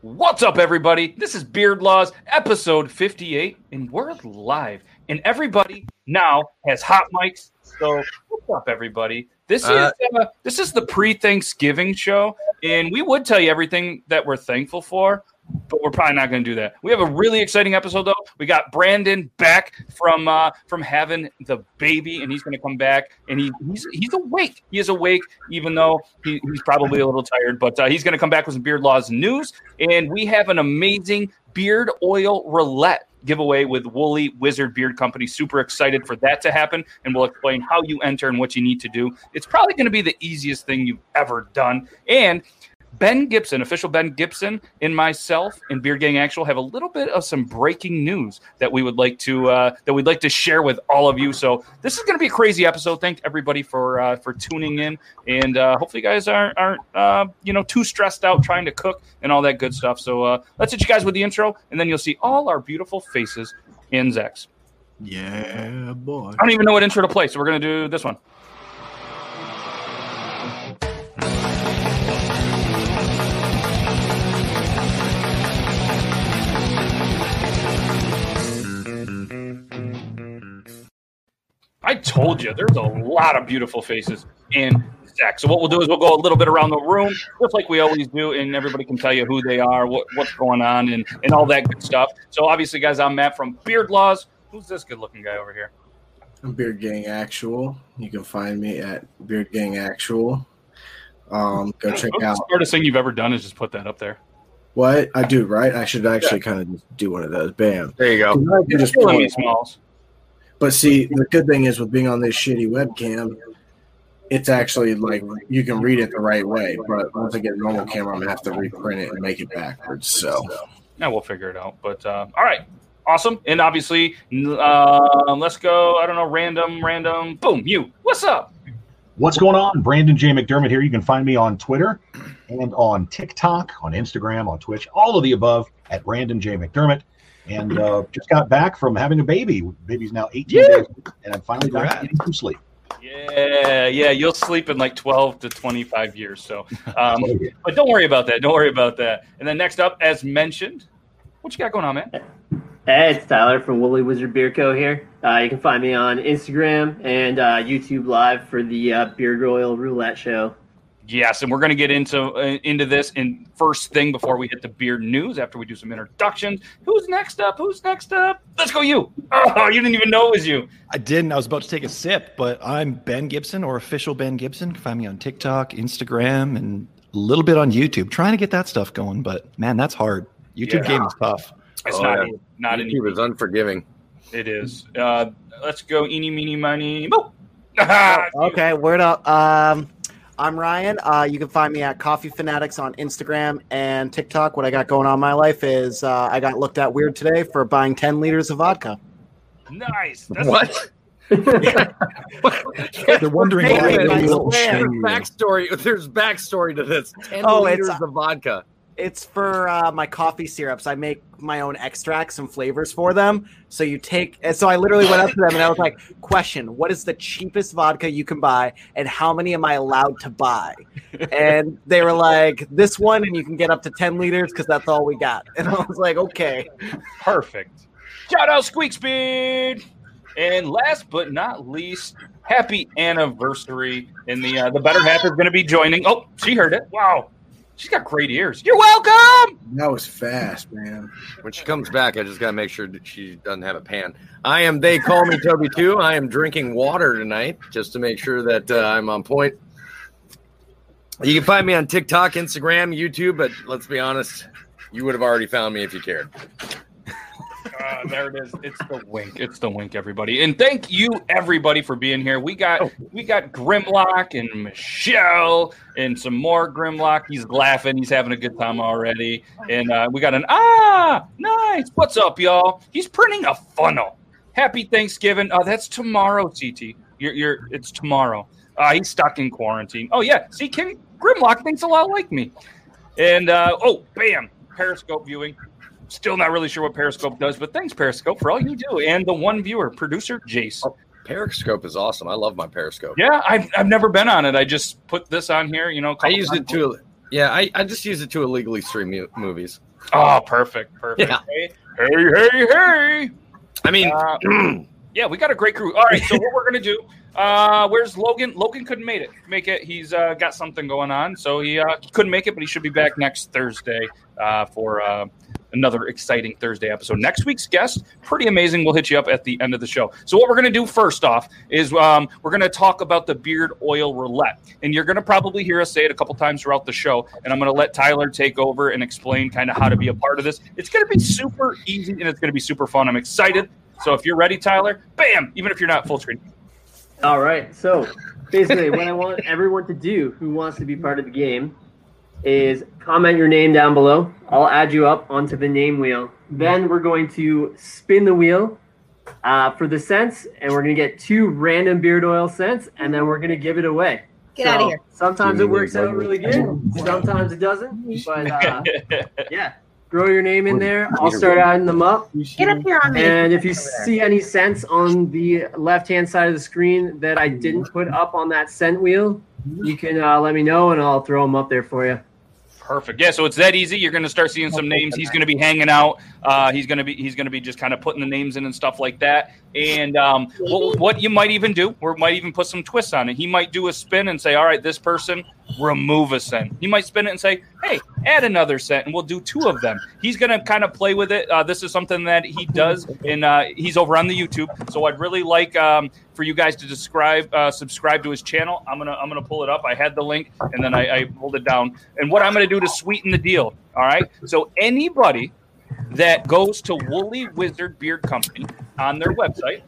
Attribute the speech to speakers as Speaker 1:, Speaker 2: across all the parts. Speaker 1: What's up, everybody? This is Beard Laws, episode 58, and we're live. And everybody now has hot mics. So, what's up, everybody? This
Speaker 2: Uh,
Speaker 1: is uh, this is the pre-Thanksgiving show, and we would tell you everything that we're thankful for, but we're probably not going to do that. We have a really exciting episode though. We got Brandon back from uh, from having the baby, and he's going to come back, and he he's he's awake. He is awake, even though he, he's probably a little tired, but uh, he's going to come back with some Beard Laws news, and we have an amazing beard oil roulette giveaway with Woolly Wizard Beard Company. Super excited for that to happen, and we'll explain how you enter and what you need to do. It's probably going to be the easiest thing you've ever done. And Ben Gibson, official Ben Gibson, and myself and Beard Gang Actual have a little bit of some breaking news that we would like to uh, that we'd like to share with all of you. So this is going to be a crazy episode. Thank everybody for uh, for tuning in, and uh, hopefully you guys aren't aren't uh, you know too stressed out trying to cook and all that good stuff. So uh, let's hit you guys with the intro, and then you'll see all our beautiful faces in Zach's.
Speaker 2: Yeah, boy.
Speaker 1: I don't even know what intro to play, so we're gonna do this one. I told you, there's a lot of beautiful faces in Zach. So what we'll do is we'll go a little bit around the room, just like we always do, and everybody can tell you who they are, what, what's going on, and, and all that good stuff. So obviously, guys, I'm Matt from Beard Laws. Who's this good-looking guy over here?
Speaker 2: I'm Beard Gang Actual. You can find me at Beard Gang Actual. Um, go check
Speaker 1: That's
Speaker 2: out
Speaker 1: The smartest thing you've ever done is just put that up there.
Speaker 2: what I do. Right, I should actually kind of do one of those. Bam.
Speaker 3: There you go.
Speaker 2: 'Cause I can just
Speaker 1: Killing
Speaker 2: point.
Speaker 1: me, Smalls.
Speaker 2: But see, the good thing is with being on this shitty webcam, it's actually like you can read it the right way. But once I get a normal camera, I'm gonna have to reprint it and make it backwards. So
Speaker 1: Yeah, we'll figure it out. But uh, all right, awesome. And obviously, uh, let's go. I don't know, random, random. Boom, you. What's up?
Speaker 4: What's going on? Brandon J. McDermott here. You can find me on Twitter and on TikTok, on Instagram, on Twitch, all of the above at Brandon J. McDermott. And uh, just got back from having a baby. Baby's now 18 days, and I'm finally back
Speaker 3: Congrats.
Speaker 4: getting some sleep.
Speaker 1: Yeah, yeah. You'll sleep in like twelve to twenty-five years. So, um,
Speaker 4: So,
Speaker 1: but don't worry about that. Don't worry about that. And then next up, as mentioned, what you got going on, man?
Speaker 5: Hey, it's Tyler from Woolly Wizard Beer Co. here. Uh, you can find me on Instagram and uh, YouTube Live for the uh, Beard Royal Roulette Show.
Speaker 1: Yes, and we're going to get into uh, into this in first thing before we hit the beard news. After we do some introductions, who's next up? Who's next up? Let's go, you! Oh, you didn't even know it was you.
Speaker 3: I didn't. I was about to take a sip, but I'm Ben Gibson or official Ben Gibson. You can find me on TikTok, Instagram, and a little bit on YouTube. Trying to get that stuff going, but man, that's hard. YouTube
Speaker 1: Yeah.
Speaker 3: game is tough.
Speaker 1: It's
Speaker 6: Oh,
Speaker 1: not
Speaker 6: yeah.
Speaker 1: easy. not an
Speaker 6: YouTube is unforgiving.
Speaker 1: It is. Uh, let's go. Eeny, meeny, miny, mo.
Speaker 7: Okay, word up. Um, I'm Ryan. Uh, you can find me at Coffee Fanatics on Instagram and TikTok. What I got going on in my life is uh, I got looked at weird today for buying 10 liters of vodka.
Speaker 1: Nice.
Speaker 6: What?
Speaker 3: They're wondering why.
Speaker 7: Hey,
Speaker 3: they
Speaker 7: guys,
Speaker 3: won't
Speaker 7: man.
Speaker 3: shame
Speaker 6: There's
Speaker 3: you.
Speaker 6: backstory. There's backstory to this. Ten
Speaker 7: Oh,
Speaker 6: liters
Speaker 7: it's-
Speaker 6: of vodka.
Speaker 7: It's for uh, my coffee syrups. I make my own extracts and flavors for them. So you take, and so I literally went up to them and I was like, question, what is the cheapest vodka you can buy and how many am I allowed to buy? And they were like, this one and you can get up to 10 liters because that's all we got. And I was like, okay.
Speaker 1: Perfect. Shout out Squeak Speed. And last but not least, happy anniversary. And the uh, the better half is going to be joining. Oh, she heard it. Wow. She's got great ears. You're welcome.
Speaker 2: that was fast, man.
Speaker 6: When she comes back, I just gotta make sure that she doesn't have a pan. I am. They call me Toby too. I am drinking water tonight just to make sure that uh, I'm on point. You can find me on TikTok, Instagram, YouTube, but let's be honest, you would have already found me if you cared.
Speaker 1: Uh, there it is. It's the wink. It's the wink, everybody. And thank you, everybody, for being here. We got we got Grimlock and Michelle and some more Grimlock. He's laughing. He's having a good time already. And uh, we got an ah nice. What's up, y'all? He's printing a funnel. Happy Thanksgiving. Oh, that's tomorrow, CT. You're, you're it's tomorrow. Uh, he's stuck in quarantine. Oh yeah. See, Kim Grimlock thinks a lot like me. And uh, oh, bam, Periscope viewing. Still not really sure what Periscope does, but thanks Periscope for all you do. And the one viewer, producer Jace.
Speaker 6: Oh, Periscope is awesome. I love my Periscope.
Speaker 1: Yeah, I've, I've never been on it. I just put this on here, you know. a
Speaker 6: I
Speaker 1: couple
Speaker 6: used it
Speaker 1: times.
Speaker 6: to Yeah, I, I just use it to illegally stream mu- movies.
Speaker 1: Oh, perfect, perfect.
Speaker 6: Yeah.
Speaker 1: Hey, hey, hey, hey.
Speaker 6: I mean,
Speaker 1: Uh, yeah, we got a great crew. All right, so what we're gonna do? Uh, where's Logan? Logan couldn't make it. Make it. He's uh, got something going on, so he uh, couldn't make it. But he should be back next Thursday uh, for uh, another exciting Thursday episode. Next week's guest, pretty amazing. We'll hit you up at the end of the show. So what we're gonna do first off is um, we're gonna talk about the beard oil roulette, and you're gonna probably hear us say it a couple times throughout the show. And I'm gonna let Tyler take over and explain kind of how to be a part of this. It's gonna be super easy and it's gonna be super fun. I'm excited. So if you're ready, Tyler, bam, even if you're not full screen.
Speaker 5: All right. So basically, what I want everyone to do who wants to be part of the game is comment your name down below. I'll add you up onto the name wheel. Then we're going to spin the wheel uh, for the scents, and we're going to get two random beard oil scents, and then we're going to give it away.
Speaker 8: Get out
Speaker 5: So
Speaker 8: of here.
Speaker 5: Sometimes it works out really good. Sometimes it doesn't. But uh, yeah, throw your name in there. I'll start adding them up.
Speaker 8: Get up here on me.
Speaker 5: And if you
Speaker 8: Over there.
Speaker 5: see any scents on the left hand side of the screen that I
Speaker 6: Mm-hmm.
Speaker 5: didn't put up on that scent wheel, you can uh, let me know and I'll throw them up there for you.
Speaker 1: Perfect. Yeah, so it's that easy. You're going to start seeing some names. He's going to be hanging out. Uh, he's going to be he's going to be just kind of putting the names in and stuff like that. And um, what, what you might even do, or might even put some twists on it. He might do a spin and say, "All right, this person remove a scent." He might spin it and say, "Hey, add another scent," and we'll do two of them. He's going to kind of play with it. Uh, this is something that he does, and uh, he's over on the YouTube. So I'd really like um, for you guys to describe, uh, subscribe to his channel. I'm gonna I'm gonna pull it up. I had the link, and then I, I pulled it down. And what I'm gonna do to sweeten the deal, all right? So anybody that goes to Woolly Wizard Beard Company on their website,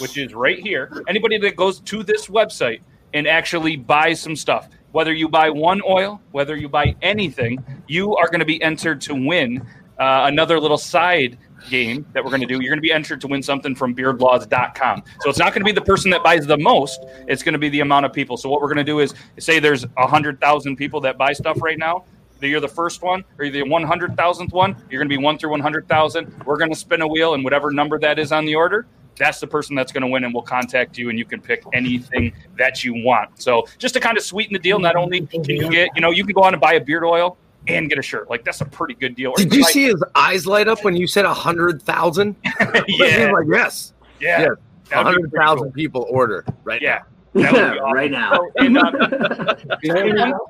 Speaker 1: which is right here. Anybody that goes to this website and actually buys some stuff, whether you buy one oil, whether you buy anything, you are going to be entered to win uh, another little side game that we're going to do. You're going to be entered to win something from beardlaws.com. So it's not going to be the person that buys the most, it's going to be the amount of people. So what we're going to do is say there's 100,000 people that buy stuff right now that you're the first one or you're the 100,000th one, you're going to be one through 100,000. We're going to spin a wheel, and whatever number that is on the order, that's the person that's going to win, and we'll contact you, and you can pick anything that you want. So, just to kind of sweeten the deal, not only can you get, you know, you can go out and buy a beard oil and get a shirt. Like, that's a pretty good deal. Or
Speaker 6: did
Speaker 1: can
Speaker 6: you
Speaker 1: buy-
Speaker 6: see his eyes light up when you said a hundred thousand?
Speaker 1: yeah,
Speaker 6: like yes,
Speaker 1: yeah.
Speaker 6: yeah,
Speaker 1: That
Speaker 6: a
Speaker 1: would be
Speaker 6: hundred
Speaker 1: pretty
Speaker 6: thousand people order right
Speaker 1: Yeah. That
Speaker 6: now.
Speaker 1: would be awesome.
Speaker 5: right now.
Speaker 1: cool. And, uh, And one,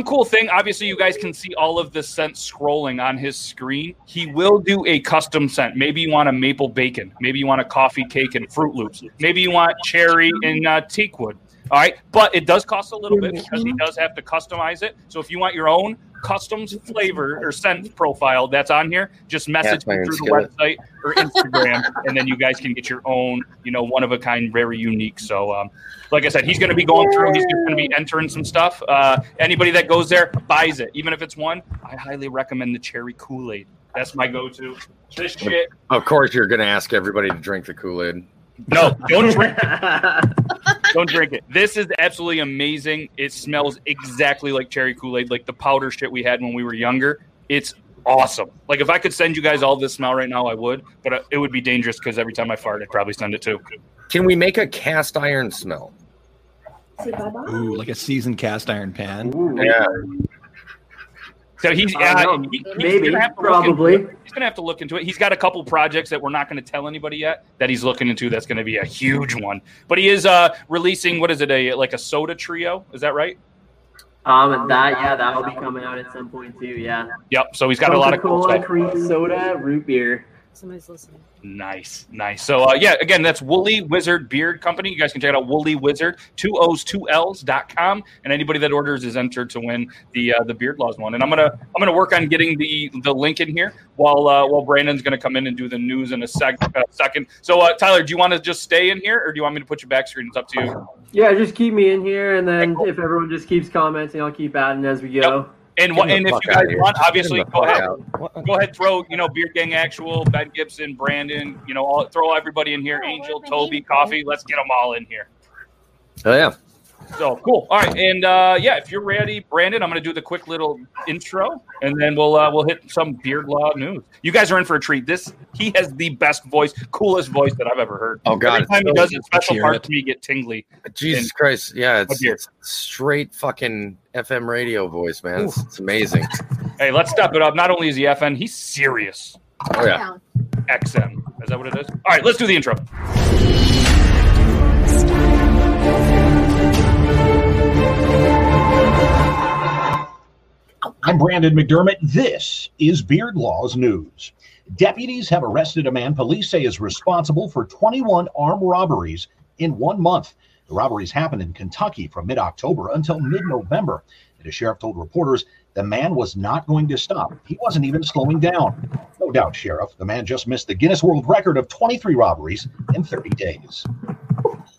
Speaker 1: one cool thing, obviously, you guys can see all of the scents scrolling on his screen. He will do a custom scent. Maybe you want a maple bacon. Maybe you want a coffee cake and Fruit Loops. Maybe you want cherry and uh, teakwood. All right, but it does cost a little bit because he does have to customize it. So if you want your own custom flavor or scent profile that's on here, just message
Speaker 6: it's my
Speaker 1: me
Speaker 6: own
Speaker 1: through the
Speaker 6: skillet.
Speaker 1: website or Instagram, and then you guys can get your own, you know, one of a kind, very unique. So um, like I said, he's going to be going through. He's going to be entering some stuff. Uh, anybody that goes there buys it, even if it's one. I highly recommend the cherry Kool Aid. That's my go-to. This shit.
Speaker 6: Of course, you're going to ask everybody to drink the Kool Aid.
Speaker 1: No, don't drink.
Speaker 5: That's
Speaker 1: Don't drink it. This is absolutely amazing. It smells exactly like cherry Kool Aid, like the powder shit we had when we were younger. It's awesome. Like if I could send you guys all this smell right now, I would, but uh, it would be dangerous because every time I fart, I'd probably send it too.
Speaker 6: Can we make a cast iron smell?
Speaker 8: Say bye-bye.
Speaker 3: Ooh, like a seasoned cast iron pan.
Speaker 6: Yeah,
Speaker 1: So he's,
Speaker 5: I don't
Speaker 1: uh,
Speaker 5: know.
Speaker 1: he- he's
Speaker 5: Maybe,
Speaker 1: gonna have to look into
Speaker 5: probably.
Speaker 1: it. He's gonna have to look into it. He's got a couple projects that we're not going to tell anybody yet that he's looking into. That's going to be a huge one. But he is uh, releasing what is it a like a soda trio? Is that right?
Speaker 5: Um, and that yeah, that'll be coming out at some point too. Yeah,
Speaker 1: Yep. So Oh, he's got a lot of cool
Speaker 5: Coca-Cola,
Speaker 1: stuff.
Speaker 5: cream soda, root beer.
Speaker 8: Somebody's listening.
Speaker 1: Nice, nice. So uh, yeah, again, that's Woolly Wizard Beard Company. You guys can check it out Woolly Wizard two O's two L's dot com, and anybody that orders is entered to win the uh, the Beard Laws one. And I'm gonna I'm gonna work on getting the the link in here while uh, while Brandon's gonna come in and do the news in a sec- uh, second. So uh, Tyler, do you want to just stay in here, or do you want me to put you back screen? It's up to you.
Speaker 5: Yeah, just keep me in here, and then if everyone just keeps commenting, I'll keep adding as we go.
Speaker 1: And what
Speaker 6: Get
Speaker 1: and
Speaker 6: the
Speaker 1: if
Speaker 6: fuck
Speaker 1: you
Speaker 6: outta
Speaker 1: guys
Speaker 6: here.
Speaker 1: want, obviously
Speaker 6: Get the
Speaker 1: go
Speaker 6: fuck
Speaker 1: ahead.
Speaker 6: out.
Speaker 1: Go ahead, throw you know Beard Gang Actual, Ben Gibson, Brandon, you know, all, throw everybody in here.
Speaker 8: Oh,
Speaker 1: Angel,
Speaker 8: we're the
Speaker 1: Toby,
Speaker 8: main
Speaker 1: Coffee, let's get them all in here.
Speaker 6: Oh yeah.
Speaker 1: So cool. All right, and uh, yeah, if you're ready, Brandon, I'm going to do the quick little intro, and then we'll uh, we'll hit some beard law news. You guys are in for a treat. This he has the best voice, coolest voice that I've ever heard.
Speaker 6: Oh God,
Speaker 1: Every time he
Speaker 6: it's
Speaker 1: does it, special
Speaker 3: hear
Speaker 1: parts
Speaker 3: it.
Speaker 1: to me get tingly.
Speaker 6: Jesus Christ! Yeah, it's,
Speaker 1: dear.
Speaker 6: it's straight fucking FM radio voice, man. It's, it's amazing.
Speaker 1: Hey, let's step it up. Not only is he FN, he's serious.
Speaker 6: Oh yeah,
Speaker 1: XM. Is that what it is? All right, let's do the intro.
Speaker 4: I'm Brandon McDermott. This is Beard Law's News. Deputies have arrested a man police say is responsible for 21 armed robberies in one month. The robberies happened in Kentucky from mid October until mid November. The sheriff told reporters the man was not going to stop. He wasn't even slowing down. No doubt, Sheriff, the man just missed the Guinness World Record of 23 robberies in 30 days.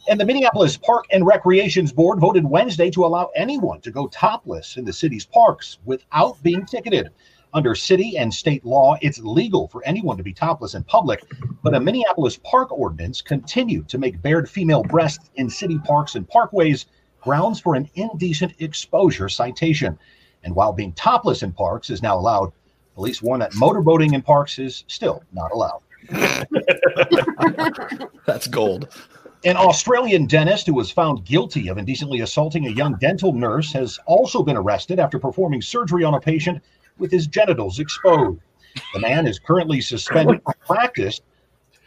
Speaker 4: And the Minneapolis Park and Recreations Board voted Wednesday to allow anyone to go topless in the city's parks without being ticketed. Under city and state law, it's legal for anyone to be topless in public, but a Minneapolis park ordinance continued to make bared female breasts in city parks and parkways grounds for an indecent exposure citation. And while being topless in parks is now allowed, police warn that motorboating in parks is still not allowed.
Speaker 3: That's gold.
Speaker 4: An Australian dentist who was found guilty of indecently assaulting a young dental nurse has also been arrested after performing surgery on a patient with his genitals exposed. The man is currently suspended from practice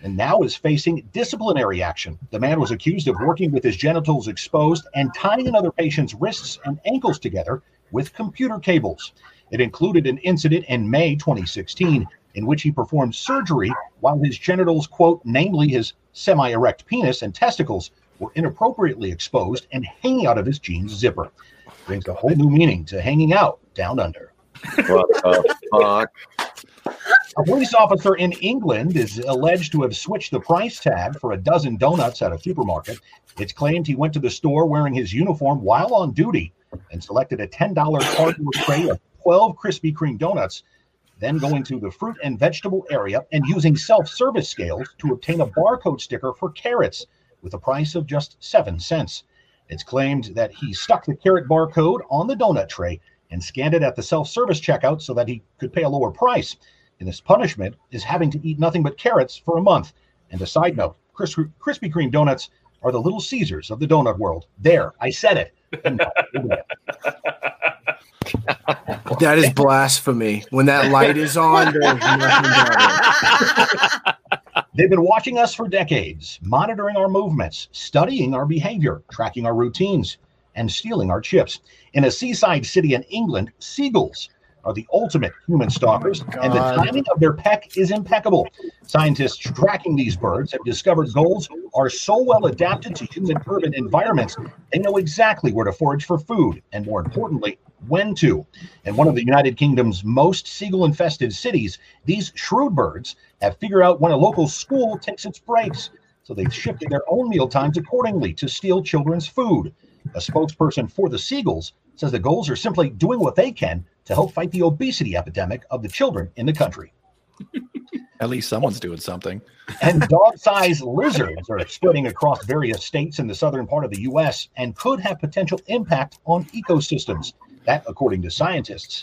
Speaker 4: and now is facing disciplinary action. The man was accused of working with his genitals exposed and tying another patient's wrists and ankles together with computer cables. It included an incident in May 2016 in which he performed surgery while his genitals, quote, namely his semi erect penis and testicles, were inappropriately exposed and hanging out of his jeans zipper. Brings a whole new meaning to hanging out down under.
Speaker 6: what the fuck?
Speaker 4: A police officer in England is alleged to have switched the price tag for a dozen donuts at a supermarket. It's claimed he went to the store wearing his uniform while on duty and selected a $10 cardboard tray of 12 Krispy Kreme donuts, then going to the fruit and vegetable area and using self service scales to obtain a barcode sticker for carrots with a price of just 7 cents. It's claimed that he stuck the carrot barcode on the donut tray and scanned it at the self service checkout so that he could pay a lower price and his punishment is having to eat nothing but carrots for a month. And a side note, Kris- Krispy Kreme donuts are the little Caesars of the donut world. There, I said it.
Speaker 2: That is blasphemy. When that light is on, there's nothing better.
Speaker 4: They've been watching us for decades, monitoring our movements, studying our behavior, tracking our routines, and stealing our chips. In a seaside city in England, seagulls are the ultimate human stalkers, and the
Speaker 7: God.
Speaker 4: timing of their peck is impeccable. Scientists tracking these birds have discovered gulls are so well adapted to human urban environments, they know exactly where to forage for food, and more importantly, when to. In one of the United Kingdom's most seagull infested cities, these shrewd birds have figured out when a local school takes its breaks. So they've shifted their own meal times accordingly to steal children's food. A spokesperson for the Seagulls says the goals are simply doing what they can to help fight the obesity epidemic of the children in the country.
Speaker 3: At least someone's doing something.
Speaker 4: And dog sized lizards are spreading across various states in the southern part of the U.S. and could have potential impact on ecosystems. That, according to scientists.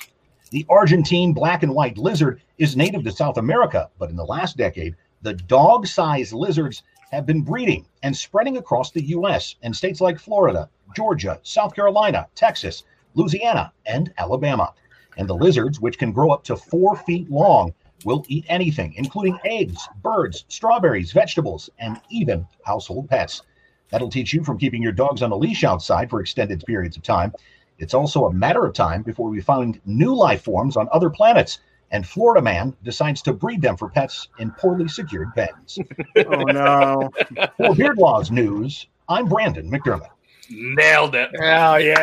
Speaker 4: The Argentine black and white lizard is native to South America, but in the last decade, the dog sized lizards have been breeding and spreading across the U.S. in states like Florida, Georgia, South Carolina, Texas, Louisiana, and Alabama. And the lizards, which can grow up to four feet long, will eat anything, including eggs, birds, strawberries, vegetables, and even household pets. That'll teach you from keeping your dogs on a leash outside for extended periods of time. It's also a matter of time before we find new life forms on other planets, and Florida man decides to breed them for pets in poorly secured pens.
Speaker 7: Oh no!
Speaker 4: For Beard Laws News, I'm Brandon McDermott.
Speaker 1: Nailed it.
Speaker 7: Hell yeah!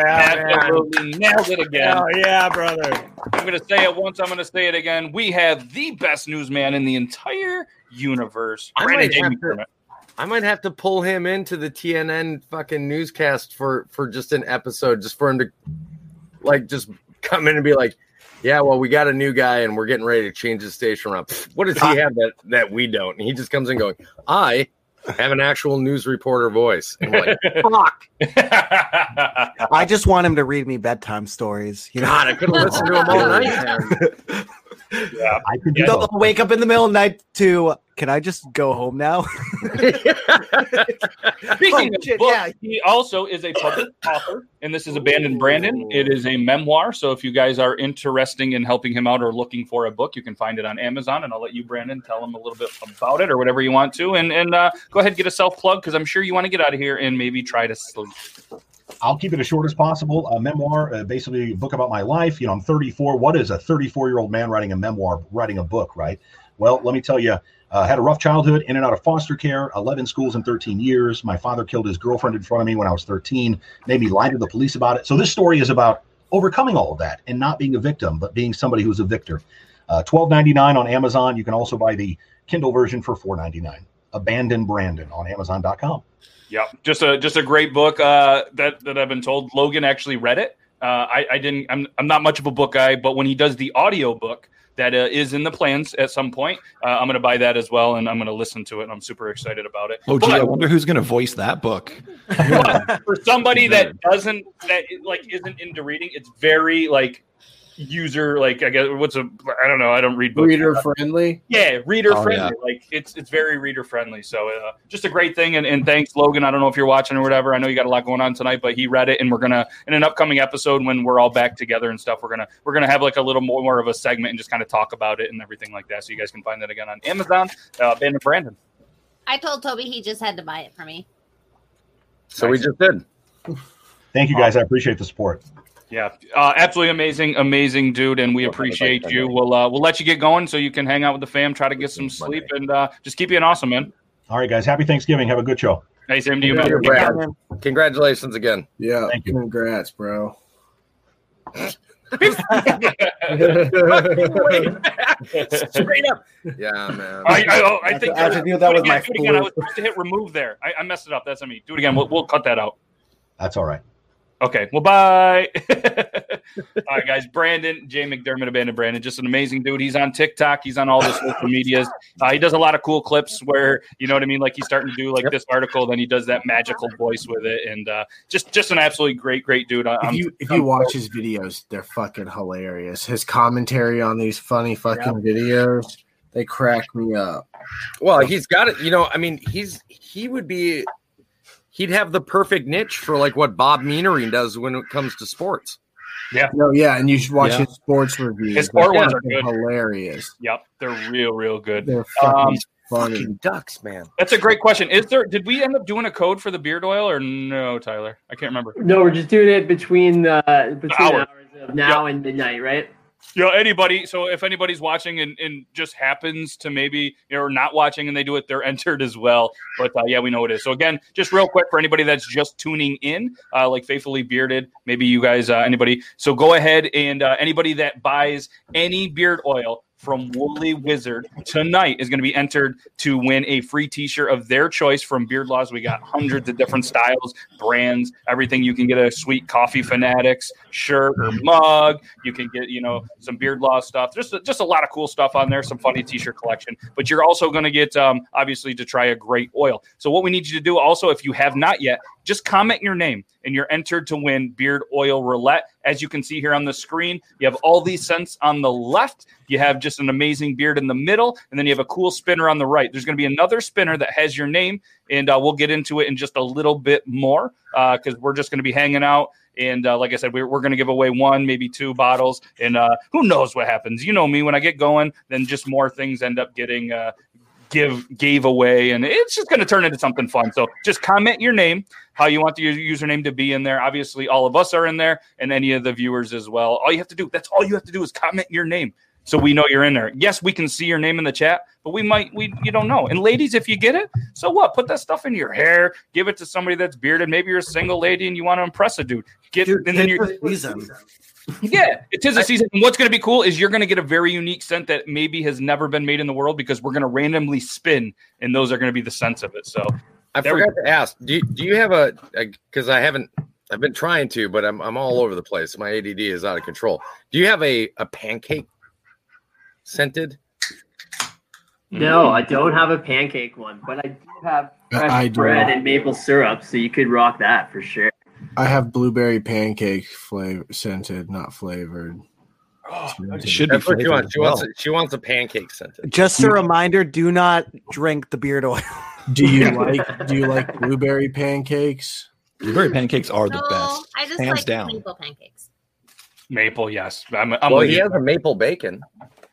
Speaker 1: Absolutely nailed it again.
Speaker 7: yeah, brother!
Speaker 1: I'm going to say it once. I'm going to say it again. We have the best newsman in the entire universe.
Speaker 6: I
Speaker 1: Brandon
Speaker 6: might have
Speaker 1: J. McDermott.
Speaker 6: I might have to pull him into the TNN fucking newscast for for just an episode, just for him to like just come in and be like, "Yeah, well, we got a new guy, and we're getting ready to change the station around." Pfft, What does he have that that we don't? And he just comes in going, "I Have an actual news reporter voice. I'm like,
Speaker 7: Fuck.
Speaker 1: yeah,
Speaker 7: I just want him to read me bedtime stories. You know,
Speaker 6: God, I could have listened to him all night.
Speaker 4: I could do
Speaker 1: Yeah.
Speaker 4: both.
Speaker 7: They'll wake up in the middle of the night to. Can I just go home now?
Speaker 1: Speaking
Speaker 7: Oh,
Speaker 1: of
Speaker 7: shit,
Speaker 1: books,
Speaker 7: yeah.
Speaker 1: he also is a published author, and this is Abandoned Brandon. It is a memoir, so if you guys are interested in helping him out or looking for a book, you can find it on Amazon. And I'll let you, Brandon, tell him a little bit about it or whatever you want to, and and uh, go ahead and get a self plug because I'm sure you want to get out of here and maybe try to sleep.
Speaker 4: I'll keep it as short as possible. A memoir, uh, basically a book about my life. You know, I'm 34. What is a 34 year old man writing a memoir, writing a book, right? Well, let me tell you, uh, had a rough childhood, in and out of foster care, 11 schools in 13 years. My father killed his girlfriend in front of me when I was 13, made me lie to the police about it. So this story is about overcoming all of that and not being a victim, but being somebody who's a victor. Uh, 12.99 on Amazon. You can also buy the Kindle version for 4.99. Abandon Brandon on Amazon.com.
Speaker 1: Yeah, just a just a great book uh, that that I've been told. Logan actually read it. Uh, I, I didn't. I'm I'm not much of a book guy, but when he does the audio book that uh, is in the plans at some point, uh, I'm going to buy that as well, and I'm going to listen to it. And I'm super excited about it.
Speaker 3: Oh, gee, I
Speaker 1: But
Speaker 3: wonder who's going to voice that book.
Speaker 1: for somebody that doesn't that like isn't into reading, it's very like user like I guess what's a I don't know. I don't read books.
Speaker 2: Reader friendly.
Speaker 1: Yeah, reader
Speaker 3: Oh,
Speaker 1: friendly. Like it's it's very reader friendly. So uh, just a great thing. And, and thanks, Logan. I don't know if you're watching or whatever. I know you got a lot going on tonight, but he read it, and we're gonna in an upcoming episode when we're all back together and stuff, we're gonna we're gonna have like a little more, more of a segment and just kind of talk about it and everything like that. So you guys can find that again on Amazon. Uh, Ben and Brandon.
Speaker 9: I told Toby he just had to buy it for me.
Speaker 6: So we just did.
Speaker 4: Thank you guys. I appreciate the support.
Speaker 1: Yeah, uh, absolutely amazing, amazing dude, and we appreciate you. We'll uh, we'll let you get going so you can hang out with the fam, try to get some sleep, and uh, just keep being awesome, man.
Speaker 4: All right, guys. Happy Thanksgiving. Have a good show.
Speaker 1: Hey, same to you,
Speaker 6: Later,
Speaker 1: man.
Speaker 6: Brad. Congratulations again.
Speaker 2: Yeah.
Speaker 4: Thank you.
Speaker 2: Congrats, bro.
Speaker 6: Straight up. Yeah, man.
Speaker 1: I, I, oh, I think
Speaker 7: I have to do that
Speaker 1: Do it
Speaker 7: with
Speaker 1: again,
Speaker 7: my
Speaker 1: do it again. I
Speaker 7: flu.
Speaker 1: was supposed to hit remove there. I, I messed it up. That's on me. Do it again. We'll, we'll cut that out.
Speaker 4: That's all right.
Speaker 1: Okay. Well, bye. all right, guys. Brandon Jay McDermott, abandoned Brandon, just an amazing dude. He's on TikTok. He's on all the social medias. Uh, he does a lot of cool clips where you know what I mean. Like he's starting to do like this article, then he does that magical voice with it, and uh, just just an absolutely great, great dude. I,
Speaker 2: If
Speaker 1: I'm,
Speaker 2: you if you watch his videos, they're fucking hilarious. His commentary on these funny fucking videos, they crack me up.
Speaker 6: Well, he's got it. You know, I mean, he's he would be he'd have the perfect niche for like what Bob Meanering does when it comes to sports.
Speaker 2: No, yeah, and you should watch
Speaker 3: Yeah.
Speaker 2: his sports reviews.
Speaker 1: His sport
Speaker 2: They're
Speaker 1: ones are
Speaker 2: fucking
Speaker 1: good.
Speaker 2: hilarious.
Speaker 1: yep, they're real, real good.
Speaker 2: They're fucking
Speaker 1: Um,
Speaker 2: funny.
Speaker 6: ducks, man.
Speaker 1: That's a great question. Is there? Did we end up doing a code for the beard oil or no, Tyler? I can't remember.
Speaker 5: No, we're just doing it between uh, between
Speaker 1: Hour.
Speaker 5: hours of now and midnight, right?
Speaker 1: you know, anybody. So if anybody's watching and, and just happens to maybe you know, or not watching and they do it, they're entered as well. But uh, yeah, we know it is. So again, just real quick for anybody that's just tuning in, uh, like faithfully bearded, maybe you guys, uh, anybody. So go ahead and uh, anybody that buys any beard oil from Woolly Wizard tonight is going to be entered to win a free T-shirt of their choice from Beard Laws. We got hundreds of different styles, brands, everything. You can get a sweet coffee fanatics shirt or mug. You can get you know some Beard Laws stuff. Just just a lot of cool stuff on there. Some funny T-shirt collection. But you're also going to get um, obviously to try a great oil. So what we need you to do also, if you have not yet, just comment your name and you're entered to win beard oil roulette as you can see here on the screen you have all these scents on the left you have just an amazing beard in the middle and then you have a cool spinner on the right there's going to be another spinner that has your name and uh, we'll get into it in just a little bit more because we're just going to be hanging out and uh, like I said, we're, we're going to give away one, maybe two bottles. And uh, who knows what happens? You know me, when I get going, then just more things end up getting uh, give gave away, and it's just going to turn into something fun. So just comment your name, how you want the u- username to be in there. Obviously, all of us are in there, and any of the viewers as well. All you have to do, that's all you have to do, is comment your name. So we know you're in there. Yes, we can see your name in the chat, but we might we you don't know. And ladies, if you get it, so what? Put that stuff in your hair. Give it to somebody that's bearded. Maybe you're a single lady and you want to impress a dude. Get
Speaker 7: Dude,
Speaker 1: and then you're
Speaker 7: this is the season.
Speaker 1: yeah, it is a season. And what's going to be cool is you're going to get a very unique scent that maybe has never been made in the world because we're going to randomly spin, and those are going to be the scents of it. So
Speaker 6: I
Speaker 1: There we
Speaker 6: forgot to ask. Do you, do you have a because I haven't I've been trying to, but I'm I'm all over the place. My ADD is out of control. Do you have a a pancake scented?
Speaker 1: Mm.
Speaker 5: No, I don't have a pancake one, but I do have
Speaker 6: Uh,
Speaker 5: fresh
Speaker 2: I do.
Speaker 5: bread and maple syrup, so you could rock that for sure.
Speaker 2: I have blueberry pancake flavor scented, not flavored.
Speaker 1: Oh,
Speaker 3: It should be
Speaker 6: That's what she
Speaker 3: flavored
Speaker 6: wants.
Speaker 3: as
Speaker 6: She wants, a,
Speaker 3: well.
Speaker 6: she wants a pancake scented.
Speaker 7: Just a reminder: do not drink the beard oil.
Speaker 2: Do you like do you like blueberry pancakes?
Speaker 3: Blueberry pancakes are the
Speaker 9: No,
Speaker 3: best.
Speaker 9: Oh, I just
Speaker 3: Hands
Speaker 9: like
Speaker 3: down.
Speaker 9: maple pancakes.
Speaker 1: Maple, yes. I'm, I'm
Speaker 6: well,
Speaker 1: with
Speaker 6: he
Speaker 1: you.
Speaker 6: has a maple bacon.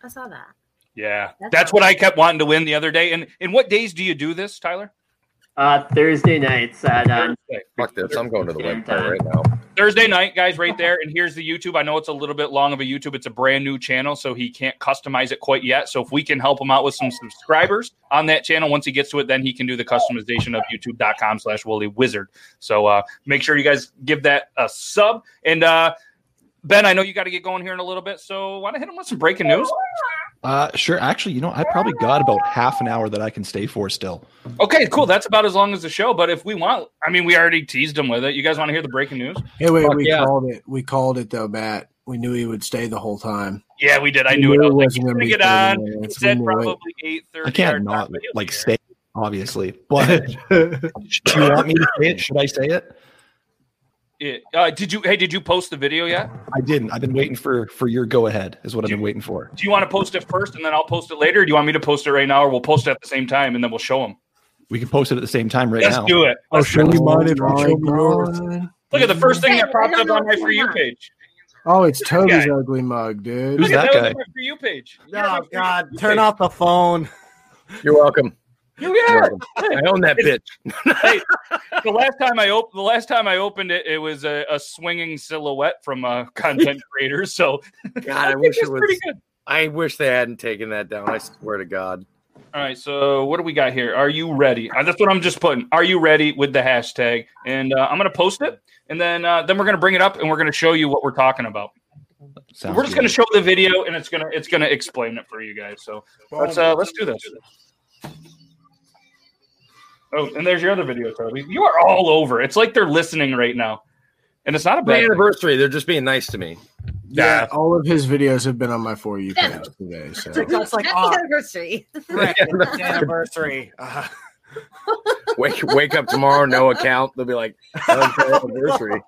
Speaker 9: I saw that.
Speaker 1: Yeah.
Speaker 9: That's
Speaker 1: That's
Speaker 9: awesome.
Speaker 1: what I kept wanting to win the other day. And and what days do you do this, Tyler?
Speaker 5: Uh, Thursday nights at uh,
Speaker 6: Fuck this. I'm going to the
Speaker 5: Standard
Speaker 6: website
Speaker 5: time.
Speaker 6: right now.
Speaker 1: Thursday night, guys, right there. And here's the YouTube. I know it's a little bit long of a YouTube. It's a brand new channel, so he can't customize it quite yet. So if we can help him out with some subscribers on that channel, once he gets to it, then he can do the customization of youtube.com slash woolly wizard. So uh, make sure you guys give that a sub. And uh, Ben, I know you got to get going here in a little bit. So want to hit him with some breaking news?
Speaker 3: Uh, sure. Actually, you know, I probably got about half an hour that I can stay for still.
Speaker 1: Okay, cool. That's about as long as the show. But if we want, I mean, we already teased him with it. You guys want to hear the breaking news?
Speaker 2: Hey, wait,
Speaker 6: Fuck
Speaker 2: we
Speaker 6: yeah.
Speaker 2: called it. We called it though, Matt. We knew he would stay the whole time.
Speaker 1: Yeah, we did. I
Speaker 2: We
Speaker 1: knew it. I was like,
Speaker 2: wasn't gonna
Speaker 1: "Bring
Speaker 2: be
Speaker 1: it on.
Speaker 2: 30 minutes. We
Speaker 1: said
Speaker 2: knew it.
Speaker 1: probably eight thirty.
Speaker 3: I can't not like stay, obviously. But do you want me to say it? Should I say it?
Speaker 1: It, uh, did you? Hey, did you post the video yet?
Speaker 3: I didn't. I've been waiting for for your go ahead. Is what I've been waiting for.
Speaker 1: Do you want to post it first and then I'll post it later? Or do you want me to post it right now, or we'll post it at the same time and then we'll show them?
Speaker 3: We can post it at the same time right
Speaker 1: Let's
Speaker 3: now.
Speaker 1: do it.
Speaker 10: Oh,
Speaker 1: Let's do
Speaker 10: sure.
Speaker 1: it.
Speaker 10: you mind if you
Speaker 2: Oh
Speaker 10: show me
Speaker 2: my
Speaker 10: yours?
Speaker 2: God.
Speaker 1: Look at the first thing that
Speaker 9: Hey,
Speaker 1: popped
Speaker 9: I
Speaker 1: up
Speaker 9: don't
Speaker 1: on
Speaker 9: know
Speaker 1: my
Speaker 9: what's
Speaker 1: for
Speaker 9: going
Speaker 1: you
Speaker 9: on.
Speaker 1: page.
Speaker 2: Oh, it's Toby's
Speaker 1: guy.
Speaker 2: ugly mug, dude.
Speaker 1: Look
Speaker 3: Who's
Speaker 1: at
Speaker 3: that
Speaker 1: that on
Speaker 3: guy?
Speaker 1: my for you page. You got my For You
Speaker 7: Oh God!
Speaker 1: page.
Speaker 7: Turn off the phone.
Speaker 6: You're welcome.
Speaker 1: You
Speaker 6: You're
Speaker 1: got it.
Speaker 6: welcome. I own that bitch.
Speaker 1: the last time I opened the last time I opened it, it was a, a swinging silhouette from a content creator. So
Speaker 6: God, I
Speaker 1: think
Speaker 6: wish it
Speaker 1: it's
Speaker 6: was.
Speaker 1: pretty good.
Speaker 6: I wish they hadn't taken that down. I swear to God.
Speaker 1: All right, so what do we got here? Are you ready? Uh, That's what I'm just putting. Are you ready with the hashtag? And uh, I'm gonna post it, and then uh, then we're gonna bring it up, and we're gonna show you what we're talking about.
Speaker 3: Sounds
Speaker 1: we're just gonna
Speaker 3: good.
Speaker 1: show the video, and it's gonna it's gonna explain it for you guys. So let's uh, let's do this. Oh, and there's your other video, Toby. You are all over. It's like they're listening right now, and it's not a
Speaker 6: My
Speaker 1: bad. thing.
Speaker 6: anniversary. They're just being nice to me.
Speaker 2: Yeah,
Speaker 1: Yeah.
Speaker 2: all of his videos have been on my for you page today. So
Speaker 7: It's like,
Speaker 9: Happy
Speaker 7: oh,
Speaker 9: anniversary.
Speaker 7: frick, it's anniversary. Uh,
Speaker 6: Wake wake up tomorrow, no account. They'll be like, "Oh, it's our anniversary.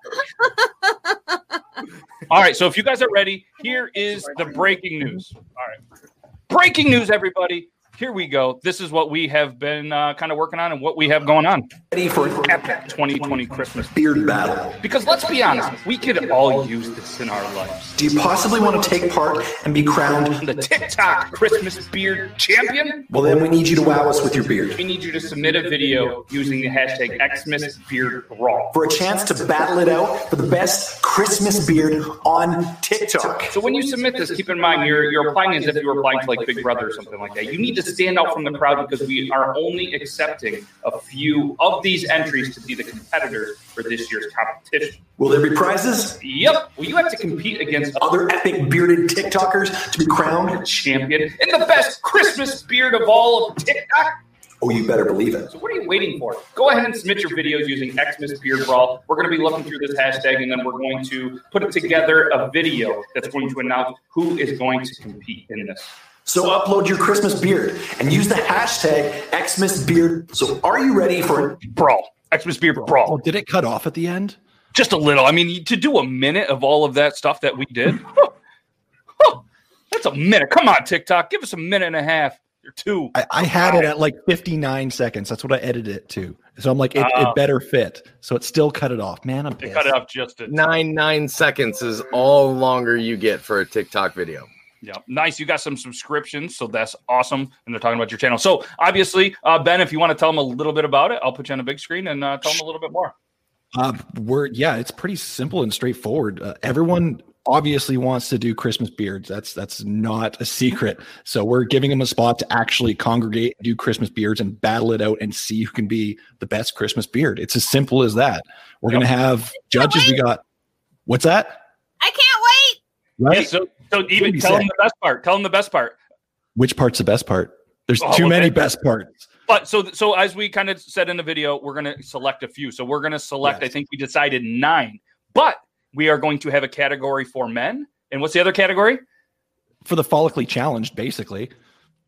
Speaker 1: All right, so if you guys are ready, here is the breaking news. All right. Breaking news, everybody. Here we go. This is what we have been uh, kind of working on and what we have going on. Ready for an epic 2020 Christmas
Speaker 10: Beard battle.
Speaker 1: Because let's be honest, we could all use this in our lives.
Speaker 10: Do you possibly want to take part and be crowned?
Speaker 1: The TikTok Christmas Beard Champion?
Speaker 10: Well, then we need you to wow us with your beard.
Speaker 1: We need you to submit a video using the hashtag XmasBeardRaw.
Speaker 10: For a chance to battle it out for the best Christmas beard on TikTok.
Speaker 1: So when you submit this, keep in mind you're you're applying as if you were applying to like Big Brother or something like that. You need to stand out from the crowd because we are only accepting a few of these entries to be the competitors for this year's competition.
Speaker 10: Will there be prizes?
Speaker 1: Yep, well, you have to compete against other
Speaker 10: Other epic bearded TikTokers to be crowned?
Speaker 1: champion in the best Christmas beard of all of TikTok.
Speaker 10: Oh, you better believe it.
Speaker 1: So what are you waiting for? Go ahead and submit your videos using Xmas Beard Brawl. We're going to be looking through this hashtag, and then we're going to put together a video that's going to announce who is going to compete in this.
Speaker 10: So upload your Christmas beard and use the hashtag XmasBeard. So are you ready for an
Speaker 1: Brawl. Xmas Beard
Speaker 3: Oh,
Speaker 1: Brawl.
Speaker 3: did it cut off at the end?
Speaker 1: Just a little. I mean, to do a minute of all of that stuff that we did, huh, huh, that's a minute. Come on, TikTok. Give us a minute and a half or two.
Speaker 3: I, I had it at like 59 seconds. That's what I edited it to. So I'm like, it,
Speaker 1: Oh.
Speaker 3: it better fit. So it still cut it off. Man, I'm
Speaker 1: They
Speaker 3: pissed.
Speaker 1: cut it off just a
Speaker 6: Nine nine seconds is all longer you get for a TikTok video.
Speaker 1: Yeah, nice. You got some subscriptions, so that's awesome. And they're talking about your channel. So obviously, uh, Ben, if you want to tell them a little bit about it, I'll put you on a big screen and uh, tell them a little bit more.
Speaker 3: Uh, we're yeah, it's pretty simple and straightforward. Uh, everyone obviously wants to do Christmas beards. That's that's not a secret. So we're giving them a spot to actually congregate, do Christmas beards, and battle it out and see who can be the best Christmas beard. It's as simple as that. We're gonna have judges. We got what's that?
Speaker 9: I can't wait.
Speaker 1: Yeah, so, so even
Speaker 3: be
Speaker 1: tell them
Speaker 3: sick.
Speaker 1: the best part. Tell them the best part.
Speaker 3: Which part's the best part? There's
Speaker 1: Oh,
Speaker 3: too
Speaker 1: well,
Speaker 3: many
Speaker 1: that-
Speaker 3: best parts.
Speaker 1: But so so as we kind of said in the video, we're gonna select a few. So we're gonna select. I
Speaker 3: Yes.
Speaker 1: think we decided nine, but we are going to have a category for men. And what's the other category?
Speaker 3: For the follically challenged, basically.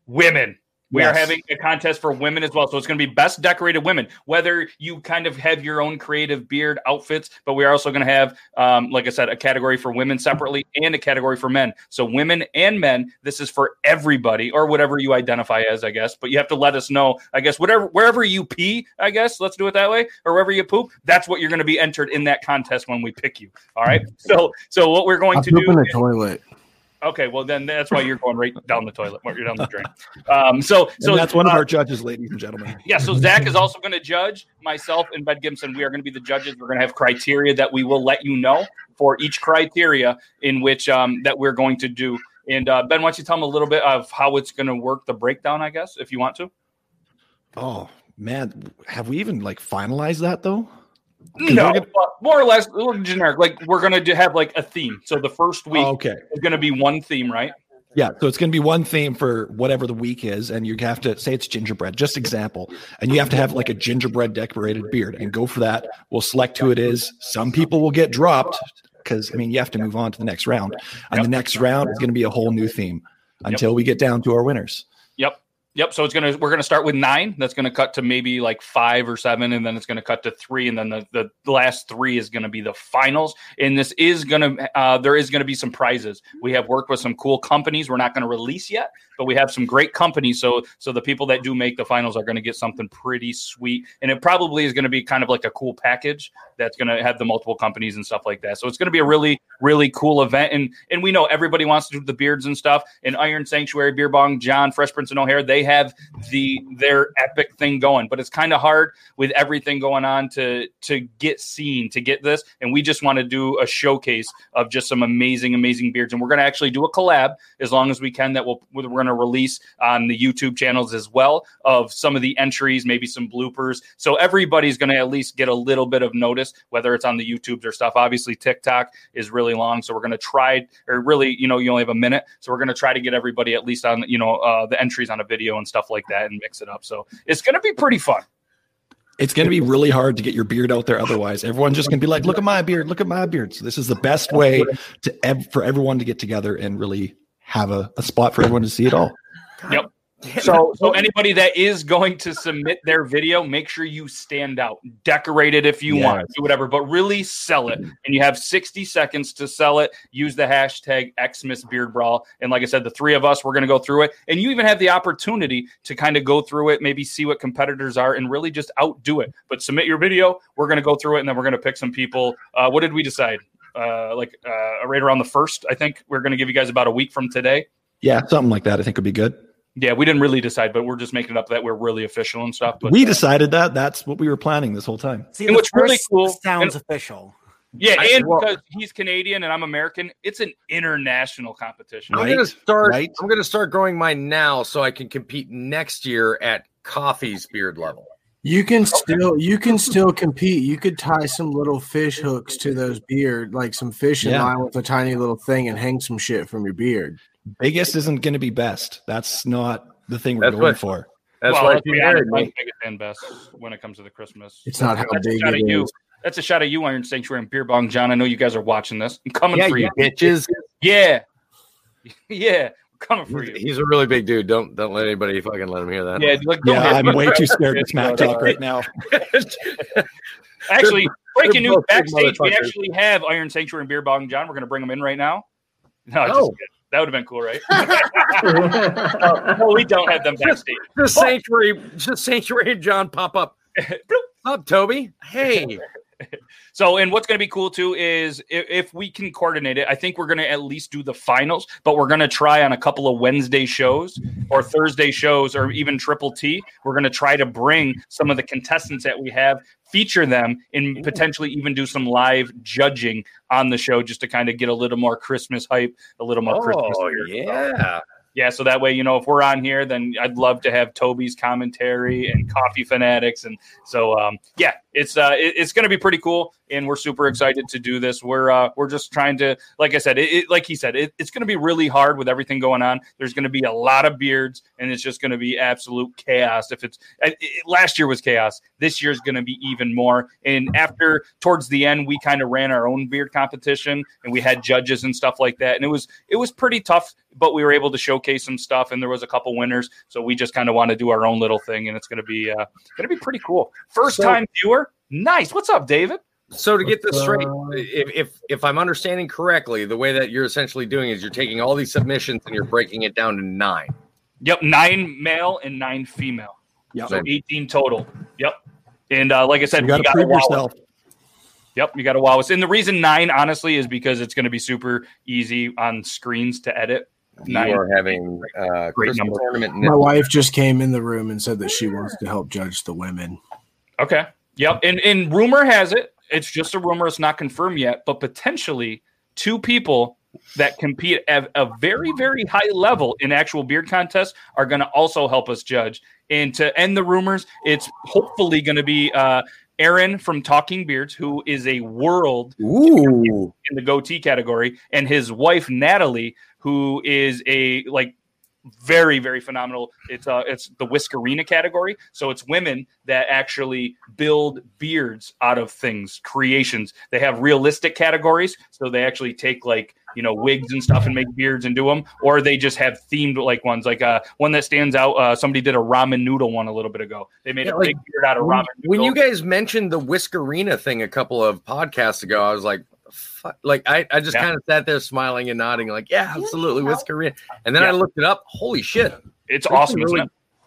Speaker 1: Women. We
Speaker 7: Yes.
Speaker 1: are having a contest for women as well. So it's going to be best decorated women, whether you kind of have your own creative beard outfits, but we are also going to have, um, like I said, a category for women separately and a category for men. So women and men, this is for everybody or whatever you identify as, I guess. But you have to let us know, I guess, whatever, wherever you pee, I guess, let's do it that way, or wherever you poop, that's what you're going to be entered in that contest when we pick you. All right. So, so what we're going
Speaker 2: I
Speaker 1: to do
Speaker 2: poop in the
Speaker 1: is-
Speaker 2: toilet.
Speaker 1: Okay, well then that's why you're going right down the toilet. You're down the drain. Um, so
Speaker 3: So
Speaker 1: so
Speaker 3: that's one
Speaker 1: uh,
Speaker 3: of our judges, ladies and gentlemen.
Speaker 1: yeah. So Zach is also going to judge myself and Ben Gibson. We are going to be the judges. We're going to have criteria that we will let you know for each criteria in which um, that we're going to do. And uh, Ben, why don't you tell them a little bit of how it's going to work, the breakdown, I guess, if you want to.
Speaker 3: Oh man, have we even like finalized that though? 'Cause
Speaker 1: No,
Speaker 3: we're gonna-
Speaker 1: but more or less, a little generic. Like we're going to have like a theme. So the first week
Speaker 3: Oh, okay.
Speaker 1: is going to be one theme, right?
Speaker 3: Yeah. So it's going to be one theme for whatever the week is, and you have to say it's gingerbread, just example, and you have to have like a gingerbread decorated beard, and go for that. We'll select who it is. Some people will get dropped because I mean you have to move on to the next round, and the next round is going to be a whole new theme until we get down to our winners.
Speaker 1: Yep. Yep. So it's gonna we're gonna start with nine. That's gonna cut to maybe like five or seven, and then it's gonna cut to three, and then the, the last three is gonna be the finals. And this is gonna uh, there is gonna be some prizes. We have worked with some cool companies. We're not gonna release yet, but we have some great companies. So so the people that do make the finals are gonna get something pretty sweet, and it probably is gonna be kind of like a cool package that's gonna have the multiple companies and stuff like that. So it's gonna be a really really cool event, and and we know everybody wants to do the beards and stuff. And Iron Sanctuary, Beer Bong, John, Fresh Prince and O'Hare, they have the their epic thing going, but it's kind of hard with everything going on to to get seen to get this. And we just want to do a showcase of just some amazing, amazing beards. And we're going to actually do a collab as long as we can that we'll, we're going to release on the YouTube channels as well of some of the entries, maybe some bloopers. So everybody's going to at least get a little bit of notice, whether it's on the YouTubes or stuff. Obviously, TikTok is really long, so we're going to try, or really, you know, you only have a minute, so we're going to try to get everybody at least on, you know, uh, the entries on a video and stuff like that, and mix it up. So it's going to be pretty fun.
Speaker 3: It's going to be really hard to get your beard out there. Otherwise, everyone's just going to be like, "Look at my beard! Look at my beard!" So this is the best way to ev- for everyone to get together and really have a, a spot for everyone to see it all.
Speaker 1: Yep. So, so anybody that is going to submit their video, make sure you stand out, decorate it if you
Speaker 3: Yes.
Speaker 1: want, do whatever, but really sell it. And you have 60 seconds to sell it. Use the hashtag XmasBeardBrawl. And like I said, the three of us, we're going to go through it. And you even have the opportunity to kind of go through it, maybe see what competitors are, and really just outdo it. But submit your video. We're going to go through it, and then we're going to pick some people. Uh, what did we decide? Uh, like uh, right around the first, I think we're going to give you guys about a week from today.
Speaker 3: Yeah, something like that. I think would be good.
Speaker 1: Yeah, we didn't really decide, but we're just making it up that we're really official and stuff. But
Speaker 3: we decided that. That's what we were planning this whole time.
Speaker 7: See,
Speaker 1: And
Speaker 7: the
Speaker 1: what's really
Speaker 7: first
Speaker 1: cool-
Speaker 7: sounds official.
Speaker 1: yeah,
Speaker 6: I-
Speaker 1: and
Speaker 6: well-
Speaker 1: because he's Canadian and I'm American, it's an international competition.
Speaker 3: Right.
Speaker 6: I'm gonna start.
Speaker 3: right.
Speaker 6: I'm gonna start growing mine now so I can compete next year at coffee's beard level.
Speaker 2: You can still you can still compete. You could tie some little fish hooks to those beard, like some fish in
Speaker 3: Yeah.
Speaker 2: line with a tiny little thing, and hang some shit from your beard.
Speaker 3: Biggest isn't going to be best. That's not the thing we're
Speaker 6: That's
Speaker 3: going
Speaker 6: what-
Speaker 3: for.
Speaker 6: That's
Speaker 1: well,
Speaker 6: why
Speaker 1: let's
Speaker 6: she
Speaker 1: be
Speaker 6: married
Speaker 1: honest,
Speaker 6: me.
Speaker 1: I'm biggest and best when it comes to the Christmas.
Speaker 2: It's not how
Speaker 1: That's a
Speaker 2: big
Speaker 1: shot at
Speaker 2: it
Speaker 1: you.
Speaker 2: is.
Speaker 1: That's a shot at you, Iron Sanctuary and Beer Bong John. I know you guys are watching this. I'm coming
Speaker 6: Yeah,
Speaker 1: for you.
Speaker 6: you bitches.
Speaker 1: Yeah. Yeah. I'm coming for you.
Speaker 6: He's a really big dude. Don't don't let anybody fucking let him hear that.
Speaker 1: Yeah, look, don't
Speaker 3: Yeah,
Speaker 1: hit me.
Speaker 3: I'm way too scared to smack talk right now.
Speaker 1: actually breaking
Speaker 6: they're
Speaker 1: news
Speaker 6: both big
Speaker 1: backstage. We
Speaker 6: motherfuckers.
Speaker 1: actually have Iron Sanctuary and Beer Bong John. We're gonna bring them in right now. No, just
Speaker 6: Oh.
Speaker 1: kidding. that would have been cool, right? Well, we don't have them backstage.
Speaker 6: Just sanctuary, just sanctuary and John pop up. up, Toby. Hey.
Speaker 1: So, and what's going to be cool too is if, if we can coordinate it, I think we're going to at least do the finals, but we're going to try on a couple of Wednesday shows or Thursday shows or even Triple T. We're going to try to bring some of the contestants that we have, feature them, and potentially even do some live judging on the show just to kind of get a little more Christmas hype, a little more Christmas.
Speaker 6: Oh
Speaker 1: spirit.
Speaker 6: yeah.
Speaker 1: Yeah, so that way, you know, if we're on here, then I'd love to have Toby's commentary and coffee fanatics, and so um, yeah, it's uh, it- it's going to be pretty cool, and we're super excited to do this. We're uh, we're just trying to, like I said, it, it like he said, it, it's going to be really hard with everything going on. There's going to be a lot of beards, and it's just going to be absolute chaos. If it's I- it, last year was chaos, this year's going to be even more. And after towards the end, we kind of ran our own beard competition, and we had judges and stuff like that, and it was it was pretty tough but we were able to showcase some stuff, and there was a couple winners. So we just kind of want to do our own little thing, and it's going to be uh, going to be pretty cool. First time viewer, nice. What's up, David?
Speaker 6: So to get this straight, if, if if I'm understanding correctly, the way that you're essentially doing is you're taking all these submissions and you're breaking it down to nine.
Speaker 1: Yep, nine male and nine female.
Speaker 3: Yep.
Speaker 1: So 18 total. Yep. And uh, like I said,
Speaker 3: you got
Speaker 1: we
Speaker 3: to
Speaker 1: got a
Speaker 3: prove
Speaker 1: wow.
Speaker 3: yourself.
Speaker 1: Yep, you got a wow. And the reason nine, honestly, is because it's going to be super easy on screens to edit. Nine.
Speaker 6: You are having uh,
Speaker 1: Great
Speaker 6: Christmas
Speaker 1: number.
Speaker 6: tournament.
Speaker 2: My
Speaker 6: nip-
Speaker 2: wife just came in the room and said that she wants to help judge the women.
Speaker 1: Okay. Yep. And and rumor has it, it's just a rumor, it's not confirmed yet, but potentially two people that compete at a very, very high level in actual beard contests are going to also help us judge. And to end the rumors, it's hopefully going to be uh, Aaron from Talking Beards, who is a world
Speaker 6: Ooh,
Speaker 1: in the goatee category, and his wife Natalie, who is a like very very phenomenal. It's uh it's the whiskerina category, so it's women that actually build beards out of things, creations. They have realistic categories, so they actually take like you know wigs and stuff and make beards and do them, or they just have themed like ones. Like uh one that stands out. Uh, somebody did a ramen noodle one a little bit ago. They made a
Speaker 6: Yeah, like,
Speaker 1: big beard out of ramen.
Speaker 6: when, when
Speaker 1: noodle.
Speaker 6: you guys mentioned the whiskerina thing a couple of podcasts ago, I was like, "What the fuck? like I, I just
Speaker 1: Yeah.
Speaker 6: kind of sat there smiling and nodding, like, yeah, absolutely whiskerina. And then I
Speaker 1: Yeah.
Speaker 6: looked it up. Holy shit!
Speaker 1: it's awesome.
Speaker 6: That's
Speaker 1: isn't
Speaker 6: really-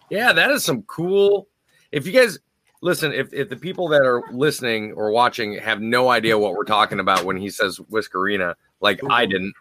Speaker 1: it?
Speaker 6: Yeah, that is some cool. If you guys listen, if, if the people that are listening or watching have no idea what we're talking about when he says whiskerina, like I didn't,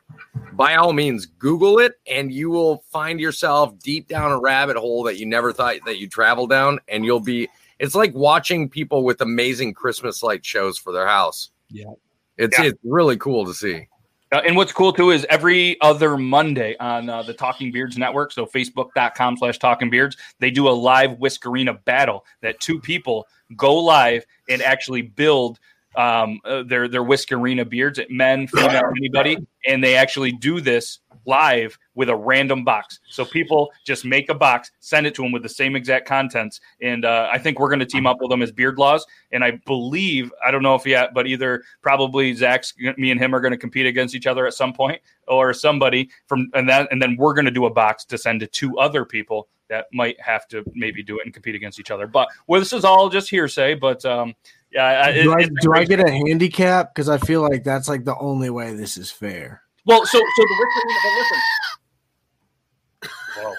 Speaker 6: by all means, Google it and you will find yourself deep down a rabbit hole that you never thought that you travel down. And you'll be, it's like watching people with amazing Christmas light shows for their house.
Speaker 3: Yeah.
Speaker 6: It's,
Speaker 1: Yeah.
Speaker 6: it's really cool to see.
Speaker 1: Uh, and what's cool too is every other Monday on uh, the Talking Beards Network, so facebook.com slash talking beards, they do a live whiskerina battle that two people go live and actually build um, uh, their, their whiskerina beards, men, female, anybody. And they actually do this live with a random box. So people just make a box, send it to them with the same exact contents. And uh, I think we're going to team up with them as Beard Laws. And I believe, I don't know if yet, but either probably Zach's, me and him are going to compete against each other at some point or somebody from, and that, and then we're going to do a box to send to two other people that might have to maybe do it and compete against each other. But well, this is all just hearsay, but um, yeah, it-
Speaker 2: Do I,
Speaker 1: it's-
Speaker 2: do I get a handicap? Because I feel like that's like the only way this is fair.
Speaker 1: Well, so so the Rick but listen.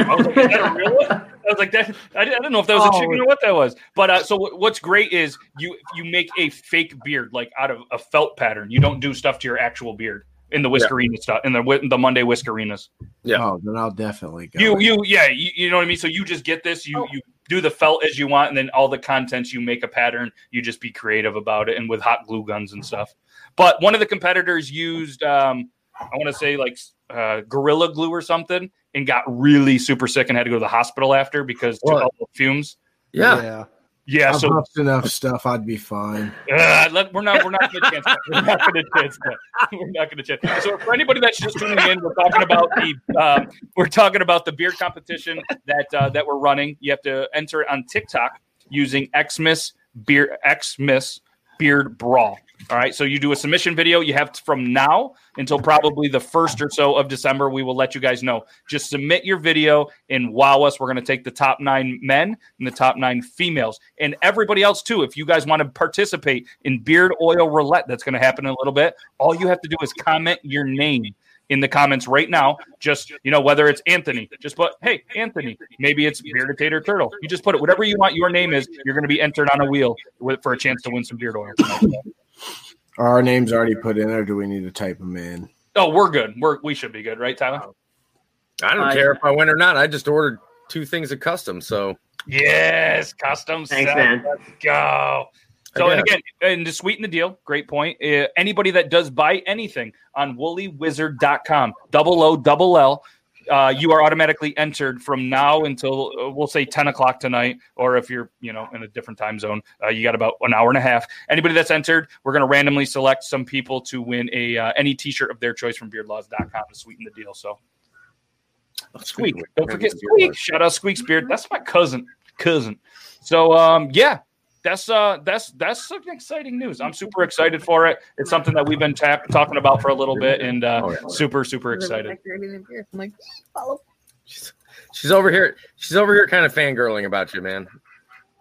Speaker 1: Whoa. I was like, is that a real one? I was like, that, I, didn't- I don't know if that was a
Speaker 2: Oh.
Speaker 1: chicken or what that was. But uh, so what- what's great is you you make a fake beard like out of a felt pattern. You don't do stuff to your actual beard in the whiskerina stuff in the whi- the Monday whiskerinas.
Speaker 6: Yeah.
Speaker 2: Oh, then I'll definitely go.
Speaker 1: You you yeah you, you know what I mean. So you just get this you you do the felt as you want, and then all the contents you make a pattern. You just be creative about it and with hot glue guns and stuff. But one of the competitors used um, I want to say like uh, gorilla glue or something, and got really super sick and had to go to the hospital after because took
Speaker 6: What?
Speaker 1: all the fumes.
Speaker 6: Yeah.
Speaker 1: Yeah,
Speaker 2: I've
Speaker 1: so
Speaker 2: huffed enough stuff. I'd be fine.
Speaker 1: uh, let- we're not we're not going to chance that. We're not going to chance that. We're not going to chance. So for anybody that's just tuning in, we're talking about the um, we're talking about the beard competition that uh, that we're running. You have to enter it on TikTok using Xmas beer Xmas beard brawl. All right, so you do a submission video. You have t- from now until probably the first or so of December. We will let you guys know. Just submit your video and wow us. We're going to take the top nine men and the top nine females and everybody else too. If you guys want to participate in beard oil roulette, that's going to happen in a little bit. All you have to do is comment your name in the comments right now. Just you know whether it's Anthony, just put hey Anthony. Maybe it's bearded tater turtle. You just put it whatever you want. Your name is. You're going to be entered on a wheel with- for a chance to win some beard oil.
Speaker 2: Are our names already put in, or do we need to type them in?
Speaker 1: Oh, we're good. We're we should be good, right, Tyler?
Speaker 6: I don't
Speaker 5: I-
Speaker 6: care if I win or not. I just ordered two things of custom. So
Speaker 1: Yes, custom
Speaker 5: Thanks,
Speaker 1: set.
Speaker 5: man.
Speaker 1: Let's go. So, and again, and to sweeten the deal, great point. Uh, anybody that does buy anything on woollywizard.com, double O, double L, uh, you are automatically entered from now until uh, we'll say 10 o'clock tonight. Or if you're, you know, in a different time zone, uh, you got about an hour and a half. Anybody that's entered, we're going to randomly select some people to win a uh, any t shirt of their choice from beardlaws.com to sweeten the deal. So, Squeak. Don't forget Squeak. Shout out Squeak's beard. That's my cousin. Cousin. So um, yeah, that's uh that's that's some exciting news. I'm super excited for it. It's something that we've been tap- talking about for a little bit, and uh,
Speaker 6: Oh, yeah.
Speaker 1: super super excited.
Speaker 8: I'm like,
Speaker 9: Oh.
Speaker 8: follow.
Speaker 6: She's over here. She's over here, kind of fangirling about you, man.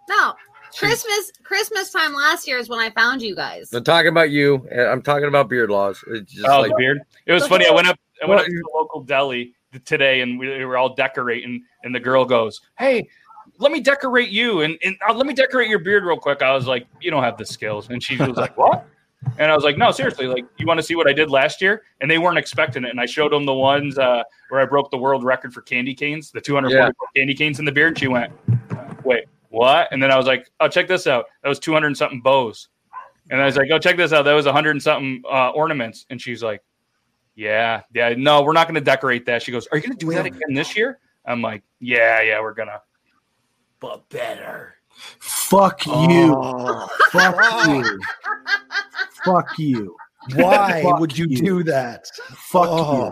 Speaker 9: No. Christmas Christmas time last year is when I found you guys.
Speaker 6: I'm talking about you. and I'm talking about beard laws. It's just
Speaker 1: Oh,
Speaker 6: like,
Speaker 1: the beard. It was funny. I went up. I went
Speaker 6: Well,
Speaker 1: up to the local deli today, and we, we were all decorating. And the girl goes, "Hey, let me decorate you, and and uh, let me decorate your beard real quick." I was like, "You don't have the skills," and she was like, "What?" And I was like, "No, seriously. Like, you want to see what I did last year?" And they weren't expecting it. And I showed them the ones uh, where I broke the world record for candy canes, the 244 candy canes in the beard. She went, "Wait, what?" And then I was like, "Oh, check this out. That was 200 and something bows." And I was like, "Oh, check this out. That was 100 and something uh, ornaments." And she's like. Yeah, yeah. No, we're not going to decorate that. She goes, "Are you going to do that again this year?" I'm like, "Yeah, yeah, we're gonna."
Speaker 7: but better.
Speaker 2: Fuck
Speaker 7: Oh.
Speaker 2: you. Fuck you. Fuck you.
Speaker 3: Why
Speaker 2: Fuck
Speaker 3: would you
Speaker 2: you.
Speaker 3: do that?
Speaker 2: Fuck
Speaker 3: Oh,
Speaker 2: you.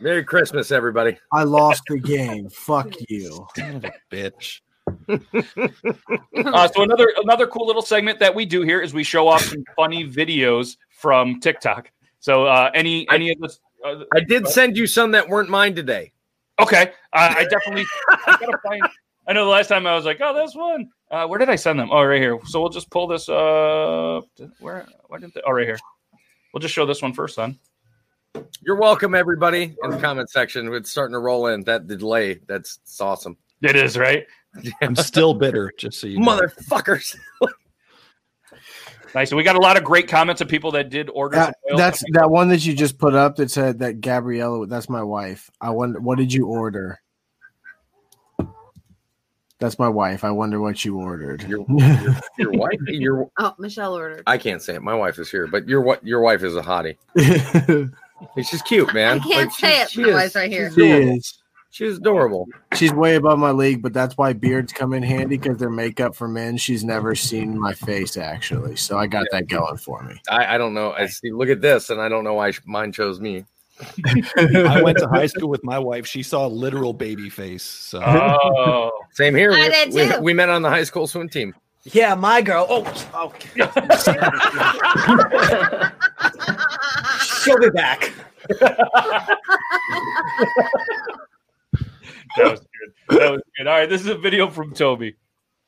Speaker 6: Merry Christmas, everybody.
Speaker 2: I lost the game. Fuck you.
Speaker 3: son of a bitch.
Speaker 1: Uh, so another another cool little segment that we do here is we show off some funny videos from TikTok. So uh, any any of this. Uh,
Speaker 6: I did send you some that weren't mine today.
Speaker 1: okay, uh, I definitely. I, gotta find, I know the last time I was like, "Oh, this one." Uh, where did I send them? Oh, right here. So we'll just pull this up. Where? Why didn't? They, oh, right here. We'll just show this one first, then.
Speaker 6: You're welcome, everybody, in the comment section. It's starting to roll in. That delay. That's it's awesome.
Speaker 1: It is right.
Speaker 3: I'm still bitter, just so you know.
Speaker 6: Motherfuckers.
Speaker 1: Nice. So we got a lot of great comments of people that did order.
Speaker 2: That,
Speaker 1: some oil.
Speaker 2: that's that one that you just put up that said that Gabriella. That's my wife. I wonder what did you order. That's my wife. I wonder what you ordered.
Speaker 6: Your, your wife. Your
Speaker 9: Oh, Michelle ordered.
Speaker 6: I can't say it. My wife is here, but your what? Your wife is a hottie. She's cute, man.
Speaker 9: I can't
Speaker 6: she-
Speaker 9: say it.
Speaker 6: she
Speaker 9: My
Speaker 6: is-
Speaker 9: wife's right here.
Speaker 6: She's
Speaker 2: she
Speaker 6: adorable.
Speaker 2: is.
Speaker 6: She's adorable.
Speaker 2: She's way above my league, but that's why beards come in handy because they're makeup for men. She's never seen my face actually, so I got that going for me.
Speaker 6: I, I don't know. I see. Look at this, and I don't know why sh- mine chose me.
Speaker 3: I went to high school with my wife. She saw a literal baby face. So
Speaker 1: Oh,
Speaker 6: Same here.
Speaker 9: I
Speaker 6: We-
Speaker 9: did
Speaker 6: we,
Speaker 9: too.
Speaker 6: we met on the high school swim team.
Speaker 7: Yeah, my girl. Oh, okay. She'll be back.
Speaker 1: that was good. That was good. All right, this is a video from Toby.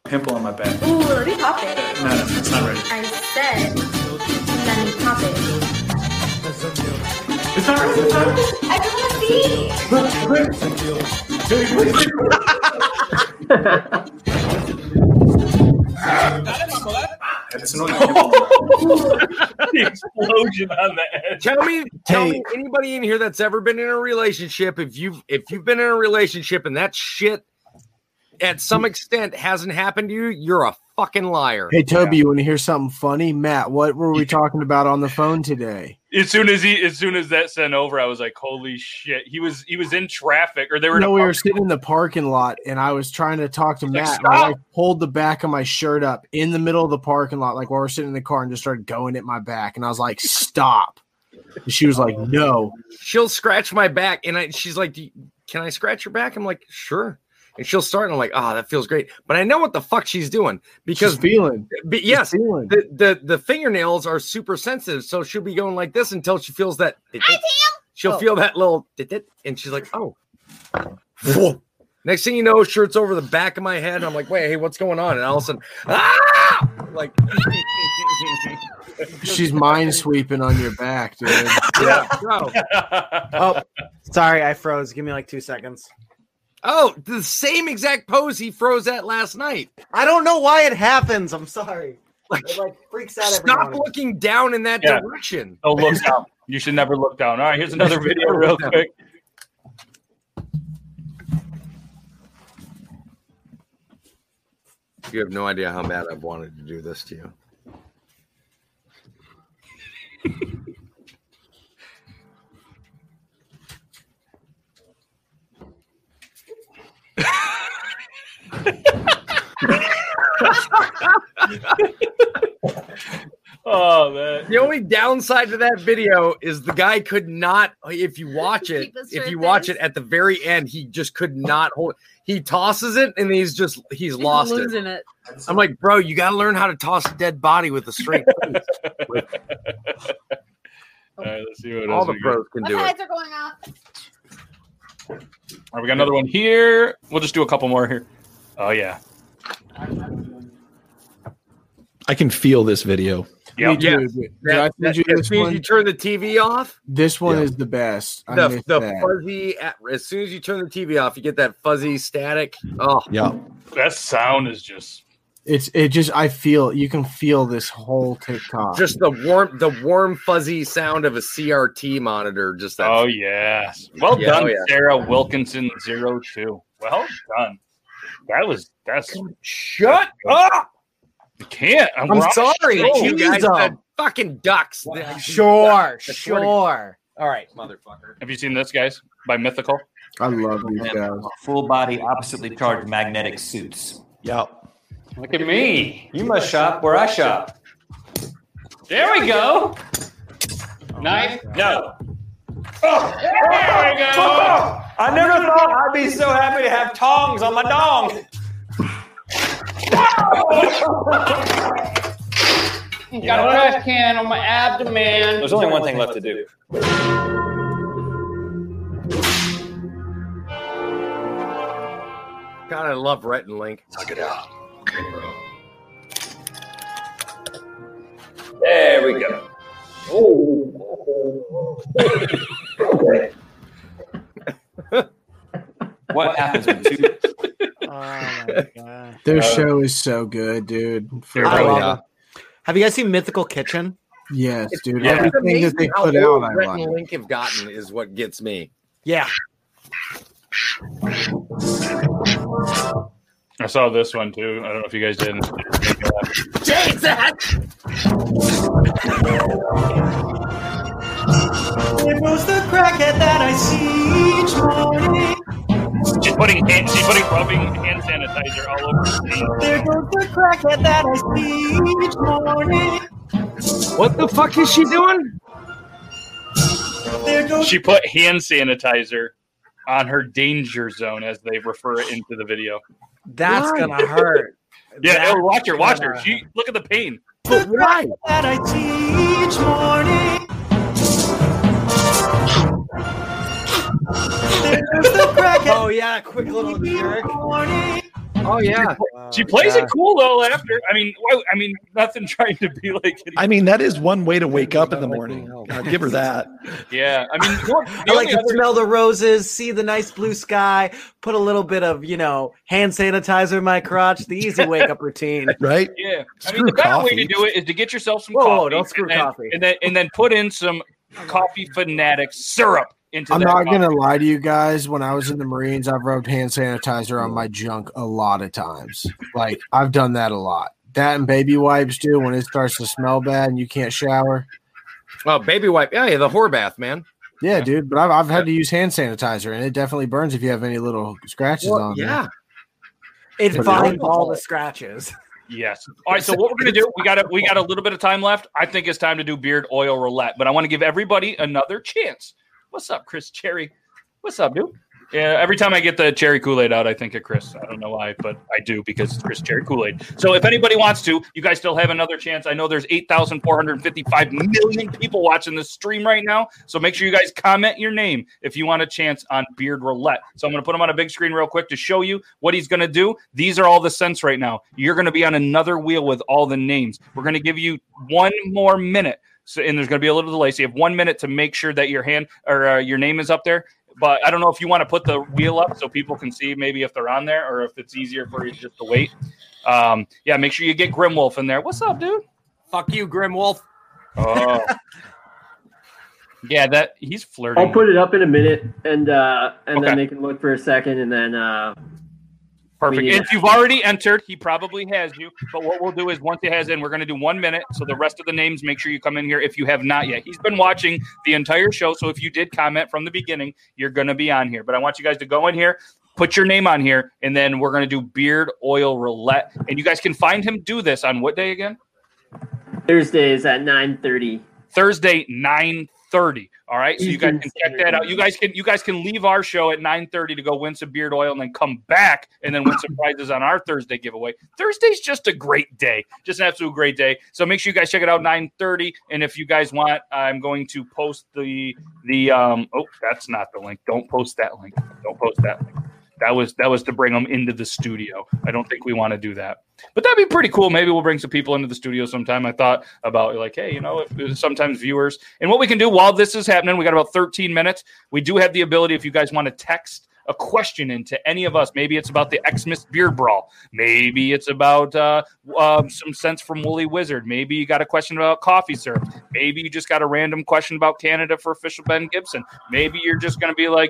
Speaker 11: Pimple on my back.
Speaker 8: Ooh, let me pop it.
Speaker 11: No, no, it's not ready.
Speaker 8: I said, let me pop it.
Speaker 11: It's not ready. It's not ready.
Speaker 8: I don't want to see.
Speaker 11: It's annoying.
Speaker 1: The explosion on the edge.
Speaker 6: Tell me, tell
Speaker 2: Hey.
Speaker 6: me, anybody in here that's ever been in a relationship, if you've if you've been in a relationship and that shit at some extent hasn't happened to you, you're a fucking liar.
Speaker 2: Hmm. Hey Toby, you want to hear something funny, Matt? What were we talking about on the phone today?
Speaker 1: As soon as he, as soon as that sent over, I was like, "Holy shit!" He was, he was in traffic, or they were. in a
Speaker 2: No, we were
Speaker 1: park.
Speaker 2: sitting in the parking lot, and I was trying to talk to
Speaker 1: like,
Speaker 2: Matt. and I
Speaker 1: "Stop!"
Speaker 2: like, pulled the back of my shirt up in the middle of the parking lot, like while we're sitting in the car, and just started going at my back. And I was like, "Stop!" And she was like,
Speaker 1: Oh.
Speaker 2: "No."
Speaker 6: She'll scratch my back, and I, she's like, "Do you- "Can I scratch your back?" I'm like, "Sure." And she'll start, and I'm like, "Ah, that feels great," but I know what the fuck she's doing
Speaker 2: She's
Speaker 6: because,
Speaker 2: feeling.
Speaker 6: be-
Speaker 2: She's
Speaker 6: yes,
Speaker 2: feeling.
Speaker 6: the, the the fingernails are super sensitive, so she'll be going like this until she feels that. She'll
Speaker 9: Oh.
Speaker 6: feel that little dit-dit, and she's like, "Oh." Whoa. Next thing you know, shirt's over the back of my head. and I'm like, "Wait, hey, what's going on?" And all of a sudden, ah! Like,
Speaker 2: She's mind sweeping on your back, dude.
Speaker 6: yeah, bro.
Speaker 7: Oh, sorry, I froze. Give me like two seconds.
Speaker 6: Oh, the same exact pose he froze at last night.
Speaker 7: I don't know why it happens. I'm sorry. It like freaks out every
Speaker 6: Stop
Speaker 7: morning.
Speaker 6: looking down in that
Speaker 1: Yeah.
Speaker 6: direction.
Speaker 1: Don't look down. You should never look down. All right, here's another video, real quick.
Speaker 6: You have no idea how bad I've wanted to do this to you.
Speaker 1: Oh, Oh man.
Speaker 6: The only downside to that video is the guy could not. If you watch it,
Speaker 9: Keep his
Speaker 6: if
Speaker 9: straight
Speaker 6: you watch
Speaker 9: face.
Speaker 6: it at the very end, he just could not hold. He tosses it and he's just he's lost it.
Speaker 9: losing it.
Speaker 6: I'm like, bro, you got to learn how to toss a dead body with a straight face.
Speaker 1: All right, let's see what
Speaker 6: All
Speaker 1: else
Speaker 6: the
Speaker 1: we got.
Speaker 6: pros can
Speaker 9: My
Speaker 6: do it.
Speaker 9: heads are going up.
Speaker 1: All right, we got another one here. We'll just do a couple more here. Oh yeah.
Speaker 3: I can feel this video.
Speaker 1: Yep.
Speaker 2: Me too.
Speaker 6: Yes.
Speaker 2: Did I
Speaker 6: That-
Speaker 2: send
Speaker 6: that-
Speaker 2: you
Speaker 6: as
Speaker 2: this
Speaker 6: soon as
Speaker 2: one?
Speaker 6: you turn the TV off,
Speaker 2: This one
Speaker 3: Yeah.
Speaker 2: is the best. I
Speaker 6: the,
Speaker 2: missed
Speaker 6: the
Speaker 2: that.
Speaker 6: fuzzy. As soon as you turn the TV off, you get that fuzzy static. Oh,
Speaker 3: Yeah.
Speaker 1: That sound is just
Speaker 2: It's it just I feel you can feel this whole TikTok.
Speaker 6: just the warm, the warm fuzzy sound of a CRT monitor. Just that.
Speaker 1: Oh yes. Well
Speaker 6: Yeah,
Speaker 1: done,
Speaker 6: oh, yeah.
Speaker 1: Sarah Wilkinson 02. Well done. That was that's shut up. You can't. I'm,
Speaker 7: I'm
Speaker 1: we're on-
Speaker 7: sorry.
Speaker 1: Oh,
Speaker 6: you guys,
Speaker 7: Jesus.
Speaker 6: the fucking ducks.
Speaker 7: Sure,
Speaker 6: That's
Speaker 7: sure. All right, motherfucker.
Speaker 1: Have you seen this, guys? By Mythical.
Speaker 2: I love these guys.
Speaker 11: Full body, oppositely charged magnetic suits.
Speaker 3: Yeah.
Speaker 11: Look at me. You must shop where I shop. There we go. Knife? No.
Speaker 1: There we go.
Speaker 11: I never thought I'd be so happy to have tongs on my dong. Got a trash can on my abdomen. There's only one thing left to do.
Speaker 6: God, I love Rhett and Link.
Speaker 11: There we go. what happens when two
Speaker 7: Oh my god.
Speaker 2: Their show is so good, dude. For
Speaker 7: Uh, I
Speaker 1: Oh,
Speaker 2: real.
Speaker 7: love it. Have you guys seen Mythical Kitchen?
Speaker 2: Yes, dude.
Speaker 1: Yeah.
Speaker 6: It's
Speaker 2: Everything that
Speaker 6: amazing
Speaker 2: they
Speaker 6: how
Speaker 2: put out,
Speaker 6: old
Speaker 2: I
Speaker 6: Rhett and
Speaker 2: like.
Speaker 6: Link have gotten is what gets me.
Speaker 7: Yeah.
Speaker 1: I saw this one too. I don't know if you guys did.
Speaker 11: It was the crackhead that I see each morning.
Speaker 1: She's putting hand, she's putting rubbing hand sanitizer all over. her feet.
Speaker 11: There goes the crackhead that I see each morning.
Speaker 6: What the fuck is she doing?
Speaker 11: There goes
Speaker 1: She put hand sanitizer on her danger zone, as they refer it into the video.
Speaker 7: That's
Speaker 6: Why?
Speaker 7: gonna hurt.
Speaker 1: Yeah,
Speaker 7: That's
Speaker 1: oh, watch her, watch her.
Speaker 7: gonna-
Speaker 1: She look at the pain.
Speaker 6: But why?
Speaker 11: that I see each morning.
Speaker 1: Oh,
Speaker 11: There goes the crackhead
Speaker 7: Oh yeah, quick little jerk.
Speaker 11: morning.
Speaker 6: Oh yeah.
Speaker 1: She plays it cool though. After, I mean, why, I mean, nothing trying to be like. Any,
Speaker 3: I mean, that is one way to wake up in the morning. God, give her that.
Speaker 1: yeah, I mean, the
Speaker 7: I like
Speaker 1: only
Speaker 7: to
Speaker 1: other-
Speaker 7: smell the roses, see the nice blue sky, put a little bit of, you know, hand sanitizer in my crotch, the easy wake up routine.
Speaker 3: Right?
Speaker 1: Yeah, I mean,
Speaker 3: Screw
Speaker 1: the better way to
Speaker 3: coffee.
Speaker 1: do it is to get yourself some
Speaker 7: Whoa, whoa,
Speaker 1: coffee.
Speaker 7: don't screw
Speaker 1: and then,
Speaker 7: coffee.
Speaker 1: And then and then put in some coffee fanatic syrup into.
Speaker 2: I'm
Speaker 1: that
Speaker 2: not
Speaker 1: coffee.
Speaker 2: gonna lie to you guys. When I was in the Marines, I've rubbed hand sanitizer on my junk a lot of times. Like I've done that a lot. That and baby wipes too. When it starts to smell bad and you can't shower.
Speaker 6: Oh, baby wipe. Yeah, yeah, the whore bath, man.
Speaker 2: Yeah, dude. But I've, I've had to use hand sanitizer, and it definitely burns if you have any little scratches on. there.
Speaker 6: yeah.
Speaker 7: It
Speaker 2: Put it
Speaker 7: finds all the scratches.
Speaker 1: Yes. All right. So what we're gonna do? We got a, we got a little bit of time left. I think it's time to do beard oil roulette, but I want to give everybody another chance. What's up, Chris Cherry? What's up, dude? Yeah, every time I get the cherry Kool Aid out, I think of Chris. I don't know why, but I do because it's Chris Cherry Kool Aid. So if anybody wants to, you guys still have another chance. I know there's 8,455 million people watching this stream right now. So make sure you guys comment your name if you want a chance on Beard Roulette. So I'm going to put him on a big screen real quick to show you what he's going to do. These are all the cents right now. You're going to be on another wheel with all the names. We're going to give you one more minute. So, and there's going to be a little delay. So you have one minute to make sure that your hand or uh, your name is up there but I don't know if you want to put the wheel up so people can see maybe if they're on there or if it's easier for you just to wait. Um, yeah, make sure you get Grimwolf in there. What's up, dude?
Speaker 6: Fuck you, Grim Wolf.
Speaker 1: Oh, yeah, that he's flirting.
Speaker 5: I'll put it up in a minute, and uh, and
Speaker 1: Okay.
Speaker 5: then they can look for a second, and then uh,
Speaker 1: Perfect.
Speaker 5: We need
Speaker 1: If you've already entered, he probably has you. But what we'll do is once he has in, we're going to do one minute. So the rest of the names, make sure you come in here if you have not yet. He's been watching the entire show. So if you did comment from the beginning, you're going to be on here. But I want you guys to go in here, put your name on here, and then we're going to do beard oil roulette. And you guys can find him do this on what day again?
Speaker 5: Thursdays at nine thirty.
Speaker 1: Thursday nine thirty. All right, so you guys can
Speaker 5: Eastern
Speaker 1: check that out. You guys can you guys can leave our show at nine thirty to go win some beard oil and then come back and then win some prizes on our Thursday giveaway. Thursday's just a great day, just an absolute great day. So make sure you guys check it out nine thirty. And if you guys want, I'm going to post the the um. Oh, that's not the link. Don't post that link. Don't post that link. That was that was to bring them into the studio. I don't think we want to do that, but that'd be pretty cool. Maybe we'll bring some people into the studio sometime. I thought about like, hey, you know, if, uh, sometimes viewers and what we can do while this is happening. We got about 13 minutes. We do have the ability if you guys want to text a question into any of us. Maybe it's about the Xmas beer brawl. Maybe it's about uh, um, some sense from Woolly Wizard. Maybe you got a question about coffee syrup. Maybe you just got a random question about Canada for official Ben Gibson. Maybe you're just going to be like,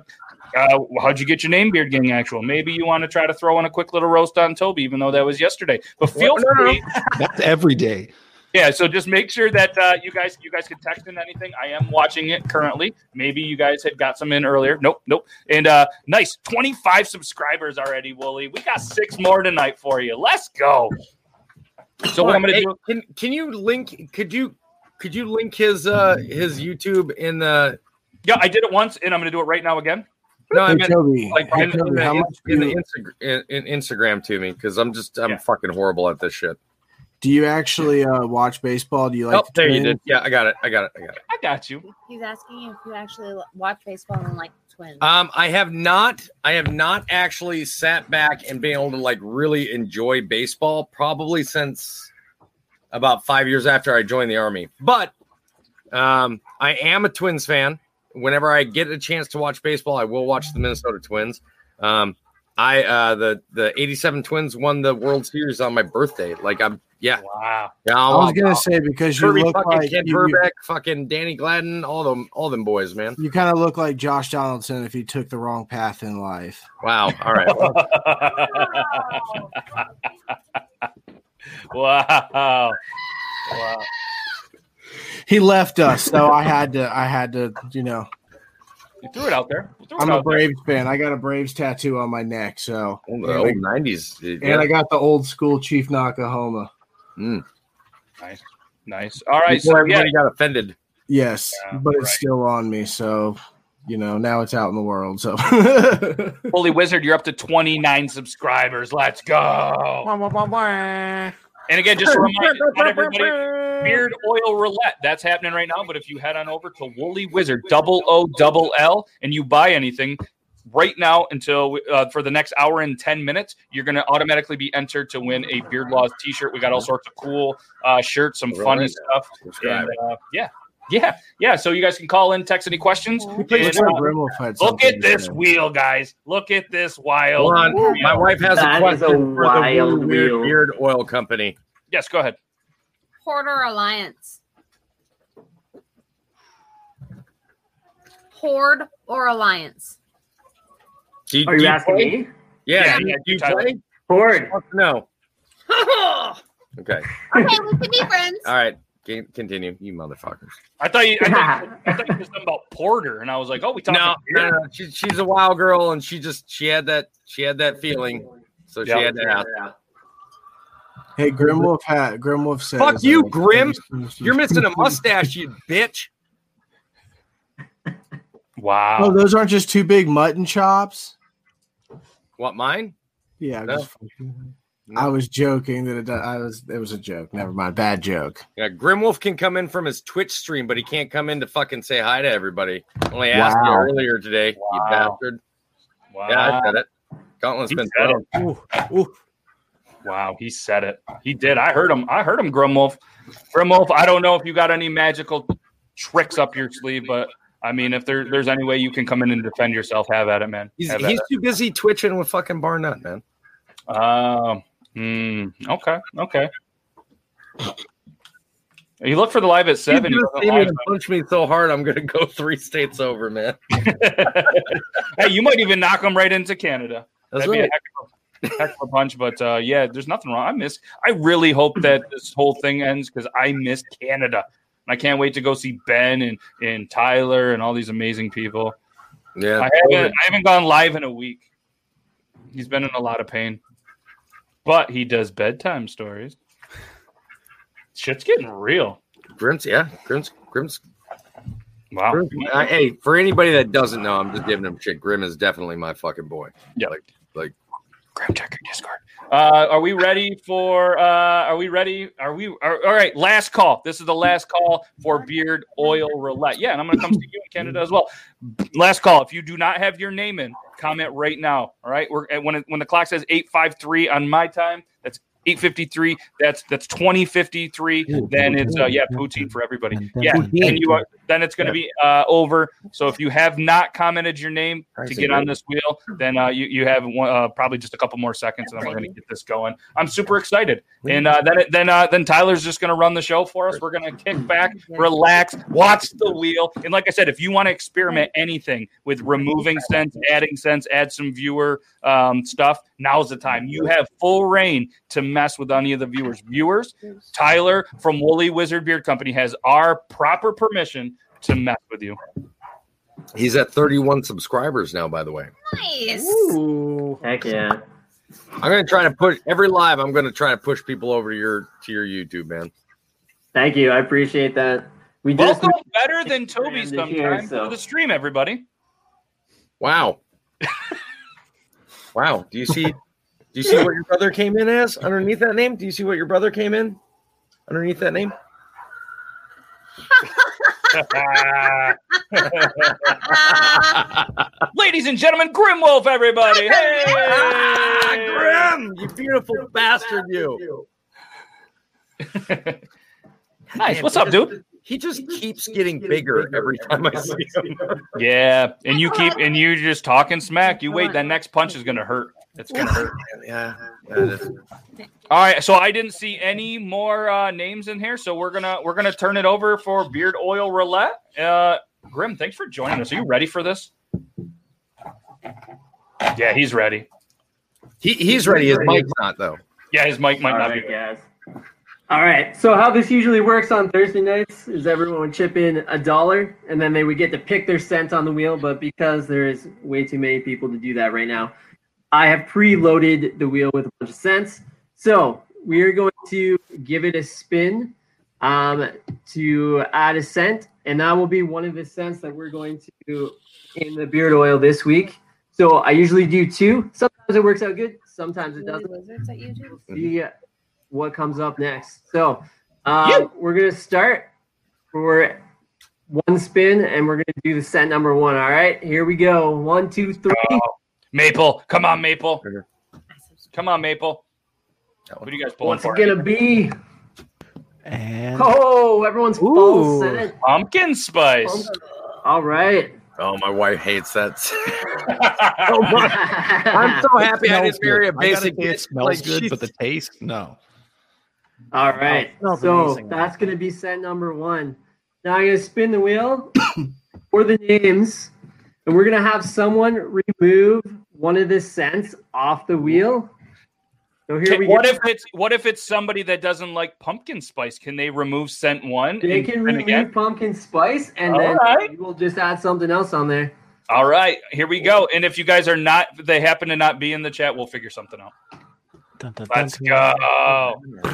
Speaker 1: uh, how'd you get your name beard gang actual? Maybe you want to try to throw in a quick little roast on Toby, even though that was yesterday. But feel free.
Speaker 3: That's every day.
Speaker 1: Yeah, so just make sure that uh, you guys you guys can text in anything. I am watching it currently. Maybe you guys had got some in earlier. Nope, nope. And uh, nice, twenty five subscribers already, Wooly. We got six more tonight for you. Let's go. So what I'm gonna
Speaker 6: Hey,
Speaker 1: do?
Speaker 6: Can can you link? Could you could you link his uh his YouTube in the?
Speaker 1: Yeah, I did it once, and I'm gonna do it right now again.
Speaker 6: No, I
Speaker 1: Hey,
Speaker 6: meant
Speaker 1: Toby.
Speaker 6: like
Speaker 1: Hey,
Speaker 6: in, in
Speaker 1: Toby,
Speaker 6: the,
Speaker 1: how
Speaker 6: in,
Speaker 1: much
Speaker 6: in the
Speaker 1: do
Speaker 6: Instagram in, in Instagram to me because I'm just I'm fucking horrible at this shit.
Speaker 2: Do you actually uh, watch baseball? Do you like?
Speaker 6: oh, there you
Speaker 2: Twins?
Speaker 6: did. Yeah, I got it. I got it. I got it.
Speaker 1: I got you.
Speaker 9: He's asking if you actually watch baseball and like twins.
Speaker 6: Um, I have not. I have not actually sat back and been able to like really enjoy baseball probably since about five years after I joined the army. But um, I am a Twins fan. Whenever I get a chance to watch baseball, I will watch the Minnesota Twins. Um, I uh, the the '87 Twins won the World Series on my birthday. Like I'm, yeah,
Speaker 1: wow.
Speaker 6: yeah
Speaker 2: I was gonna
Speaker 6: wow.
Speaker 2: say because you
Speaker 6: Kirby
Speaker 2: look
Speaker 6: fucking
Speaker 2: like
Speaker 6: Ken
Speaker 2: you- you-
Speaker 6: Verbeck, fucking Danny Gladden, all them, all them boys, man.
Speaker 2: You kind of look like Josh Donaldson if he took the wrong path in life.
Speaker 6: Wow. All right.
Speaker 1: wow. Wow.
Speaker 2: He left us, so I had to. I had to. You know,
Speaker 1: You threw it out there. You threw it
Speaker 2: I'm
Speaker 1: out there.
Speaker 2: a Braves fan. I got a Braves tattoo on my neck. So
Speaker 6: Oh, The
Speaker 2: and,
Speaker 6: old
Speaker 2: I,
Speaker 6: '90s. dude,
Speaker 2: and I
Speaker 6: yeah.
Speaker 2: got the old school Chief Nakahoma.
Speaker 1: Nice, nice. All right,
Speaker 6: Mm. Before
Speaker 1: so yeah,
Speaker 6: everybody got offended.
Speaker 2: Yes,
Speaker 1: Yeah,
Speaker 2: but it's
Speaker 1: right.
Speaker 2: still on me. So you know, now it's out in the world. So
Speaker 1: Holy Wizard, you're up to 29 subscribers. Let's go.
Speaker 7: Wah, wah, wah, wah.
Speaker 1: And again, just a reminder to everybody, Beard Oil Roulette, that's happening right now. But if you head on over to Woolly Wizard, double O, double L, and you buy anything right now until uh, for the next hour and 10 minutes, you're going to automatically be entered to win a Beard Laws t shirt. We got all sorts of cool uh, shirts, some
Speaker 6: Roll
Speaker 1: funny
Speaker 6: it.
Speaker 1: stuff.
Speaker 6: Subscribe.
Speaker 1: And, uh, yeah. Yeah, yeah. So you guys can call in, text any questions.
Speaker 2: Looks
Speaker 1: And,
Speaker 2: like
Speaker 1: uh,
Speaker 2: Rimmel had
Speaker 1: Look
Speaker 2: something
Speaker 1: at
Speaker 2: to
Speaker 1: this
Speaker 2: say.
Speaker 1: wheel, guys. Look at this wild.
Speaker 6: Hold on.
Speaker 1: wheel.
Speaker 6: My wife has a
Speaker 5: That is a
Speaker 6: question for the
Speaker 5: wild
Speaker 6: Weird
Speaker 5: wheel.
Speaker 6: Beard Oil Company.
Speaker 1: Yes, go ahead.
Speaker 9: Hoarder Alliance. Horde or Alliance?
Speaker 6: Do
Speaker 5: Are
Speaker 6: do
Speaker 5: you asking
Speaker 6: play?
Speaker 5: me?
Speaker 1: Yeah,
Speaker 6: Yeah. do you-
Speaker 1: yeah,
Speaker 6: do you
Speaker 1: Tyler.
Speaker 6: play?
Speaker 5: Ford.
Speaker 6: No.
Speaker 9: okay,
Speaker 6: Okay.
Speaker 9: we can be friends.
Speaker 6: All right. Can- Continue, you motherfuckers.
Speaker 1: I thought you, I thought, you- I thought you said something about Porter, and I was like, oh, we talking
Speaker 6: No, no,
Speaker 1: beer?
Speaker 6: no. She, she's a wild girl, and she just she had that she had that feeling, so
Speaker 1: Yeah.
Speaker 6: she had to ask.
Speaker 2: Hey, Grimwolf hat. Grimwolf says,
Speaker 6: Fuck you,
Speaker 2: uh,
Speaker 6: Grim. You're missing a mustache, you bitch.
Speaker 2: Oh,
Speaker 1: Wow.
Speaker 2: those aren't just two big mutton chops.
Speaker 6: What mine?
Speaker 2: Yeah, I'm
Speaker 6: No.
Speaker 2: just fucking- I was joking that it, I was. It was a joke. Never mind. Bad joke.
Speaker 6: Yeah, Grimwolf can come in from his Twitch stream, but he can't come in to fucking say hi to everybody. Only asked you
Speaker 2: Wow.
Speaker 6: earlier today, you
Speaker 1: Wow.
Speaker 6: bastard.
Speaker 1: Wow.
Speaker 6: Yeah, I said it. Gauntlet's
Speaker 1: He
Speaker 6: been
Speaker 1: said
Speaker 6: thrown.
Speaker 1: it. Wow, he said it. He did. I heard him. I heard him, Grimwolf. Grimwolf, I don't know if you got any magical tricks up your sleeve, but I mean, if there, there's any way you can come in and defend yourself, have at it, man.
Speaker 6: He's,
Speaker 1: Have at
Speaker 6: he's too busy twitching with fucking Bar Nut, man.
Speaker 1: it. Um, hmm, okay, okay. You look for the live at seven.
Speaker 6: He's
Speaker 1: you
Speaker 6: gonna
Speaker 1: don't
Speaker 6: see me
Speaker 1: live
Speaker 6: and punch me so hard, I'm gonna go three states over, man.
Speaker 1: hey, you might even knock them right into Canada.
Speaker 6: That's
Speaker 1: That'd be a
Speaker 6: right.
Speaker 1: heck of a, heck of a punch. But uh, yeah, there's nothing wrong. I miss. I really hope that this whole thing ends because I miss Canada. And I can't wait to go see Ben and, and Tyler and all these amazing people.
Speaker 6: Yeah,
Speaker 1: I haven't, I haven't gone live in a week. He's been in a lot of pain, but he does bedtime stories. Shit's getting real.
Speaker 6: Grim's, yeah, Grim's, Grim's.
Speaker 1: Wow.
Speaker 6: hey, for anybody that doesn't know, I'm just giving him shit. Grim is definitely my fucking boy.
Speaker 1: Yeah,
Speaker 6: like, like
Speaker 1: Grim checker Discord. Uh, are we ready for? Uh, are we ready? Are we? Are, all right. Last call. This is the last call for beard oil roulette. Yeah, and I'm going to come to you in Canada as well. Last call. If you do not have your name in, comment right now. All right. We're and when it, when the clock says eight five three on my time. That's eight fifty three. That's that's twenty fifty three. Then it's uh, yeah poutine for everybody. Yeah, and you are, then it's going to be uh, over. So if you have not commented your name to get on this wheel, then uh, you you have one, uh, probably just a couple more seconds, and then we're going to get this going. I'm super excited, and uh, then then uh, then Tyler's just going to run the show for us. We're going to kick back, relax, watch the wheel, and like I said, if you want to experiment anything with removing sense, adding sense, add some viewer um, stuff, now's the time. You have full reign to mess with any of the viewers. Viewers, Tyler from Woolly Wizard Beard Company has our proper permission to mess with you.
Speaker 6: he's at 31 subscribers now. By the way,
Speaker 9: Nice.
Speaker 5: Heck yeah.
Speaker 6: I'm going to try to push every live. I'm going to try to push people over to your to your YouTube, man.
Speaker 5: Thank you. I appreciate that. We just
Speaker 1: Welcome better than Toby
Speaker 5: Grand this year,
Speaker 1: sometimes
Speaker 5: so.
Speaker 1: to the stream, everybody.
Speaker 6: Wow. wow. Do you see? Do you see what your brother came in as underneath that name? Do you see what your brother came in underneath that name?
Speaker 1: Ladies and gentlemen, Grimwolf, everybody. Hey!
Speaker 6: Grim, you beautiful bastard, you.
Speaker 1: Nice. What's up, dude?
Speaker 6: He just keeps getting bigger every time I see him.
Speaker 1: Yeah, and you keep and you just talking smack. You wait, that next punch is gonna hurt. It's gonna hurt.
Speaker 6: yeah. that is-
Speaker 1: All right, so I didn't see any more uh, names in here, so we're gonna we're gonna turn it over for beard oil roulette. Uh, Grim, thanks for joining us. Are you ready for this? Yeah, he's ready.
Speaker 6: He, he's ready. His mic's not though.
Speaker 1: Yeah, his mic might
Speaker 5: All
Speaker 1: not
Speaker 5: right,
Speaker 1: be.
Speaker 5: guys. All right. So how this usually works on Thursday nights is everyone would chip in a dollar, and then they would get to pick their cent on the wheel. But because there is way too many people to do that right now, I have preloaded the wheel with a bunch of cents. So we are going to give it a spin um, to add a cent, and that will be one of the cents that we're going to in the beard oil this week. So I usually do two. Sometimes it works out good. Sometimes it doesn't
Speaker 9: Wizards at YouTube.
Speaker 5: see what comes up next. So uh, we're gonna start for one spin, and we're gonna do the set number one. All right, here we go. One, two, three.
Speaker 6: Oh,
Speaker 1: Maple, come on, Maple. Come on, Maple. What are you guys pulling
Speaker 5: What's
Speaker 1: for?
Speaker 5: it gonna be?
Speaker 7: And
Speaker 5: Oh, everyone's full
Speaker 7: Ooh.
Speaker 5: set.
Speaker 1: Pumpkin spice.
Speaker 5: All right.
Speaker 6: Oh, my wife hates that. so much. I'm so happy I didn't marry a basic
Speaker 3: It
Speaker 6: bitch.
Speaker 3: smells
Speaker 6: Like,
Speaker 3: good,
Speaker 6: she's-
Speaker 3: but the taste, no.
Speaker 5: All right.
Speaker 7: smells
Speaker 5: So
Speaker 7: amazing.
Speaker 5: that's going to be set number one. Now I'm going to spin the wheel for the names, and we're going to have someone remove one of the cents off the wheel. So here we
Speaker 1: What
Speaker 5: go.
Speaker 1: if it's what if it's somebody that doesn't like pumpkin spice? Can they remove scent one?
Speaker 5: they
Speaker 1: and
Speaker 5: can
Speaker 1: spin
Speaker 5: remove
Speaker 1: again?
Speaker 5: pumpkin spice, and
Speaker 1: All
Speaker 5: then
Speaker 1: right.
Speaker 5: you will just add something else on there.
Speaker 1: All right, here we go. And if you guys are not, they happen to not be in the chat, we'll figure something out.
Speaker 7: Dun, dun,
Speaker 1: Let's
Speaker 7: dun,
Speaker 1: go.
Speaker 7: dun.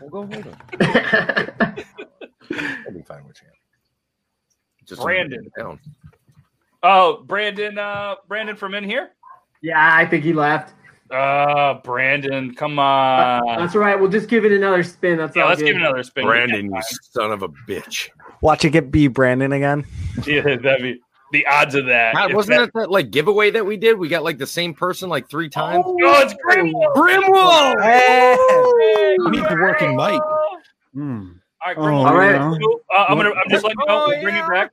Speaker 6: We'll go hold him. I'll be fine with you. Just
Speaker 1: Brandon.
Speaker 6: Down.
Speaker 1: Oh, Brandon, uh, Brandon from in here.
Speaker 5: yeah, I think he left.
Speaker 1: Uh, Brandon, come on.
Speaker 5: that's all right. We'll just give it another spin. That's
Speaker 1: Uh, Yeah,
Speaker 5: all
Speaker 1: let's
Speaker 5: good.
Speaker 1: give it another spin.
Speaker 6: Brandon, you son of a bitch.
Speaker 7: Watch it get B Brandon again.
Speaker 1: yeah, that'd be the odds of that.
Speaker 6: God,
Speaker 1: if
Speaker 6: wasn't that, that like giveaway that we did? We got like the same person like three times.
Speaker 1: No, Oh, it's Grimwolf.
Speaker 6: Grimwall.
Speaker 7: Hey!
Speaker 1: Hey,
Speaker 3: We need the working mic.
Speaker 11: Mm.
Speaker 1: All right,
Speaker 11: Oh,
Speaker 1: Grimwolf.
Speaker 5: All right.
Speaker 1: Uh, I'm gonna. I'm just letting you know.
Speaker 6: Oh,
Speaker 1: We'll bring it back.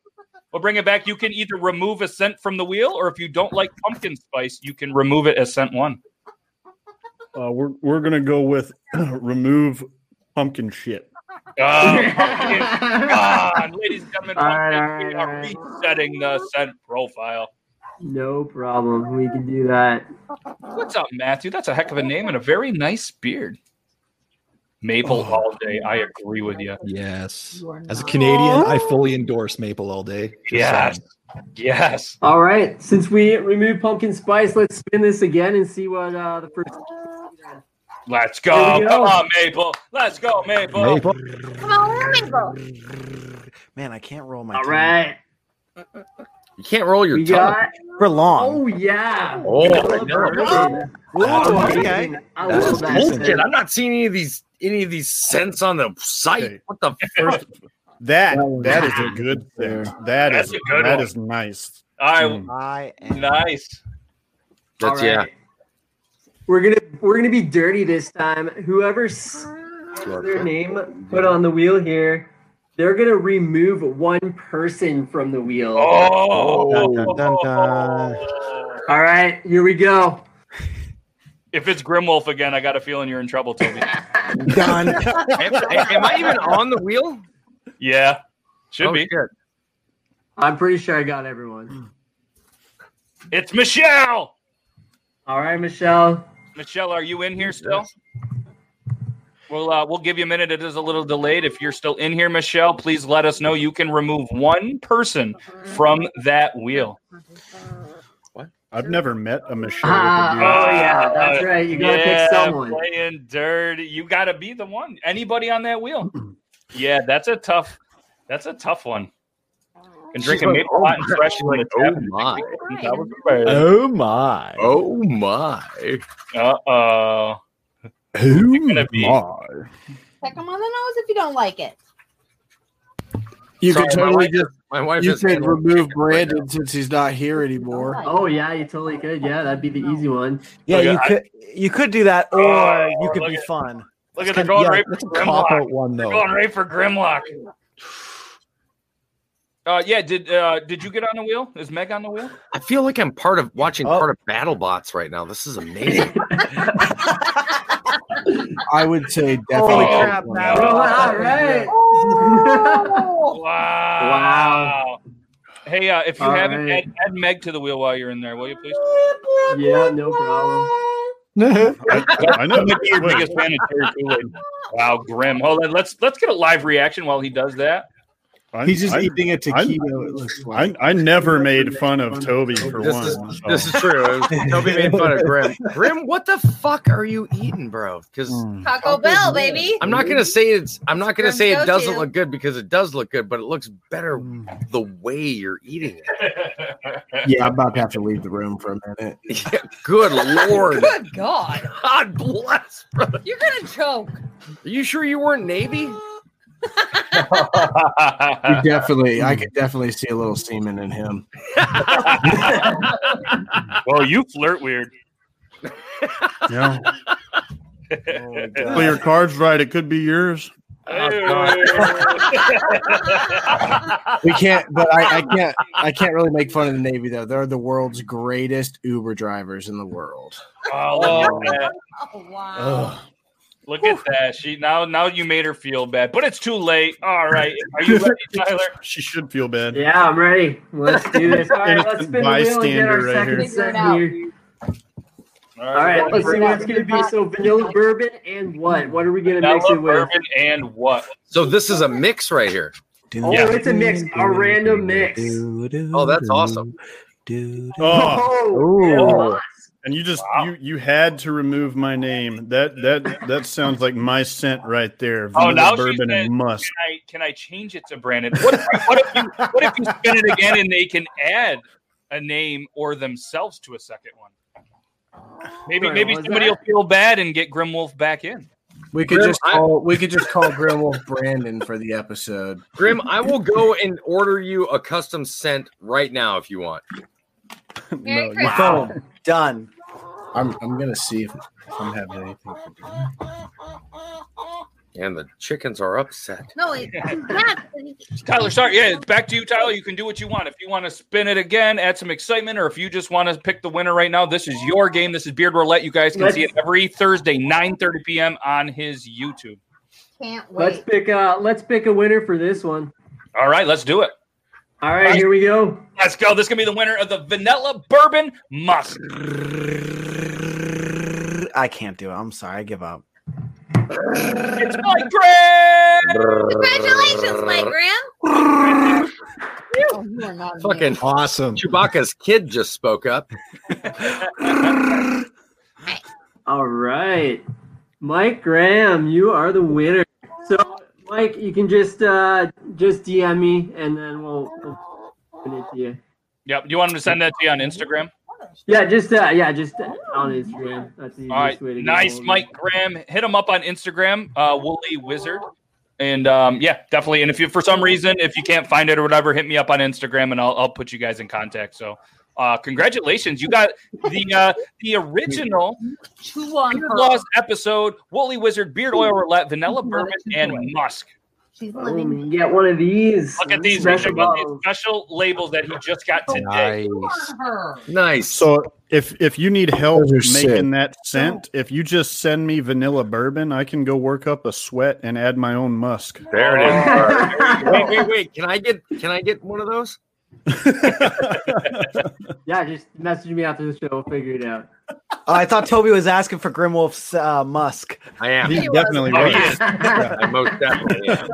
Speaker 1: We'll bring it back. You can either remove a scent from the wheel, or if you don't like pumpkin spice, you can remove it as scent one.
Speaker 11: Uh, we're we're gonna go with remove pumpkin shit.
Speaker 1: Oh, pumpkin God, ladies and gentlemen,
Speaker 5: All right, all
Speaker 1: we
Speaker 5: right, all
Speaker 1: are
Speaker 5: right.
Speaker 1: resetting the scent profile.
Speaker 5: No problem. We can do that.
Speaker 1: What's up, Matthew? That's a heck of a name and a very nice beard.
Speaker 6: Oh.
Speaker 1: Maple all day. I agree with you.
Speaker 3: Yes.
Speaker 9: You are
Speaker 3: As a
Speaker 9: not.
Speaker 3: Canadian, I fully endorse maple all day. Just
Speaker 1: Yes.
Speaker 3: saying.
Speaker 1: Yes.
Speaker 5: All right. Since we removed pumpkin spice, let's spin this again and see what uh, the first.
Speaker 1: Let's go.
Speaker 7: Here we go.
Speaker 1: Come on, Maple. Let's go, Maple.
Speaker 7: Maple.
Speaker 9: Come on, Maple.
Speaker 7: Man, I can't roll my.
Speaker 5: All right.
Speaker 6: You can't roll your
Speaker 7: We
Speaker 6: tongue.
Speaker 7: got- For long.
Speaker 5: Oh yeah.
Speaker 6: Oh, I know.
Speaker 5: That's
Speaker 6: Ooh,
Speaker 5: amazing.
Speaker 6: okay.
Speaker 5: I
Speaker 6: That's
Speaker 5: love that.
Speaker 6: bullshit. I'm not seeing any of these any of these cents on the site. What the first?
Speaker 12: That that is a good thing. That
Speaker 6: That's
Speaker 12: is
Speaker 6: a good
Speaker 12: that
Speaker 6: one.
Speaker 12: is nice. Mm.
Speaker 1: I
Speaker 7: I
Speaker 1: nice.
Speaker 6: That's
Speaker 5: All right. We're gonna we're gonna be dirty this time. Whoever's their name put on the wheel here, they're gonna remove one person from the wheel.
Speaker 1: Oh.
Speaker 12: Dun, dun, dun, dun.
Speaker 5: All right, here we go.
Speaker 1: If it's Grimwolf again, I got a feeling you're in trouble, Toby.
Speaker 7: Done.
Speaker 6: yeah. Am, am I even on the wheel?
Speaker 1: yeah. Should
Speaker 6: Oh,
Speaker 1: be.
Speaker 6: shit.
Speaker 5: I'm pretty sure I got everyone.
Speaker 1: It's Michelle.
Speaker 5: All right, Michelle.
Speaker 1: Michelle, are you in here still? We'll uh, we'll give you a minute. It is a little delayed. If you're still in here, Michelle, please let us know. You can remove one person from that wheel.
Speaker 12: I've never met a Michelle.
Speaker 5: Ah,
Speaker 12: with a beard.
Speaker 5: oh, yeah, that's right. You gotta pick
Speaker 1: yeah,
Speaker 5: someone.
Speaker 1: Playing dirty. You gotta be the one. Anybody on that wheel? yeah, that's a tough. That's a tough one. And drinking
Speaker 6: She's like,
Speaker 1: maple
Speaker 6: oh
Speaker 1: hot and
Speaker 6: my-
Speaker 1: fresh in the
Speaker 6: Oh
Speaker 1: tap.
Speaker 6: my!
Speaker 1: That was bad.
Speaker 12: Oh my.
Speaker 6: Oh my!
Speaker 1: Uh oh.
Speaker 12: Who
Speaker 1: gonna be-
Speaker 9: Pick them on the nose if you don't like it.
Speaker 2: You
Speaker 6: Sorry,
Speaker 2: could
Speaker 6: my
Speaker 2: totally
Speaker 6: wife-
Speaker 2: just
Speaker 6: My wife
Speaker 2: you
Speaker 6: is
Speaker 2: could remove Brandon since he's not here anymore.
Speaker 5: Oh yeah, you totally could. Yeah, that'd be the easy one.
Speaker 7: Yeah,
Speaker 1: Okay,
Speaker 7: you
Speaker 1: I-
Speaker 7: could you could do that, or
Speaker 1: Oh,
Speaker 7: you could
Speaker 1: look
Speaker 7: be
Speaker 1: at-
Speaker 7: fun.
Speaker 1: Look at they're going right
Speaker 3: that's
Speaker 1: for
Speaker 3: a cop out
Speaker 1: Grimlock.
Speaker 3: one
Speaker 1: They're
Speaker 3: though.
Speaker 1: going right for Grimlock. Uh, yeah. Did uh, did you get on the wheel? Is Meg on the wheel?
Speaker 6: I feel like I'm part of watching
Speaker 7: Oh.
Speaker 6: part of BattleBots right now. This is amazing.
Speaker 2: I would say
Speaker 6: Oh.
Speaker 7: Holy
Speaker 2: definitely.
Speaker 1: Oh,
Speaker 7: crap! That
Speaker 1: no.
Speaker 7: was-
Speaker 5: All right.
Speaker 1: Wow. Wow. Hey, uh, if you
Speaker 5: All
Speaker 1: haven't,
Speaker 5: right.
Speaker 1: add, add Meg to the wheel while you're in there, will you please?
Speaker 5: yeah, no problem.
Speaker 12: I, I know.
Speaker 1: I'm gonna be your
Speaker 12: Wait,
Speaker 1: biggest fan of Terry Kool-Aid. Wow, grim. Hold on, let's let's get a live reaction while he does that.
Speaker 12: I,
Speaker 2: He's just
Speaker 12: I,
Speaker 2: eating a
Speaker 12: I'm-
Speaker 2: taquito. It looks
Speaker 12: I,
Speaker 2: like.
Speaker 12: I never made fun of Toby for
Speaker 6: this
Speaker 12: one. Oh.
Speaker 6: is
Speaker 12: so.
Speaker 6: this is true. Toby made fun of Grim. Grim, what the fuck are you eating, bro? Because
Speaker 1: Hmm.
Speaker 9: Taco Bell, baby.
Speaker 6: I'm not gonna say it's. I'm not gonna
Speaker 9: Grim's
Speaker 6: say it
Speaker 9: go-to.
Speaker 6: doesn't look good because it does look good, but it looks better the way you're eating it.
Speaker 2: Yeah, I'm about to have to leave the room for a minute.
Speaker 6: Good lord.
Speaker 8: Good God.
Speaker 6: God bless, brother.
Speaker 8: You're going to choke.
Speaker 6: Are you sure you weren't Navy?
Speaker 2: You definitely,
Speaker 6: Hmm.
Speaker 2: I could definitely see a little semen in him.
Speaker 6: Oh,
Speaker 1: well, you flirt weird.
Speaker 12: Yeah. Play your cards right. It could be yours.
Speaker 2: We can't, but I, I can't, I can't really make fun of the Navy though. They're the world's greatest Uber drivers in the world.
Speaker 1: Oh, look at that.
Speaker 8: Oh, wow.
Speaker 1: Look at that. She now now you made her feel bad, but it's too late. All right, are you ready, Tyler?
Speaker 12: She should feel bad.
Speaker 5: Yeah, I'm ready. Let's do this. All right, let's spin the wheel and get
Speaker 12: Bystander
Speaker 5: our
Speaker 12: right
Speaker 5: second
Speaker 12: here.
Speaker 5: set
Speaker 8: Figure it out.
Speaker 5: here. All right, let's see what it's going to be. So vanilla bourbon and what? What are we going to
Speaker 1: Vanilla,
Speaker 5: mix it with?
Speaker 1: bourbon, and what?
Speaker 6: So this is a mix right here.
Speaker 5: Oh,
Speaker 1: Yeah.
Speaker 5: it's a mix, a random mix.
Speaker 6: Oh, that's awesome.
Speaker 12: Oh,
Speaker 5: Oh,
Speaker 12: and you just
Speaker 1: Wow.
Speaker 12: you you had to remove my name. That that that sounds like my scent right there.
Speaker 1: Oh, now
Speaker 12: Vanilla
Speaker 1: she
Speaker 12: bourbon
Speaker 1: says-
Speaker 12: and musk.
Speaker 1: Can I can I change it to Brandon? What if, what if you what if you spin it again and they can add a name or themselves to a second one? Maybe
Speaker 5: Wait,
Speaker 1: maybe
Speaker 5: what was
Speaker 1: somebody
Speaker 5: that?
Speaker 1: will feel bad and get Grimwolf back in.
Speaker 2: We could
Speaker 6: Grim,
Speaker 2: just call, we could just call Grimwolf Brandon for the episode.
Speaker 6: Grim, I will go and order you a custom scent right now if you want.
Speaker 9: Merry
Speaker 12: No,
Speaker 9: Christmas.
Speaker 7: Boom. Done.
Speaker 2: I'm, I'm gonna see if, if I'm having anything.
Speaker 6: And the chickens are upset.
Speaker 9: No, it, yeah.
Speaker 1: Tyler, sorry, yeah, it's back to you, Tyler. You can do what you want. If you want to spin it again, add some excitement, or if you just want to pick the winner right now, this is your game. This is Beard Roulette. You guys can
Speaker 5: Let's-
Speaker 1: see it every Thursday, 9:30 p.m. on his YouTube.
Speaker 9: Can't
Speaker 5: let's
Speaker 9: wait.
Speaker 5: pick a let's pick a winner for this one.
Speaker 1: All right, let's do it.
Speaker 5: All right, here we go.
Speaker 1: Let's go. This is gonna be the winner of the vanilla bourbon musk.
Speaker 7: I can't do it. I'm sorry. I give up.
Speaker 1: It's Mike Gray.
Speaker 9: Congratulations, Mike Graham.
Speaker 6: Fucking
Speaker 3: Awesome.
Speaker 6: Chewbacca's kid just spoke up.
Speaker 5: All right. Mike Graham, you are the winner. So, Mike, you can just uh, just DM me, and then we'll, we'll send it to you.
Speaker 1: Yep. You want him to send that to you on Instagram?
Speaker 5: Yeah, just uh, yeah, just uh, on Instagram. That's the easiest
Speaker 1: All right.
Speaker 5: way to get
Speaker 1: Nice,
Speaker 5: hold of me.
Speaker 1: Mike Graham. Hit him up on Instagram, uh, Wooly Wizard. And um, yeah, definitely. And if you, for some reason, if you can't find it or whatever, hit me up on Instagram and I'll, I'll put you guys in contact. So, uh, congratulations. You got the uh, the original
Speaker 9: Two on
Speaker 1: Beard
Speaker 9: her.
Speaker 1: Laws episode Wooly Wizard, Beard Oil Roulette, Vanilla Bourbon, and Musk.
Speaker 9: She's
Speaker 7: Oh,
Speaker 5: living. You get one of these.
Speaker 1: Look at these,
Speaker 5: Special
Speaker 1: look at these special labels that he just got today.
Speaker 6: Nice.
Speaker 12: So if if you need help
Speaker 1: Those are
Speaker 12: making
Speaker 1: sick.
Speaker 12: that scent, if you just send me vanilla bourbon, I can go work up a sweat and add my own musk.
Speaker 6: There it is. wait, wait, wait. Can I get can I get one of those?
Speaker 5: Yeah, just message me after the show. We'll figure it out.
Speaker 7: Oh, I thought Toby was asking for Grimwolf's uh, musk.
Speaker 6: I am.
Speaker 7: He definitely
Speaker 1: Oh,
Speaker 7: was.
Speaker 1: he is.
Speaker 7: Yeah.
Speaker 6: I most definitely am.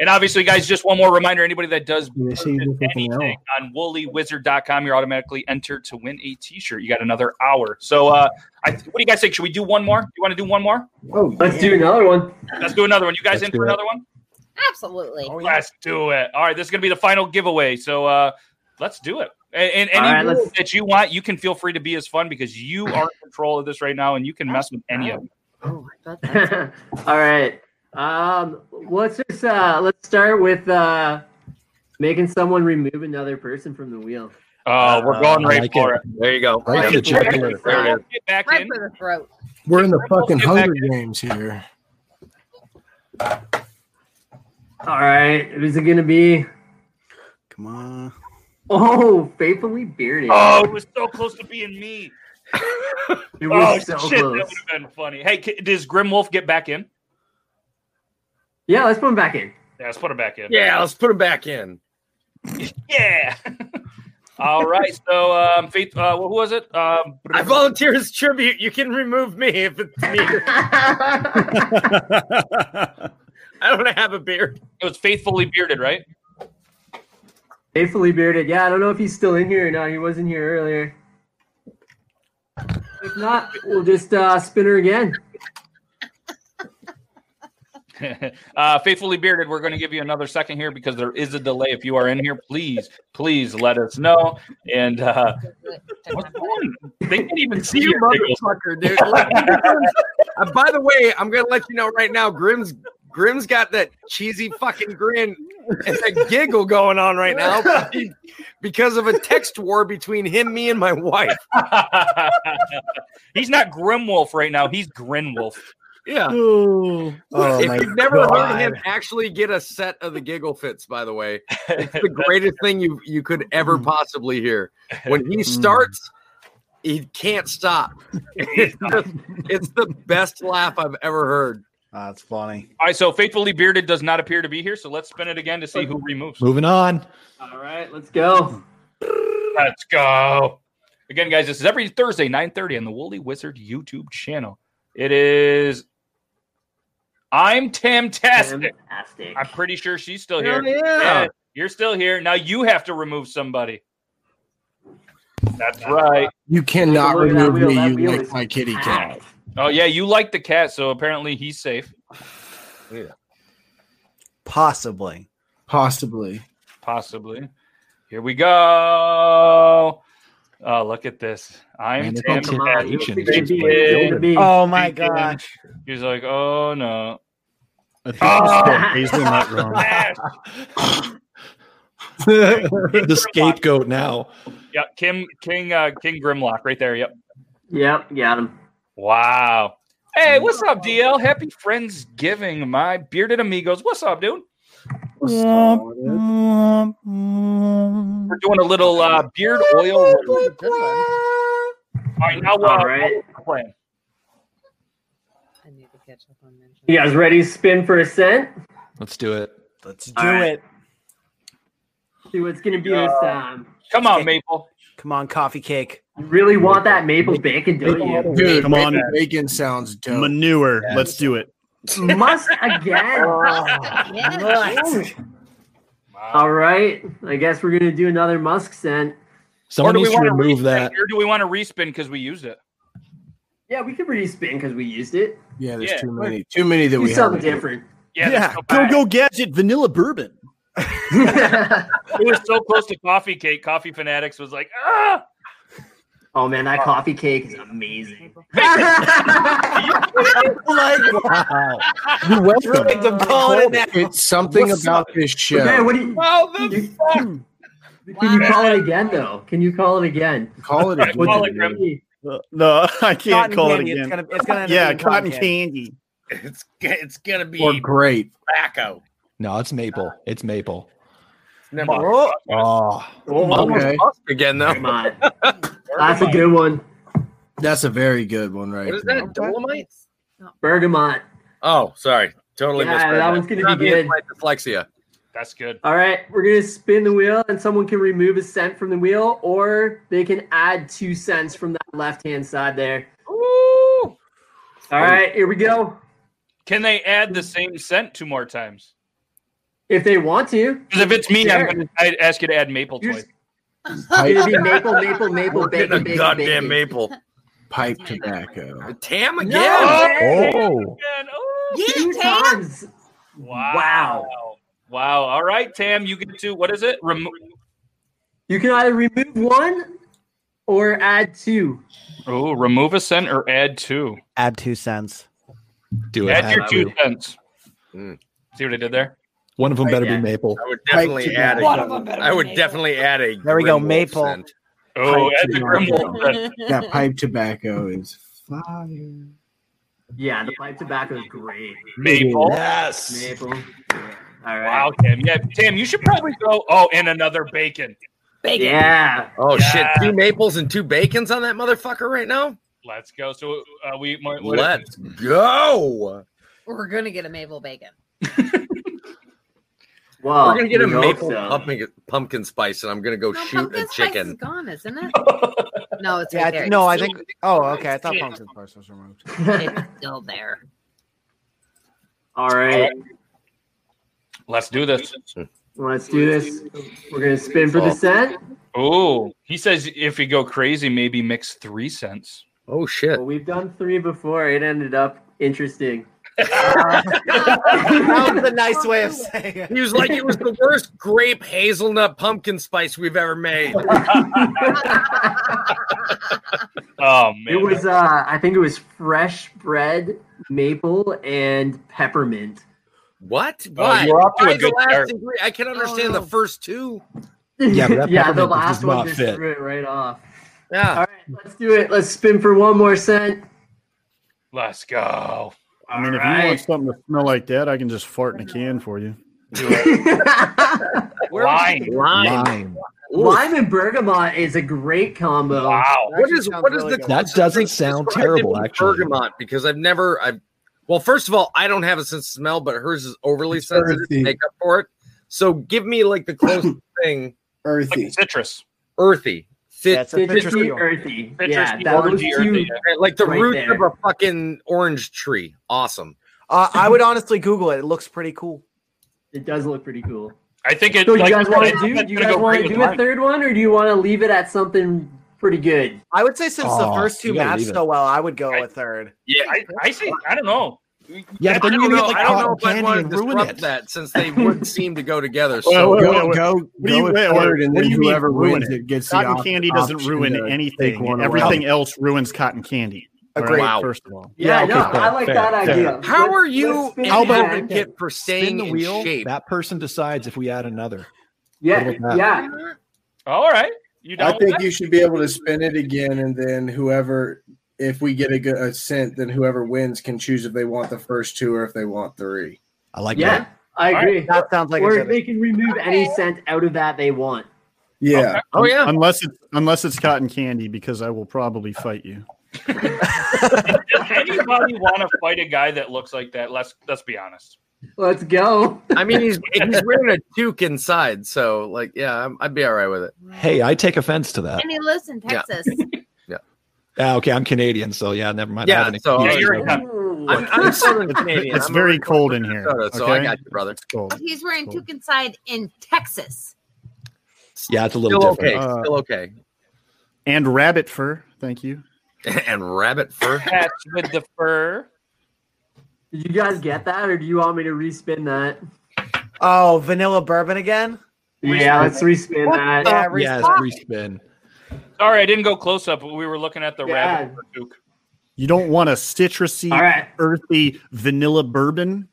Speaker 1: And obviously, guys, just one more reminder anybody that does purchase anything on woollywizard.com, you're automatically entered to win a t shirt. You got another hour. So, uh, I, what do you guys think? Should we do one more? You want to do one more?
Speaker 5: Oh, let's do another one.
Speaker 1: Let's do another one. You guys
Speaker 5: Let's
Speaker 1: in
Speaker 5: do
Speaker 1: for
Speaker 5: it.
Speaker 1: another one? Oh,
Speaker 9: Absolutely.
Speaker 1: Let's do it. All right, this is going to be the final giveaway. So, uh, let's do it. And, and
Speaker 5: All
Speaker 1: any
Speaker 5: right, let's-
Speaker 1: rules that you want, you can feel free to be as fun because you are in control of this right now and you can mess with any of them.
Speaker 5: All right. Um, let's just uh, let's start with uh, making someone remove another person from the wheel.
Speaker 1: Oh,
Speaker 5: Uh,
Speaker 1: we're going right for it.
Speaker 6: There you go.
Speaker 2: Right for the jugular.
Speaker 6: There it is.
Speaker 9: Right for the throat.
Speaker 2: We're in the fucking Hunger Games here.
Speaker 5: All right, who's it gonna be?
Speaker 7: Come on.
Speaker 5: Oh, faithfully bearded.
Speaker 1: Oh, it was so close to being me.
Speaker 5: It
Speaker 1: oh,
Speaker 5: was so
Speaker 1: shit,
Speaker 5: close.
Speaker 1: that would have been funny. Hey, ca- does Grim Wolf get back in?
Speaker 5: yeah, let's put him back in.
Speaker 1: Yeah, let's put him back in.
Speaker 6: Yeah, let's put him back in.
Speaker 1: Yeah. All right. So, um, Faith, uh, who was it? Um,
Speaker 6: I volunteer as tribute. You can remove me if it's me. I don't have a beard.
Speaker 1: It was faithfully bearded, right?
Speaker 5: Faithfully bearded. Yeah, I don't know if he's still in here or not. He wasn't here earlier. If not, we'll just uh, spin her again.
Speaker 1: uh, faithfully bearded. We're going to give you another second here because there is a delay. If you are in here, please, please let us know. And uh, what's going? on? They can't even see
Speaker 6: You
Speaker 1: you, Nichols.
Speaker 6: motherfucker, dude. Like, uh, by the way, I'm gonna let you know right now. Grim's Grim's got that cheesy fucking grin and that giggle going on right now because of a text war between him, me, and my wife.
Speaker 1: He's not Grim Wolf right now. He's Grin Wolf.
Speaker 6: Yeah.
Speaker 1: Oh, my
Speaker 6: if you've never
Speaker 1: God.
Speaker 6: heard him actually get a set of the giggle fits, by the way, it's the greatest thing you you could
Speaker 12: Mm.
Speaker 6: ever possibly hear. When he starts, he can't stop. It's, just- it's the best laugh I've ever heard.
Speaker 7: That's funny.
Speaker 1: All right, so faithfully bearded does not appear to be here, so let's spin it again to see who removes.
Speaker 3: Moving on.
Speaker 5: All right, let's go.
Speaker 1: Let's go. Again, guys, this is every Thursday, 9:30 on the Woolly Wizard YouTube channel. It is I'm Tamtastic.
Speaker 5: Fantastic.
Speaker 1: I'm pretty sure she's still
Speaker 6: Hell
Speaker 1: here.
Speaker 6: yeah.
Speaker 1: you're still here. Now you have to remove somebody. That's right.
Speaker 2: You cannot
Speaker 1: Look at that
Speaker 2: remove
Speaker 1: wheel.
Speaker 2: me.
Speaker 1: That
Speaker 2: You
Speaker 1: wheel
Speaker 2: lick
Speaker 1: is
Speaker 2: my kitty cat.
Speaker 1: Oh yeah, you like the cat, so apparently he's safe.
Speaker 6: Yeah.
Speaker 7: Possibly.
Speaker 2: Possibly.
Speaker 1: Possibly. Here we go. Oh, look at this. I'm
Speaker 3: Man, it's
Speaker 1: Tim.
Speaker 3: all Come on,
Speaker 1: Tadden.
Speaker 3: you
Speaker 1: Thank
Speaker 3: think
Speaker 1: you.
Speaker 3: it's gonna be-
Speaker 7: Oh, my
Speaker 1: Thank you.
Speaker 7: gosh.
Speaker 1: He's like, oh no. Ah!
Speaker 12: Oh! He's doing that wrong.
Speaker 3: the scapegoat now.
Speaker 1: Yeah, Kim King uh, King Grimlock right there. Yep.
Speaker 5: Yep, got him.
Speaker 1: Wow. Hey, what's up, DL? Happy Friendsgiving, my bearded amigos. What's up, dude? We're doing a little uh, beard oil. roll. All right, now uh,
Speaker 5: All right.
Speaker 1: what's the plan?
Speaker 5: You guys ready to spin for a cent?
Speaker 3: Let's do it.
Speaker 7: Let's do
Speaker 5: All right.
Speaker 7: it.
Speaker 5: See what's gonna be this time.
Speaker 1: Come on, Maple.
Speaker 7: Come on, coffee cake.
Speaker 5: You really want that maple bacon, don't you?
Speaker 2: Dude,
Speaker 12: Come on.
Speaker 2: Bacon sounds dope.
Speaker 12: Manure. Let's do it.
Speaker 5: Must again. All right. I guess we're gonna do another musk scent.
Speaker 1: Or
Speaker 3: Someone
Speaker 1: do we
Speaker 3: needs to
Speaker 1: wanna
Speaker 3: remove
Speaker 1: respin,
Speaker 3: that.
Speaker 1: Or do we want to respin because we used it?
Speaker 5: Yeah, we could re-spin because we used it.
Speaker 2: Yeah,
Speaker 5: there's
Speaker 2: too many- too many that we
Speaker 5: something
Speaker 2: haven't.
Speaker 5: different.
Speaker 1: Yeah,
Speaker 12: yeah. Go go gadget vanilla bourbon.
Speaker 1: it was so close to coffee cake. Coffee fanatics was like, ah.
Speaker 5: Oh man, that coffee cake is amazing.
Speaker 7: like
Speaker 2: wow. You're welcome. It's something
Speaker 5: What's
Speaker 2: about this show.
Speaker 5: Okay, what do you,
Speaker 1: Can
Speaker 5: you call it again though? Can you call it again?
Speaker 2: Call it
Speaker 12: again. Call it
Speaker 5: again.
Speaker 12: Uh, No, I can't
Speaker 5: Cotton
Speaker 12: call
Speaker 5: candy,
Speaker 12: it
Speaker 5: it's
Speaker 12: again.
Speaker 5: gonna- it's gonna end up
Speaker 12: yeah,
Speaker 5: being
Speaker 12: cotton
Speaker 5: cotton
Speaker 12: candy.
Speaker 6: It's it's gonna be
Speaker 3: Or grape.
Speaker 6: tobacco.
Speaker 3: No, it's maple. It's maple.
Speaker 6: It's never
Speaker 7: Oh.
Speaker 3: Oh,
Speaker 6: Almost lost again though.
Speaker 5: That's a good one.
Speaker 2: That's a very good one, right?
Speaker 6: What is that? Dolomite?
Speaker 5: Bergamot.
Speaker 6: Oh, sorry, totally
Speaker 5: Yeah,
Speaker 6: missed
Speaker 5: that one's gonna be good.
Speaker 6: My dyslexia.
Speaker 1: That's good.
Speaker 5: All right, we're gonna spin the wheel, and someone can remove a cent from the wheel, or they can add two cents from that left-hand side there. All right, here we go.
Speaker 1: Can they add the same scent two more times?
Speaker 5: If they want to,
Speaker 1: Because if it's me, I'm
Speaker 5: Sure.
Speaker 1: going to I'd ask you to add maple twice.
Speaker 5: It'd be maple, maple, maple,
Speaker 1: We're
Speaker 5: bacon,
Speaker 1: getting a
Speaker 5: bacon,
Speaker 1: goddamn
Speaker 5: bacon.
Speaker 6: maple.
Speaker 2: Pipe tobacco.
Speaker 6: Tam again.
Speaker 2: Oh.
Speaker 5: Two times.
Speaker 1: Wow.
Speaker 5: Wow.
Speaker 1: Wow. All right, Tam, you get to what is it? Remo-
Speaker 5: You can either remove one or add two.
Speaker 1: oh, remove a scent or add two.
Speaker 7: Add two cents.
Speaker 3: Do
Speaker 1: add your two cents.
Speaker 5: Mm.
Speaker 1: See what I did there?
Speaker 3: One of them better
Speaker 1: Yeah.
Speaker 3: be maple.
Speaker 6: I would definitely add a.
Speaker 1: One of 'em better
Speaker 6: I
Speaker 1: be
Speaker 6: would
Speaker 1: maple.
Speaker 6: definitely add a.
Speaker 7: There we go,
Speaker 6: Grimwald
Speaker 7: maple.
Speaker 6: scent.
Speaker 1: Oh,
Speaker 2: Pipe
Speaker 1: add the
Speaker 2: tobacco.
Speaker 1: Grimwald.
Speaker 2: that pipe tobacco is
Speaker 5: Yeah, the pipe tobacco is great.
Speaker 1: Maple.
Speaker 5: Yes. Maple. All right.
Speaker 1: Wow, Tim. Yeah, Tim, you should probably go. Oh, and another bacon.
Speaker 5: Yeah.
Speaker 6: Oh shit!
Speaker 1: Yeah.
Speaker 6: Two maples and two bacons on that motherfucker right now.
Speaker 1: Let's go. So uh, we might.
Speaker 6: Let's go.
Speaker 9: We're gonna get a maple bacon.
Speaker 5: Well,
Speaker 6: We're gonna get a
Speaker 5: we hope
Speaker 6: maple
Speaker 5: so.
Speaker 6: pumpkin, pumpkin spice, and I'm gonna go shoot a
Speaker 9: Pumpkin spice is
Speaker 6: chicken.
Speaker 9: gone, isn't it? no, it's
Speaker 7: Yeah,
Speaker 9: right
Speaker 7: I thi-
Speaker 9: there.
Speaker 7: no, I
Speaker 9: See?
Speaker 7: think. Oh, okay. I thought
Speaker 9: Yeah.
Speaker 7: pumpkin spice was removed.
Speaker 9: it's still there.
Speaker 5: All right.
Speaker 1: Let's do this.
Speaker 5: Let's do this. We're gonna spin for the cent.
Speaker 1: Oh, he says if you go crazy, maybe mix three cents.
Speaker 6: Oh shit!
Speaker 5: Well, we've done three before. It ended up interesting.
Speaker 7: that was a nice way of saying it.
Speaker 6: He was like, it was the worst grape hazelnut pumpkin spice we've ever made.
Speaker 1: Oh
Speaker 5: It
Speaker 1: man,
Speaker 5: was, uh, I think it was fresh bread, maple, and peppermint.
Speaker 6: What?
Speaker 1: Oh, you're off to a good start.
Speaker 6: ingre- I can understand the first two.
Speaker 3: Yeah, but that
Speaker 5: yeah, the
Speaker 3: peppermint does
Speaker 5: last one
Speaker 3: not
Speaker 5: just
Speaker 3: fit.
Speaker 5: threw it right off.
Speaker 6: Yeah.
Speaker 5: All right, let's do it. Let's spin for one more cent.
Speaker 1: let's go.
Speaker 12: I mean, if you
Speaker 1: Alright.
Speaker 12: want something to smell like that, I can just fart in a can for you.
Speaker 1: Lime.
Speaker 6: Lime.
Speaker 5: Lime and bergamot is a great combo.
Speaker 1: Wow.
Speaker 6: What is what is the
Speaker 3: That doesn't sound terrible, actually.
Speaker 6: bergamot? Because I've never I've well, first of all, I don't have a sense of smell, but hers is overly sensitive to
Speaker 2: earthy.
Speaker 6: make up for it. So give me like the closest thing
Speaker 2: earthy.
Speaker 1: Like citrus.
Speaker 6: earthy. Fit,
Speaker 7: That's a
Speaker 5: Citrusy,
Speaker 7: citrusy orange.
Speaker 5: earthy.
Speaker 1: Citrusy,
Speaker 5: yeah, that was
Speaker 1: orangey, earthy,
Speaker 5: two.
Speaker 1: yeah.
Speaker 6: like the
Speaker 5: Right
Speaker 6: root
Speaker 5: there.
Speaker 6: of a fucking orange tree. Awesome.
Speaker 7: Uh, I would honestly Google it. It looks pretty cool.
Speaker 5: It does look pretty cool.
Speaker 1: I think it.
Speaker 5: So you
Speaker 1: like,
Speaker 5: guys want
Speaker 1: I
Speaker 5: to
Speaker 1: think
Speaker 5: do?
Speaker 1: it's
Speaker 5: Do you
Speaker 1: gonna
Speaker 5: guys
Speaker 1: go
Speaker 5: want
Speaker 1: great
Speaker 5: to
Speaker 1: with
Speaker 5: do a
Speaker 1: lime.
Speaker 5: third one, or do you want to leave it at something pretty good?
Speaker 7: I would say since
Speaker 3: Oh,
Speaker 7: the first two
Speaker 3: you gotta
Speaker 7: matched
Speaker 3: leave it.
Speaker 7: so well, I would go a third.
Speaker 1: Yeah, I, I say I don't know.
Speaker 3: Yeah, but
Speaker 6: I
Speaker 3: then
Speaker 6: don't
Speaker 3: you're gonna
Speaker 6: know,
Speaker 3: get like
Speaker 6: I don't know
Speaker 3: cotton
Speaker 6: if I'd
Speaker 3: candy
Speaker 6: want
Speaker 3: and
Speaker 6: to
Speaker 3: ruin
Speaker 6: disrupt
Speaker 3: it.
Speaker 6: that since they wouldn't seem to go together. So
Speaker 12: Wait, wait,
Speaker 2: Go,
Speaker 12: wait, wait.
Speaker 2: go,
Speaker 12: What do you-
Speaker 2: go
Speaker 12: wait,
Speaker 2: at
Speaker 12: wait,
Speaker 2: third, and
Speaker 12: what
Speaker 2: then
Speaker 12: do you mean
Speaker 2: whoever
Speaker 12: ruin
Speaker 2: wins
Speaker 12: it?
Speaker 2: it gets the
Speaker 12: Cotton
Speaker 2: op-
Speaker 12: candy doesn't
Speaker 2: option
Speaker 12: ruin
Speaker 2: to take
Speaker 12: anything.
Speaker 2: one away.
Speaker 12: Everything else ruins cotton candy. All
Speaker 7: Agreed.
Speaker 6: Wow.
Speaker 12: First of all,
Speaker 5: Yeah,
Speaker 3: okay,
Speaker 5: no,
Speaker 3: fair,
Speaker 5: I like
Speaker 3: fair,
Speaker 5: that
Speaker 3: fair.
Speaker 5: idea.
Speaker 6: how
Speaker 5: Let's-
Speaker 6: are
Speaker 5: let's
Speaker 6: you
Speaker 5: spin
Speaker 6: an
Speaker 3: How
Speaker 5: it
Speaker 3: about-
Speaker 5: back.
Speaker 6: advocate for
Speaker 3: Spin
Speaker 6: staying
Speaker 3: the
Speaker 6: in
Speaker 3: wheel.
Speaker 6: shape?
Speaker 3: That person decides if we add another.
Speaker 5: Yeah,
Speaker 3: What about
Speaker 5: yeah.
Speaker 1: All right, you
Speaker 2: I
Speaker 1: don't.
Speaker 2: think you should be able to spin it again, and then whoever, if we get a, good, a cent, then whoever wins can choose if they want the first two or if they want three.
Speaker 3: I like
Speaker 5: Yeah,
Speaker 3: that.
Speaker 5: I
Speaker 1: All
Speaker 5: agree.
Speaker 7: That sounds like a
Speaker 5: or
Speaker 7: good
Speaker 5: they can remove any scent out of that they want.
Speaker 2: Yeah,
Speaker 6: Oh yeah.
Speaker 12: unless it's unless it's cotton candy, because I will probably fight you.
Speaker 1: Does anybody want to fight a guy that looks like that? Let's let's be honest.
Speaker 5: Let's go.
Speaker 6: I mean, he's he's wearing a toque inside, so like, yeah, I'm, I'd be all right with it.
Speaker 3: Hey, I take offense to
Speaker 7: Uh,
Speaker 3: that.
Speaker 9: And he lives in
Speaker 6: Yeah.
Speaker 9: Texas.
Speaker 3: Ah, okay, I'm Canadian, so yeah, never mind. I
Speaker 6: Yeah,
Speaker 3: have an
Speaker 6: so-
Speaker 3: excuse.
Speaker 1: yeah, you're a cunt.
Speaker 5: Ooh.
Speaker 6: I'm, I'm Southern Canadian.
Speaker 12: It's
Speaker 6: I'm
Speaker 12: very
Speaker 6: already
Speaker 12: cold in
Speaker 6: from
Speaker 12: here.
Speaker 6: Minnesota, so I
Speaker 12: okay?
Speaker 6: got you, brother.
Speaker 12: It's cold.
Speaker 9: But he's wearing
Speaker 12: Cool.
Speaker 9: Took inside in Texas.
Speaker 3: yeah, it's a little
Speaker 6: Still
Speaker 3: different.
Speaker 6: okay.
Speaker 12: Uh,
Speaker 6: Still okay.
Speaker 12: And rabbit fur. Thank you.
Speaker 6: and rabbit fur.
Speaker 1: Cats with the fur.
Speaker 5: Did you guys get that, or do you want me to respin that?
Speaker 7: Oh, vanilla bourbon again?
Speaker 5: Yeah, let's respin
Speaker 7: What
Speaker 5: that.
Speaker 7: the-
Speaker 3: Yeah, it's respin.
Speaker 1: Sorry, I didn't go close up, but we were looking at the rabbit
Speaker 5: Yeah.
Speaker 1: fur Duke.
Speaker 12: You don't want a citrusy,
Speaker 1: All right.
Speaker 12: earthy vanilla bourbon.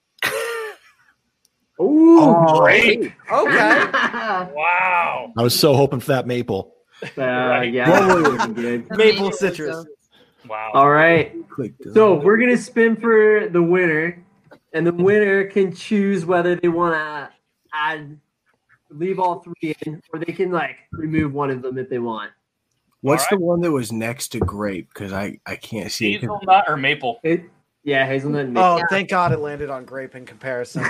Speaker 5: Ooh,
Speaker 12: Oh,
Speaker 1: great.
Speaker 7: Okay.
Speaker 1: wow.
Speaker 3: I was so hoping for that maple.
Speaker 5: Uh,
Speaker 3: Whoa, whoa,
Speaker 5: yeah. good.
Speaker 7: Maple citrus.
Speaker 1: Wow.
Speaker 5: All right.
Speaker 2: done.
Speaker 5: So we're gonna spin for the winner, and the winner can choose whether they want to add, leave all three in, or they can like remove one of them if they want.
Speaker 2: What's the one that was next to grape? Because I, I can't see. it.
Speaker 1: Hazelnut or maple?
Speaker 5: yeah, hazelnut. And
Speaker 7: Oh,
Speaker 5: maple.
Speaker 7: thank God it landed on grape in comparison.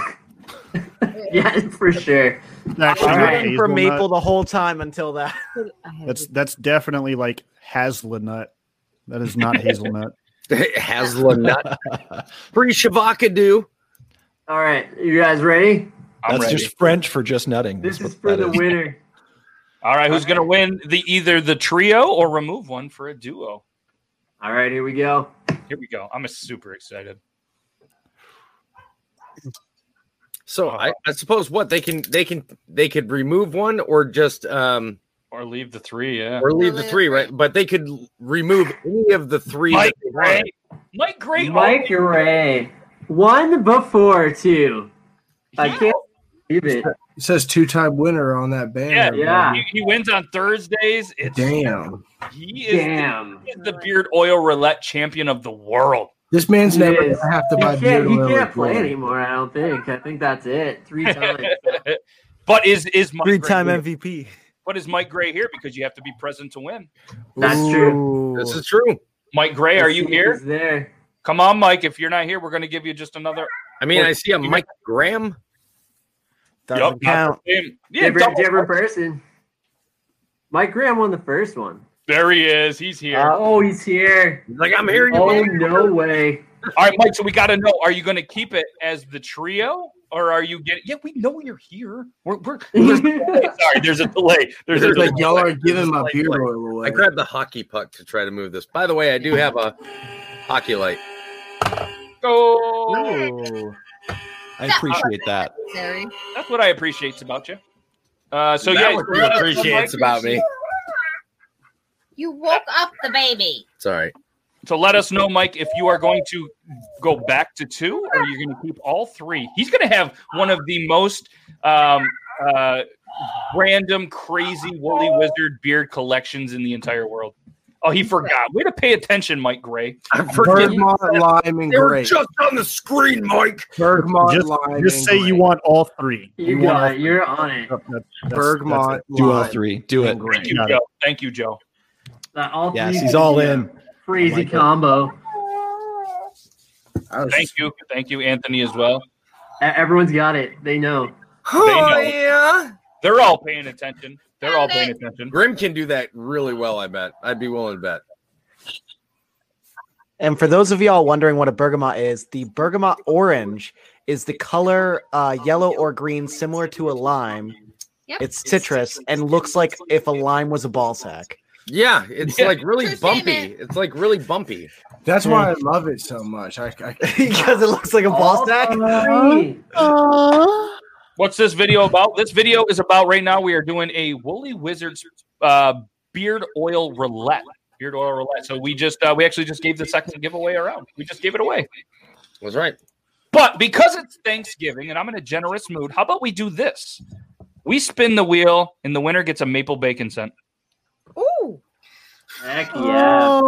Speaker 5: yeah, for sure.
Speaker 12: Actually,
Speaker 7: I was
Speaker 12: not
Speaker 7: rooting for
Speaker 12: hazelnut.
Speaker 7: maple the whole time until that.
Speaker 12: That's that's definitely like hazelnut. That is not hazelnut.
Speaker 6: Hazelnut. Free Shavakadu.
Speaker 5: All right, you guys ready?
Speaker 3: That's just French for just nutting.
Speaker 5: This is
Speaker 3: what
Speaker 5: for
Speaker 3: that
Speaker 5: the winner.
Speaker 1: All right, who's going to win the either the trio or remove one for a duo?
Speaker 5: All right, here we go.
Speaker 1: Here we go. I'm super excited.
Speaker 6: So
Speaker 1: Uh-huh.
Speaker 6: I, I suppose what they can they can they could remove one or just um
Speaker 1: Or leave the three, yeah.
Speaker 6: or leave the three right, but they could remove any of the three. that
Speaker 1: Mike
Speaker 6: they
Speaker 1: Ray.
Speaker 6: want.
Speaker 1: Mike Gray.
Speaker 5: Mike Ray, one before two. I can't believe it.
Speaker 2: It says two time winner on that banner.
Speaker 1: Yeah,
Speaker 2: man.
Speaker 1: He, he wins on Thursdays. It's
Speaker 2: Damn.
Speaker 1: He is,
Speaker 5: Damn.
Speaker 1: The, he is the beard oil roulette champion of the world.
Speaker 2: This man's
Speaker 5: He
Speaker 2: never
Speaker 5: is.
Speaker 2: gonna have to
Speaker 5: He
Speaker 2: buy
Speaker 5: can't,
Speaker 2: beard
Speaker 5: he
Speaker 2: oil
Speaker 5: can't
Speaker 2: again.
Speaker 5: play anymore. I don't think. I think that's it. Three times.
Speaker 1: but is is Mike Gray
Speaker 7: Three-time
Speaker 1: here?
Speaker 7: MVP.
Speaker 1: But is Mike Gray here because you have to be present to win?
Speaker 5: That's true.
Speaker 6: This is true.
Speaker 1: Mike Gray,
Speaker 5: Let's
Speaker 1: are
Speaker 5: see
Speaker 1: you
Speaker 5: if
Speaker 1: here?
Speaker 5: he's there.
Speaker 1: Come on, Mike. If you're not here, we're going to give you just another.
Speaker 6: I mean,
Speaker 1: Or-
Speaker 6: I see a Mike Graham.
Speaker 1: Yup, not
Speaker 7: Doesn't count.
Speaker 1: the same. Yeah,
Speaker 5: different,
Speaker 1: double-
Speaker 5: different person. Mike Graham won the first one.
Speaker 1: there he is. He's here.
Speaker 5: Uh, oh, he's here.
Speaker 6: He's like, I'm here. You
Speaker 5: Oh
Speaker 6: mother-
Speaker 5: no way.
Speaker 1: All right, Mike. So we got to know: Are you going to keep it as the trio, or are you getting? Yeah, we know you're here. We're, we're there's, sorry. There's a delay. There's,
Speaker 6: There's
Speaker 1: a
Speaker 6: a
Speaker 1: delay.
Speaker 2: Like y'all are giving my
Speaker 6: Like,
Speaker 2: beard
Speaker 6: like,
Speaker 2: oil away.
Speaker 6: I grabbed the hockey puck to try to move this. By the way, I do have a hockey light.
Speaker 1: Go.
Speaker 3: Oh, I appreciate that.
Speaker 9: Sorry.
Speaker 1: That's what I appreciate about you. Uh, so
Speaker 6: That
Speaker 1: yeah,
Speaker 6: what you appreciates about me.
Speaker 9: You woke up the baby.
Speaker 6: Sorry.
Speaker 1: So let us know, Mike, if you are going to go back to two or you're going to keep all three. He's going to have one of the most um, uh, random, crazy woolly wizard beard collections in the entire world. Oh, he forgot. Way to pay attention, Mike Gray.
Speaker 6: I forget.
Speaker 2: Bergamot, lime, and
Speaker 6: They were
Speaker 2: grape.
Speaker 6: just on the screen, Mike.
Speaker 2: Bergamot,
Speaker 12: Just,
Speaker 2: lime.
Speaker 12: just
Speaker 2: and
Speaker 12: say you
Speaker 2: grape.
Speaker 12: want all three.
Speaker 5: You
Speaker 12: want all
Speaker 5: got it. You're on it.
Speaker 12: Yep, that's- that's-
Speaker 2: Bergamot,
Speaker 3: Do all
Speaker 2: lime,
Speaker 3: three. Do it.
Speaker 2: and
Speaker 1: Thank
Speaker 2: grape.
Speaker 1: you,
Speaker 12: Got it.
Speaker 1: Joe. Thank you, Joe.
Speaker 5: That Uh, all three
Speaker 3: Yes,
Speaker 5: could
Speaker 3: he's
Speaker 5: be
Speaker 3: all
Speaker 5: a
Speaker 3: in.
Speaker 5: Crazy
Speaker 3: like it.
Speaker 5: combo. uh,
Speaker 2: I was
Speaker 1: Thank you. Thank you, Anthony, as well.
Speaker 5: E- Everyone's got it. They know.
Speaker 1: know.
Speaker 6: Oh yeah.
Speaker 1: They're all paying attention. They're all paying attention.
Speaker 6: Grim can do that really well. I bet. I'd be willing to bet.
Speaker 7: And for those of y'all wondering what a bergamot is, the bergamot orange is the color uh, yellow or green similar to a lime.
Speaker 9: Yep.
Speaker 7: It's citrus and looks like if a lime was a ball sack.
Speaker 6: Yeah, it's
Speaker 1: Yeah.
Speaker 6: like really
Speaker 9: True
Speaker 6: bumpy.
Speaker 9: statement.
Speaker 6: It's like really bumpy.
Speaker 2: That's why I love it so much. I, I
Speaker 7: because it looks like a ball sack.
Speaker 5: Three.
Speaker 1: What's this video about? This video is about right now. We are doing a Woolly Wizards uh, beard oil roulette. Beard oil roulette. So we just uh, we actually just gave the second giveaway around. We just gave it away.
Speaker 6: That's right.
Speaker 1: But because it's Thanksgiving and I'm in a generous mood, how about we do this? We spin the wheel and the winner gets a maple bacon scent.
Speaker 9: Ooh.
Speaker 5: Heck yeah.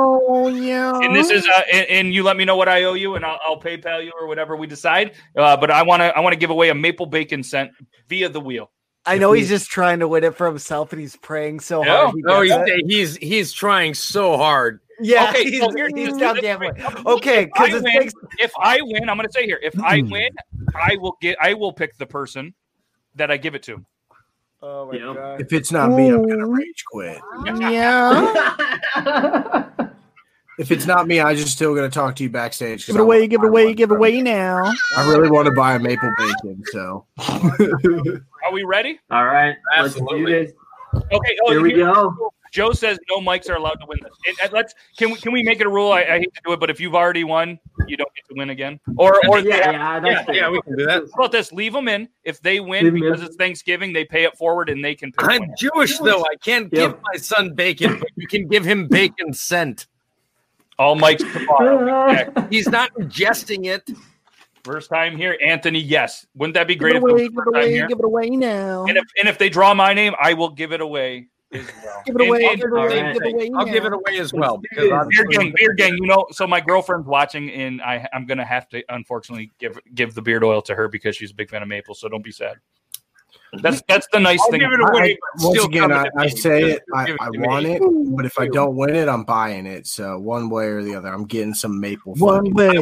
Speaker 1: And this is uh, and, and you let me know what I owe you and I'll, I'll PayPal you or whatever we decide. Uh, but I want to I want to give away a maple bacon scent via the wheel.
Speaker 7: I know he's just trying to win it for himself and he's praying so
Speaker 1: No,
Speaker 7: hard. Oh, he
Speaker 6: No, he's
Speaker 7: gets it.
Speaker 6: Oh, he's he's trying so hard.
Speaker 7: yeah,
Speaker 1: Okay,
Speaker 7: he's,
Speaker 1: so here's
Speaker 7: he's
Speaker 1: the-
Speaker 7: down
Speaker 1: this
Speaker 7: gambling.
Speaker 1: way.
Speaker 7: Okay,
Speaker 1: If I
Speaker 7: because it
Speaker 1: win-
Speaker 7: takes
Speaker 1: if I win, I'm going to say here. If I
Speaker 6: Hmm.
Speaker 1: win, I will get. I will pick the person that I give it to.
Speaker 7: Oh my
Speaker 5: Yeah.
Speaker 7: god.
Speaker 2: if it's not me, I'm gonna rage quit. If it's not me, I just still gonna talk to you backstage. 'cause
Speaker 12: Give it
Speaker 2: I
Speaker 12: away,
Speaker 2: wanna
Speaker 12: give
Speaker 2: buy
Speaker 12: it away,
Speaker 2: one.
Speaker 12: give it away now.
Speaker 2: I really want to buy a maple bacon. So
Speaker 1: Are we ready?
Speaker 5: All right.
Speaker 6: Absolutely.
Speaker 5: Let's do this.
Speaker 1: Okay. Oh,
Speaker 5: Here we
Speaker 1: here-
Speaker 5: go.
Speaker 1: Joe says no mics are allowed to win this. And, and let's can we can we make it a rule? I, I hate to do it, but if you've already won, you don't get to win again. Or or
Speaker 5: Yeah, yeah, that's fair.
Speaker 1: we can do that. How about this? Leave them in. If they win
Speaker 6: Leave 'em in.
Speaker 1: because it's Thanksgiving, they pay it forward and they can. Pick
Speaker 6: I'm Jewish though. I can't give my son bacon, but you can give him bacon scent.
Speaker 1: All Mike's tomorrow.
Speaker 6: He's not ingesting it.
Speaker 1: First time here, Anthony. Yes, wouldn't that be great? if it was first time here?
Speaker 13: it away now.
Speaker 1: And if and if they draw my name, I will give it away.
Speaker 13: Give it away,
Speaker 1: And-
Speaker 13: give it
Speaker 1: and-
Speaker 13: away, give it away
Speaker 6: I'll
Speaker 13: now.
Speaker 6: give it away as well. Because
Speaker 1: Beard
Speaker 6: obviously-
Speaker 1: gang, beard gang. You know, so my girlfriend's watching, and I, I'm gonna have to unfortunately give give the beard oil to her because she's a big fan of maple. So don't be sad. That's that's the nice
Speaker 2: I'll
Speaker 1: thing.
Speaker 2: give it away, I- I- but once still again, come I- to I me. say it, I- Give it I to me. want it, but if I don't win it, I'm buying it. So one way or the other, I'm getting some maple.
Speaker 13: One
Speaker 2: fucking-
Speaker 13: way or another,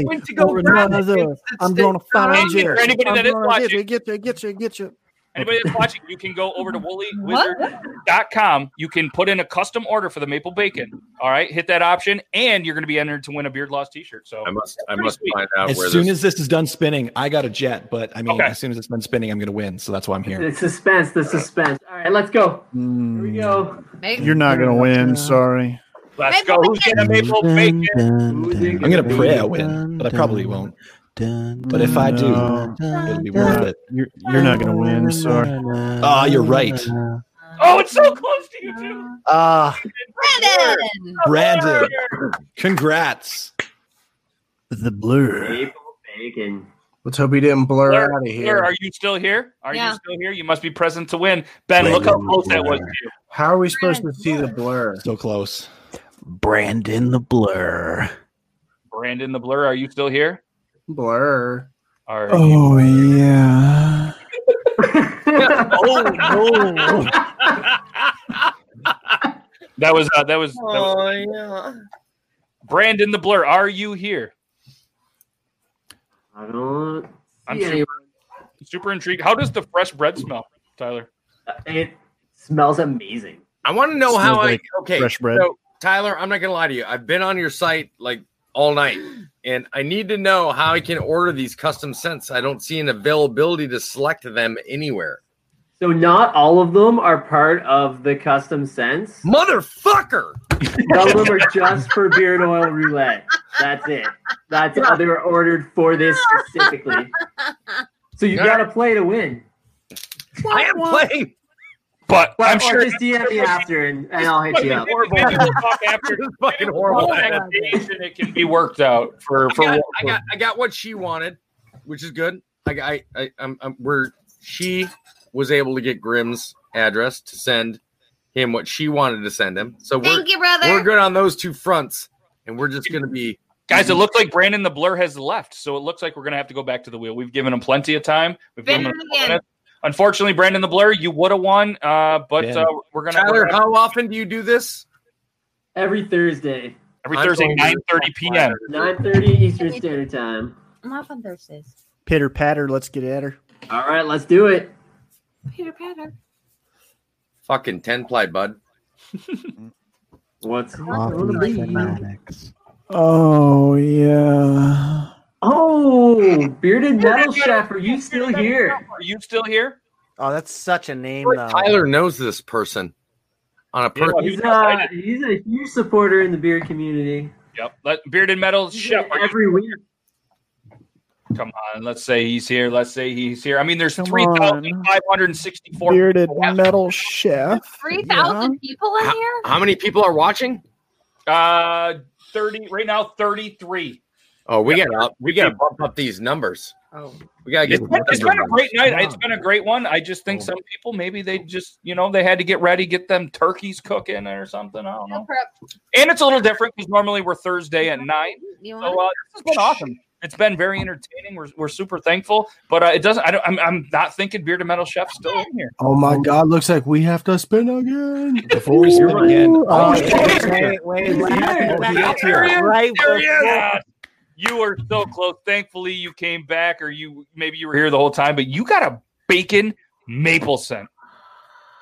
Speaker 13: I'm going to find
Speaker 1: For
Speaker 13: you.
Speaker 1: anybody
Speaker 13: I'm
Speaker 1: that is
Speaker 13: gonna
Speaker 1: watching-
Speaker 13: Get you, get you, get you, get you.
Speaker 1: Anybody that's watching, you can go over to woollywizard.com. You can put in a custom order for the maple bacon. All right, hit that option, and you're gonna be entered to win a beard loss T-shirt. So I must
Speaker 6: I must find out
Speaker 3: as
Speaker 6: where
Speaker 3: soon
Speaker 6: this.
Speaker 3: as this is done spinning, I got a jet, but I mean,
Speaker 5: Okay.
Speaker 3: as soon as it's done spinning, I'm going to win. So that's why I'm here.
Speaker 5: The suspense, the suspense. All right, let's go. Here we go.
Speaker 12: You're not going to win. Sorry.
Speaker 1: Let's go. Who's getting a maple bacon?
Speaker 3: I'm going to pray I win, but I probably won't. But if I do, it'll be worth it.
Speaker 12: You're, you're not going to win. Sorry.
Speaker 3: Ah, you're right.
Speaker 1: Oh, it's so close to you too.
Speaker 3: Ah,
Speaker 9: Brandon.
Speaker 3: Brandon, congrats.
Speaker 12: The blur.
Speaker 5: Maple bacon.
Speaker 2: Let's hope he didn't blur out of
Speaker 1: Blair,
Speaker 2: here.
Speaker 1: are you still here? Are
Speaker 5: Yeah.
Speaker 1: you still here? You must be present to win. Ben, look how close that was to you.
Speaker 2: How are we supposed to see the blur?
Speaker 3: So close.
Speaker 13: Brandon the Blur.
Speaker 1: Brandon the Blur, are you still here?
Speaker 2: Blur.
Speaker 1: Are
Speaker 13: Oh yeah.
Speaker 1: oh no. that was uh, that was, that was-
Speaker 5: Oh,
Speaker 6: yeah.
Speaker 1: Brandon the Blur. Are you here?
Speaker 5: I don't.
Speaker 1: I'm
Speaker 5: see
Speaker 1: super,
Speaker 5: anyone.
Speaker 1: super intrigued. How does the fresh bread smell, Tyler?
Speaker 5: Uh, It smells amazing.
Speaker 6: I want to know how
Speaker 5: Smells
Speaker 6: I
Speaker 5: like
Speaker 6: okay.
Speaker 5: fresh bread.
Speaker 6: So, Tyler, I'm not gonna lie to you. I've been on your site like all night, and I need to know how I can order these custom scents. I don't see an availability to select them anywhere.
Speaker 5: So not all of them are part of the custom sense.
Speaker 6: Motherfucker!
Speaker 5: Some of them are just for beard oil roulette. That's it. That's how they were ordered for this specifically. So you gotta play to win.
Speaker 6: I am playing.
Speaker 1: But
Speaker 5: Well,
Speaker 1: I'm
Speaker 5: or
Speaker 1: sure
Speaker 5: just DM me after and, and I'll hit you up.
Speaker 1: Maybe we'll talk after this
Speaker 6: fucking
Speaker 1: horrible adaptation. It can be worked out for
Speaker 6: I
Speaker 1: for.
Speaker 6: got, I got I got what she wanted, which is good. I I, I I'm, I'm where she was able to get Grimm's address to send him what she wanted to send him. So we're,
Speaker 9: Thank you, brother.
Speaker 6: We're good on those two fronts, and we're just gonna be
Speaker 1: Guys, it looks like Brandon the Blur has left, so it looks like we're gonna have to go back to the wheel. We've given him plenty of time. We've given him
Speaker 9: Been him
Speaker 1: a couple
Speaker 9: again.
Speaker 1: minutes. Unfortunately, Brandon the Blur, you would have won, uh, but
Speaker 6: Ben.
Speaker 1: uh, we're gonna.
Speaker 6: Tyler,
Speaker 1: we're gonna-
Speaker 6: how often do you do this?
Speaker 5: Every Thursday.
Speaker 1: every Thursday,
Speaker 6: I'm going to-
Speaker 1: nine thirty p.m.
Speaker 5: 9.30 Eastern Standard Time.
Speaker 9: I'm off on Thursdays.
Speaker 13: Pitter patter. Let's get at her.
Speaker 5: All right, let's do it.
Speaker 9: Peter Patter.
Speaker 6: Fucking ten ply, bud.
Speaker 5: What's
Speaker 13: Oh
Speaker 14: Uh,
Speaker 13: yeah.
Speaker 5: Oh, bearded metal chef, are you still here?
Speaker 1: Are you still here?
Speaker 7: Oh, that's such a name though.
Speaker 6: Tyler knows this person on a
Speaker 1: Yeah,
Speaker 6: person.
Speaker 5: He's a, he's a huge supporter in the beard community.
Speaker 1: Yep. Let bearded metal chef. Are
Speaker 5: Every week.
Speaker 1: Come on, let's say he's here. Let's say he's here. I mean, there's
Speaker 13: Come
Speaker 1: three thousand five hundred sixty-four.
Speaker 13: Bearded metal chef.
Speaker 9: 3,000 people in here?
Speaker 6: How many people are watching?
Speaker 1: Uh, thirty right now, thirty-three.
Speaker 6: Oh, we gotta up- we gotta bump up these numbers.
Speaker 9: Oh.
Speaker 6: We gotta get.
Speaker 1: It's been, it's
Speaker 6: the
Speaker 1: been a
Speaker 6: numbers.
Speaker 1: great night. It's been a great one. I just think some people maybe they just you know they had to get ready, get them turkeys cooking or something. I don't know. And it's a little different because normally we're Thursday at nine.
Speaker 9: You
Speaker 1: So uh,
Speaker 9: want
Speaker 1: this has been awesome. It's been very entertaining. We're, we're super thankful, but uh, it doesn't. I don't. I'm, I'm not thinking beard and metal chef's still in here.
Speaker 2: Oh my God! Looks like we have to spin again.
Speaker 3: Before we spin again,
Speaker 2: Oh,
Speaker 3: I
Speaker 7: Wait,
Speaker 2: shit.
Speaker 7: wait, what happened
Speaker 1: There
Speaker 7: back
Speaker 1: he is.
Speaker 7: here? Right
Speaker 1: There he
Speaker 7: before-
Speaker 1: is. You are so close. Thankfully, you came back, or you maybe you were here the whole time, but you got a bacon maple scent,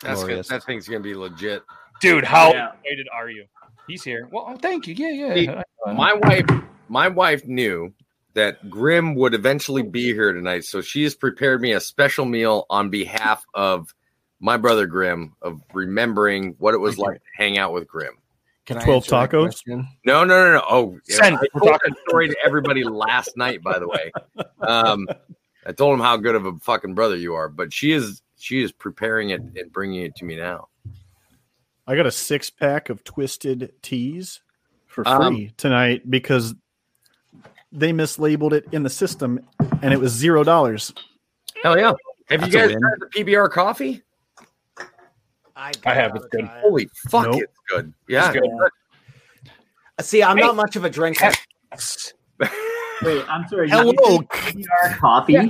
Speaker 6: That's good.
Speaker 3: Glorious.
Speaker 6: That thing's gonna be legit.
Speaker 1: dude. How
Speaker 5: Yeah.
Speaker 1: excited are you? He's here. Well, oh, thank you. Yeah,
Speaker 6: See,
Speaker 1: yeah.
Speaker 6: my wife, my wife knew that Grim would eventually be here tonight, so she has prepared me a special meal on behalf of my brother Grimm of remembering what it was like to hang out with Grimm.
Speaker 12: Can I 12 answer that tacos? question?
Speaker 6: No, no, no, no. Oh, yeah,
Speaker 12: Send
Speaker 6: I
Speaker 12: it.
Speaker 6: told that story to everybody last night. By the way, um, I told him how good of a fucking brother you are, but she is she is preparing it and bringing it to me now.
Speaker 12: I got a six pack of twisted teas for free
Speaker 6: Um,
Speaker 12: tonight because they mislabeled it in the system and it was zero dollars.
Speaker 6: Hell yeah. Have
Speaker 12: That's
Speaker 6: you
Speaker 12: a
Speaker 6: guys
Speaker 12: win.
Speaker 6: tried the PBR coffee?
Speaker 12: I have it.
Speaker 6: Good. Holy fuck,
Speaker 12: Nope.
Speaker 6: it's good. Yeah.
Speaker 12: It's good.
Speaker 7: See, I'm not much of a drinker.
Speaker 5: Wait, I'm sorry.
Speaker 7: Hello,
Speaker 5: coffee.
Speaker 3: I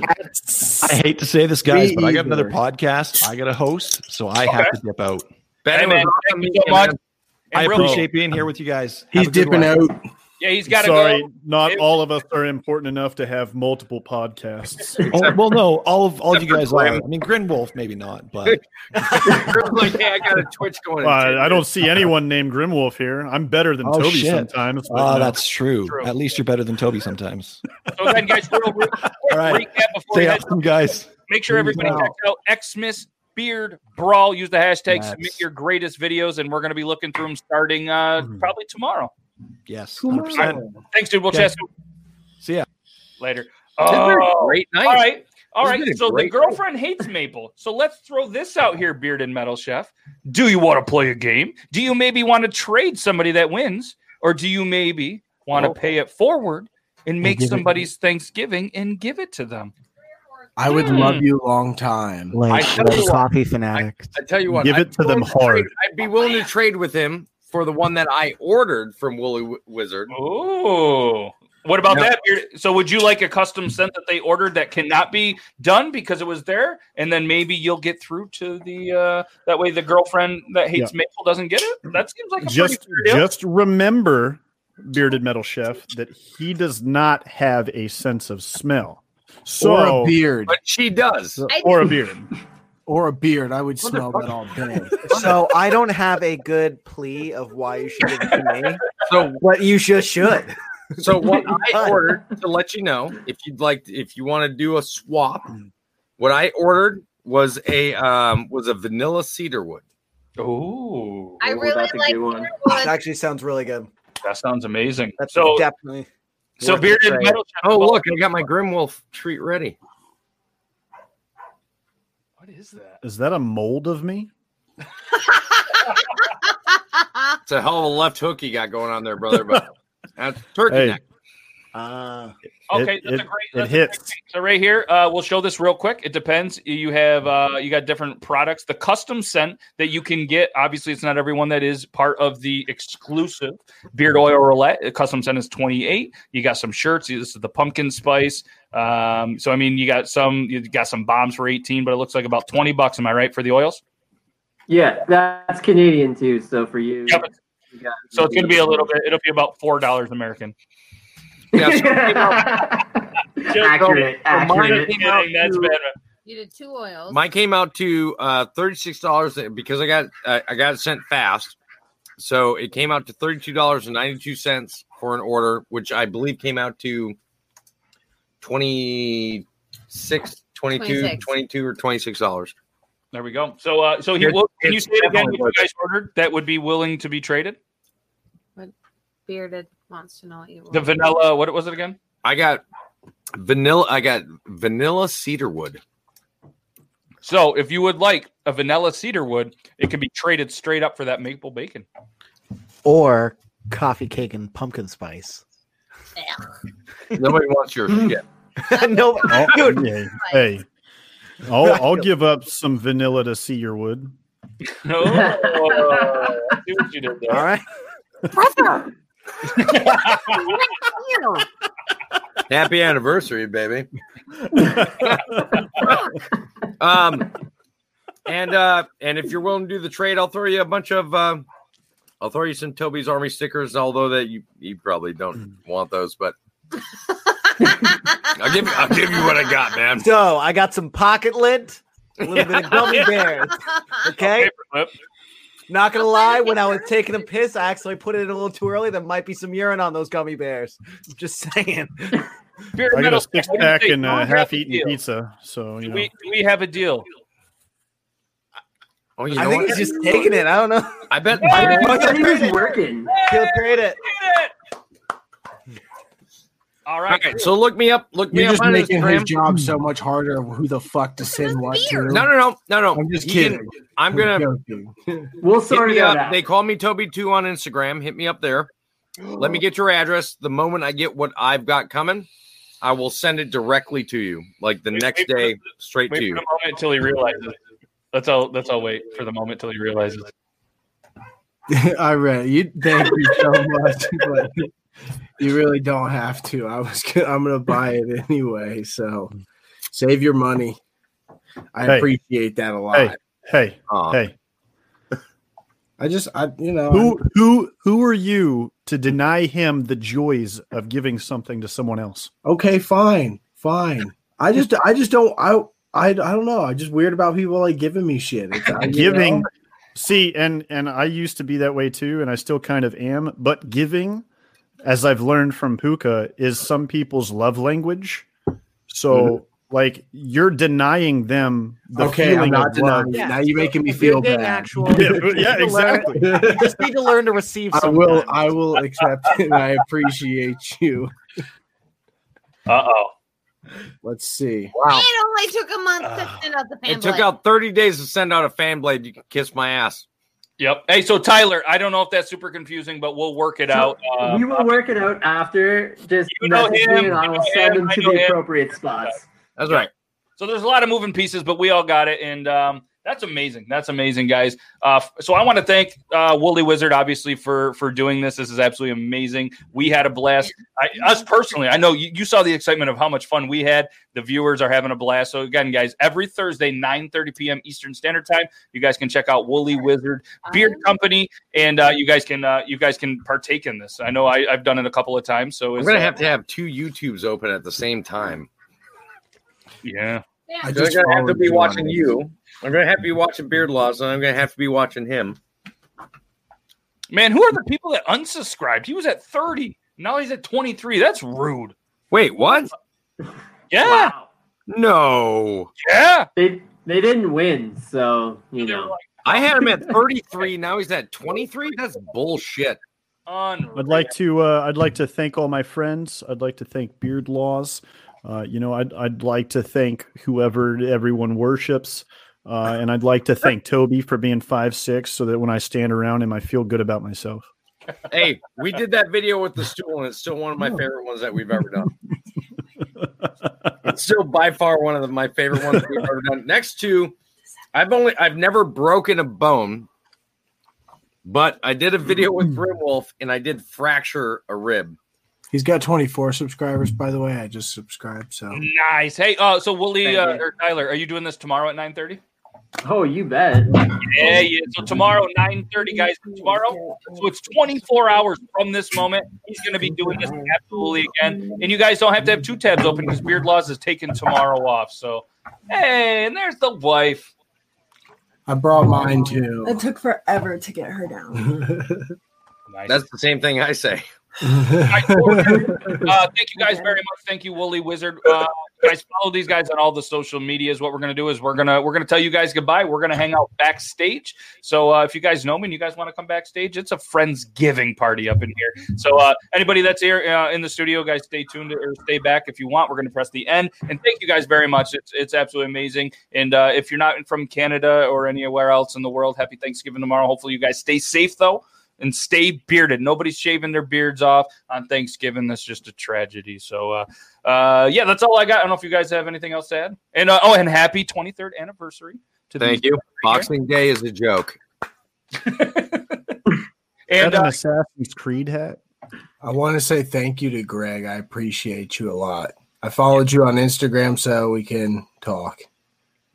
Speaker 3: hate to say this, guys,
Speaker 7: Me
Speaker 3: but I got another
Speaker 7: either.
Speaker 3: podcast. I got a host, so I have to dip out.
Speaker 6: Ben,
Speaker 1: Hey, man, thank you so much.
Speaker 3: I
Speaker 1: And real-
Speaker 3: appreciate being here with you guys.
Speaker 12: He's
Speaker 3: Have a good
Speaker 12: dipping
Speaker 3: one.
Speaker 12: out.
Speaker 1: Yeah, he's got to
Speaker 12: Sorry,
Speaker 1: go.
Speaker 12: not all of us are important enough to have multiple podcasts.
Speaker 3: Oh, well, no, all of all of you guys are. I mean, Grinwolf maybe not, but
Speaker 6: like, hey, I got a Twitch going. in
Speaker 12: Well, I-
Speaker 6: ten
Speaker 12: I don't
Speaker 6: minutes.
Speaker 12: see anyone named Grimwolf here. I'm better than
Speaker 3: oh
Speaker 12: Toby
Speaker 3: shit,
Speaker 12: sometimes. but
Speaker 3: Oh,
Speaker 12: no.
Speaker 3: that's true. At least you're better than Toby sometimes.
Speaker 1: So then, guys, real, real quick recap before
Speaker 3: Stay
Speaker 1: you guys
Speaker 3: awesome, guys.
Speaker 1: Make sure everybody
Speaker 3: Wow.
Speaker 1: checks out Xmas Beard Brawl. Use the hashtag.
Speaker 3: Yes.
Speaker 1: Submit your greatest videos, and we're going to be looking through them starting uh, probably tomorrow.
Speaker 3: Yes,
Speaker 1: All
Speaker 3: 100%.
Speaker 1: right. Thanks, dude. We'll
Speaker 3: Okay.
Speaker 1: chat soon.
Speaker 3: See ya.
Speaker 1: later.
Speaker 3: Isn't there a
Speaker 1: Oh,
Speaker 3: great night?
Speaker 1: All right. All
Speaker 3: Isn't
Speaker 1: right.
Speaker 3: it a
Speaker 1: So the
Speaker 3: great
Speaker 1: girlfriend hates maple. So let's throw this out here, Beard and Metal Chef. Do you want to play a game? Do you maybe want to trade somebody that wins? Or do you maybe want to pay it forward Oh. and make
Speaker 2: give it-
Speaker 1: somebody's Thanksgiving and give it to them?
Speaker 2: I would
Speaker 1: Hmm.
Speaker 2: love you a long time.
Speaker 13: Like
Speaker 6: I tell you what,
Speaker 13: coffee fanatic.
Speaker 6: I tell you what,
Speaker 13: Give
Speaker 6: I'd
Speaker 13: it to
Speaker 6: be
Speaker 13: them
Speaker 6: willing trade-
Speaker 13: hard.
Speaker 6: I'd be willing to trade with him for the one that I ordered from Woolly Wi- Wizard.
Speaker 1: Oh. What about
Speaker 6: No.
Speaker 1: that? Beard? So would you like a custom scent that they ordered that cannot be done because it was there? And then maybe you'll get through to the uh that way the girlfriend that hates
Speaker 12: Yeah.
Speaker 1: maple doesn't get it? That seems like a
Speaker 12: just
Speaker 1: pretty fair deal.
Speaker 12: just remember, bearded metal chef, that he does not have a sense of smell. So
Speaker 2: or a beard.
Speaker 6: But she does.
Speaker 12: Or a beard.
Speaker 2: Or a beard. I would smell that all day.
Speaker 7: So I don't have a good plea of why you should give it to me.
Speaker 6: So
Speaker 7: what you just should.
Speaker 6: So what I ordered to let you know, if you'd like, if you want to do a swap,
Speaker 12: Mm.
Speaker 6: what I ordered was a um was a vanilla cedarwood.
Speaker 1: Oh,
Speaker 9: I really like
Speaker 7: It actually sounds really good.
Speaker 1: That sounds amazing.
Speaker 7: That's
Speaker 1: So-
Speaker 7: definitely.
Speaker 1: so
Speaker 7: worth the
Speaker 1: bearded
Speaker 7: trade.
Speaker 1: metal-
Speaker 6: Oh look, I got my Grimwolf treat ready.
Speaker 12: Is that a mold of me?
Speaker 6: It's a hell of a left hook you got going on there, brother. But that's turkey
Speaker 12: Hey.
Speaker 6: neck.
Speaker 7: Uh,
Speaker 1: Okay,
Speaker 12: It-
Speaker 1: that's a
Speaker 12: it-
Speaker 1: great.
Speaker 12: it
Speaker 1: That's A great
Speaker 12: hits.
Speaker 1: thing. so right here, uh, we'll show this real quick. It depends. You have uh, you got different products. The custom scent that you can get. Obviously, it's not everyone that is part of the exclusive beard oil roulette. The custom scent is twenty eight. You got some shirts. This is the pumpkin spice. Um, so I mean, you got some. You got some bombs for eighteen, but it looks like about twenty bucks. Am I right for the oils?
Speaker 5: Yeah, that's Canadian too. So for you, you got-
Speaker 1: So it's going to be a little bit. It'll be about four dollars American.
Speaker 5: accurate,
Speaker 6: So mine
Speaker 5: accurate.
Speaker 6: came out
Speaker 1: That's
Speaker 6: to-
Speaker 1: better.
Speaker 9: You did two oils.
Speaker 6: Mine came out to uh, thirty six dollars because I got I I got it sent fast, so it came out to thirty two dollars and ninety two cents for an order, which I believe came out to 26 22
Speaker 1: 26.
Speaker 6: 22 or twenty six dollars.
Speaker 1: There we go. So, uh, so he
Speaker 6: It's-
Speaker 1: will. Can you
Speaker 6: it's
Speaker 1: say it again? What
Speaker 6: definitely
Speaker 1: you
Speaker 6: worth
Speaker 1: guys ordered that would be willing to be traded?
Speaker 9: Bearded wants to know what you want.
Speaker 1: The vanilla. What was it again?
Speaker 6: I got vanilla. I got vanilla cedarwood.
Speaker 1: So, if you would like a vanilla cedarwood, it can be traded straight up for that maple bacon.
Speaker 7: Or coffee cake and pumpkin spice.
Speaker 6: Nobody wants your
Speaker 1: Hmm.
Speaker 6: shit.
Speaker 7: no,
Speaker 12: Oh,
Speaker 7: dude.
Speaker 12: yeah. Hey, I'll, I'll give up some vanilla to see your wood.
Speaker 1: No, I see what you did there.
Speaker 7: All right.
Speaker 9: Brother!
Speaker 6: Happy anniversary, baby. um, and uh, and if you're willing to do the trade, I'll throw you a bunch of uh, I'll throw you some Toby's Army stickers. Although that you you probably don't
Speaker 2: Mm.
Speaker 6: want those, but I'll give I'll give you what I got, man.
Speaker 7: So I got some pocket lint, a little bit of gummy bears. Okay. Not gonna lie, when I was taking a piss, I actually put it in a little too early. There might be some urine on those gummy bears. I'm just saying.
Speaker 12: I got a six pack uh, and a half eaten pizza. So, you
Speaker 1: Do
Speaker 12: know,
Speaker 1: we, do we have a deal?
Speaker 6: Oh, you
Speaker 7: I
Speaker 6: know
Speaker 7: think
Speaker 6: what?
Speaker 7: he's just taking it. I don't know.
Speaker 6: I bet.
Speaker 7: I
Speaker 6: I bet-
Speaker 7: think he's
Speaker 5: working.
Speaker 7: He'll trade it.
Speaker 1: All
Speaker 6: right. So look me up. Look me
Speaker 2: You're
Speaker 6: up
Speaker 2: just
Speaker 6: on
Speaker 2: making his
Speaker 6: Instagram.
Speaker 2: job so much harder. of Who the fuck to send what to?
Speaker 6: No, no, no, no, no.
Speaker 2: I'm just
Speaker 6: You
Speaker 2: kidding.
Speaker 6: can- I'm gonna.
Speaker 5: We'll
Speaker 6: hit
Speaker 5: sort
Speaker 6: me
Speaker 5: it out.
Speaker 6: up. They call me Toby Two on Instagram. Hit me up there. Let me get your address. The moment I get what I've got coming, I will send it directly to you, like the next day, straight
Speaker 1: Wait
Speaker 6: to
Speaker 1: for the
Speaker 6: you.
Speaker 1: moment till he realizes. Let's all let's all wait for the moment till he realizes.
Speaker 2: I read you. Thank you so much, but you really don't have to. I was. Gonna, I'm gonna buy it anyway. So save your money. I
Speaker 12: Hey.
Speaker 2: appreciate that a lot. Um,
Speaker 12: Hey, hey, hey.
Speaker 2: I just, I you know,
Speaker 12: Who who who are you to deny him the joys of giving something to someone else?
Speaker 2: okay, fine, fine. I just, I just don't. I, I, I don't know. I'm just weird about people like giving me shit. It's, I- you
Speaker 12: giving
Speaker 2: know?
Speaker 12: see and and i used to be that way too and i still kind of am but giving as i've learned from puka is some people's love language so like you're denying them the
Speaker 2: Mm-hmm. Okay, I'm
Speaker 12: feeling
Speaker 2: not
Speaker 12: of love.
Speaker 2: denying it. Now you're making me feel
Speaker 7: Being
Speaker 2: bad.
Speaker 7: actual.
Speaker 12: Yeah,
Speaker 7: You
Speaker 12: yeah,
Speaker 7: need to learn- you just need to learn to receive.
Speaker 2: I
Speaker 7: something.
Speaker 2: will. I will accept it. and I appreciate you.
Speaker 1: Uh oh.
Speaker 2: Let's see.
Speaker 6: Wow.
Speaker 9: It only took a month to send out the
Speaker 6: It
Speaker 9: pamphlet.
Speaker 6: took out 30 days to send out a fan blade. You can kiss my ass.
Speaker 1: Yep. Hey, so Tyler, I don't know if that's super confusing, but we'll work it out. Uh,
Speaker 5: we will work it out after. Just
Speaker 1: You know
Speaker 5: message
Speaker 1: him,
Speaker 5: me and I
Speaker 1: you
Speaker 5: will
Speaker 1: know
Speaker 5: send
Speaker 1: him,
Speaker 5: them
Speaker 1: I
Speaker 5: to
Speaker 1: know
Speaker 5: the
Speaker 1: him.
Speaker 5: appropriate spots.
Speaker 6: That's right.
Speaker 1: So there's a lot of moving pieces, but we all got it, and um, that's amazing. That's amazing, guys. Uh, f- so I want to thank uh, Woolly Wizard obviously for for doing this. This is absolutely amazing. We had a blast. I, us personally, I know you, you saw the excitement of how much fun we had. The viewers are having a blast. So again, guys, every Thursday 9:30 p.m. Eastern Standard Time, you guys can check out Woolly Wizard Beard Company, and uh, you guys can uh, you guys can partake in this. I know I, I've done it a couple of times. So
Speaker 6: We're
Speaker 1: it's
Speaker 6: going to
Speaker 1: uh,
Speaker 6: have to have two YouTubes open at the same time.
Speaker 1: yeah.
Speaker 6: I am going to have to be watching you. I'm going to have to be watching Beard Laws, and I'm going to have to be watching him.
Speaker 1: Man, who are the people that unsubscribed? He was at 30. Now he's at 23. That's rude.
Speaker 6: Wait, what?
Speaker 1: Yeah.
Speaker 6: No.
Speaker 1: Yeah.
Speaker 5: They they didn't win, so you know.
Speaker 6: I had him at 33. Now he's at 23. That's bullshit.
Speaker 1: Unreal.
Speaker 12: I'd like to. Uh, I'd like to thank all my friends. I'd like to thank Beard Laws. Uh, you know, I'd I'd like to thank whoever everyone worships, uh, and I'd like to thank Toby for being five six, so that when I stand around him, I feel good about myself.
Speaker 6: Hey, we did that video with the stool, and it's still one of my favorite ones that we've ever done. It's still by far one of the- my favorite ones that we've ever done. Next to, I've only I've never broken a bone, but I did a video
Speaker 5: Mm.
Speaker 6: with Grimwolf, and I did fracture a rib.
Speaker 2: He's got 24 subscribers, by the way. I just subscribed, so
Speaker 1: Nice. Hey, uh, so Wooly
Speaker 2: Thank
Speaker 1: uh,
Speaker 2: you.
Speaker 1: or Tyler, are you doing this tomorrow at 9:30?
Speaker 5: Oh, you bet.
Speaker 1: Yeah, yeah. So tomorrow, 9:30, guys. Tomorrow. So it's 24 hours from this moment. He's going to be doing this absolutely again. And you guys don't have to have two tabs open because Beard Laws is taking tomorrow off. So, hey, and there's the wife.
Speaker 2: I brought mine too.
Speaker 14: It took forever to get her down.
Speaker 6: That's the same thing I say.
Speaker 1: uh, thank you guys very much. Thank you, Wooly Wizard. Uh, guys, follow these guys on all the social medias. What we're gonna do is we're gonna we're gonna tell you guys goodbye. We're gonna hang out backstage. So uh, if you guys know me and you guys want to come backstage, it's a friendsgiving party up in here. So uh, anybody that's here uh, in the studio, guys, stay tuned or stay back if you want. We're gonna press the end. And thank you guys very much. It's it's absolutely amazing. And uh, if you're not from Canada or anywhere else in the world, happy Thanksgiving tomorrow. Hopefully you guys stay safe though and stay bearded. Nobody's shaving their beards off on Thanksgiving. That's just a tragedy. So, uh, uh, yeah, that's all I got. I don't know if you guys have anything else to add. And uh, oh, and happy 23rd anniversary to these-
Speaker 6: Thank you. Boxing Day is a joke.
Speaker 1: And
Speaker 12: Got an
Speaker 2: uh,
Speaker 12: Assassin's Creed hat.
Speaker 2: I want to say thank you to Greg. I appreciate you a lot. I followed you on Instagram so we can talk.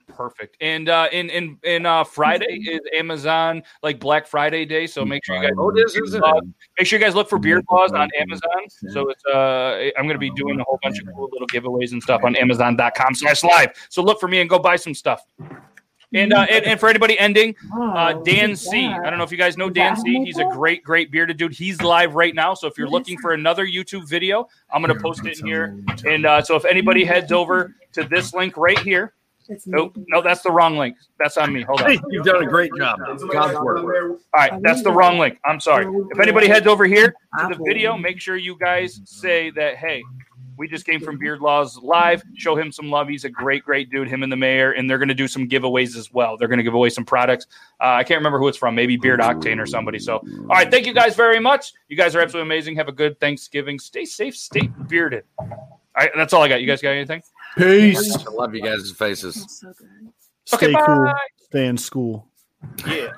Speaker 1: perfect. And uh, in in in uh, Friday is Amazon like Black Friday day, so make sure you guys
Speaker 6: Oh, it is, isn't
Speaker 1: uh,
Speaker 6: it?
Speaker 1: make sure you guys look for Beard Laws on Amazon. So it's uh, I'm going to be doing a whole bunch of cool little giveaways and stuff on Amazon.com/live. So look for me and go buy some stuff. And, uh, and and for anybody ending, uh, Dan C. I don't know if you guys know Dan C. He's a great, great bearded dude. He's live right now. So if you're looking for another YouTube video, I'm going to post it in here. And uh, so if anybody heads over to this link right here,
Speaker 14: It's
Speaker 1: Nope. No, that's the wrong link. That's on me. Hold on.
Speaker 6: You've done a great job. God's work.
Speaker 1: All right, that's the wrong link. I'm sorry. If anybody heads over here to the video, make sure you guys say that, hey, we just came from Beard Laws Live. Show him some love. He's a great, great dude, him and the mayor. And they're going to do some giveaways as well. They're going to give away some products. Uh, I can't remember who it's from, maybe Beard Octane or somebody. So, all right, thank you guys very much. You guys are absolutely amazing. Have a good Thanksgiving. Stay safe, stay bearded. All right, that's all I got. You guys got anything?
Speaker 2: Peace.
Speaker 6: I love you guys' faces.
Speaker 12: Stay cool. Stay in school.
Speaker 1: Yeah.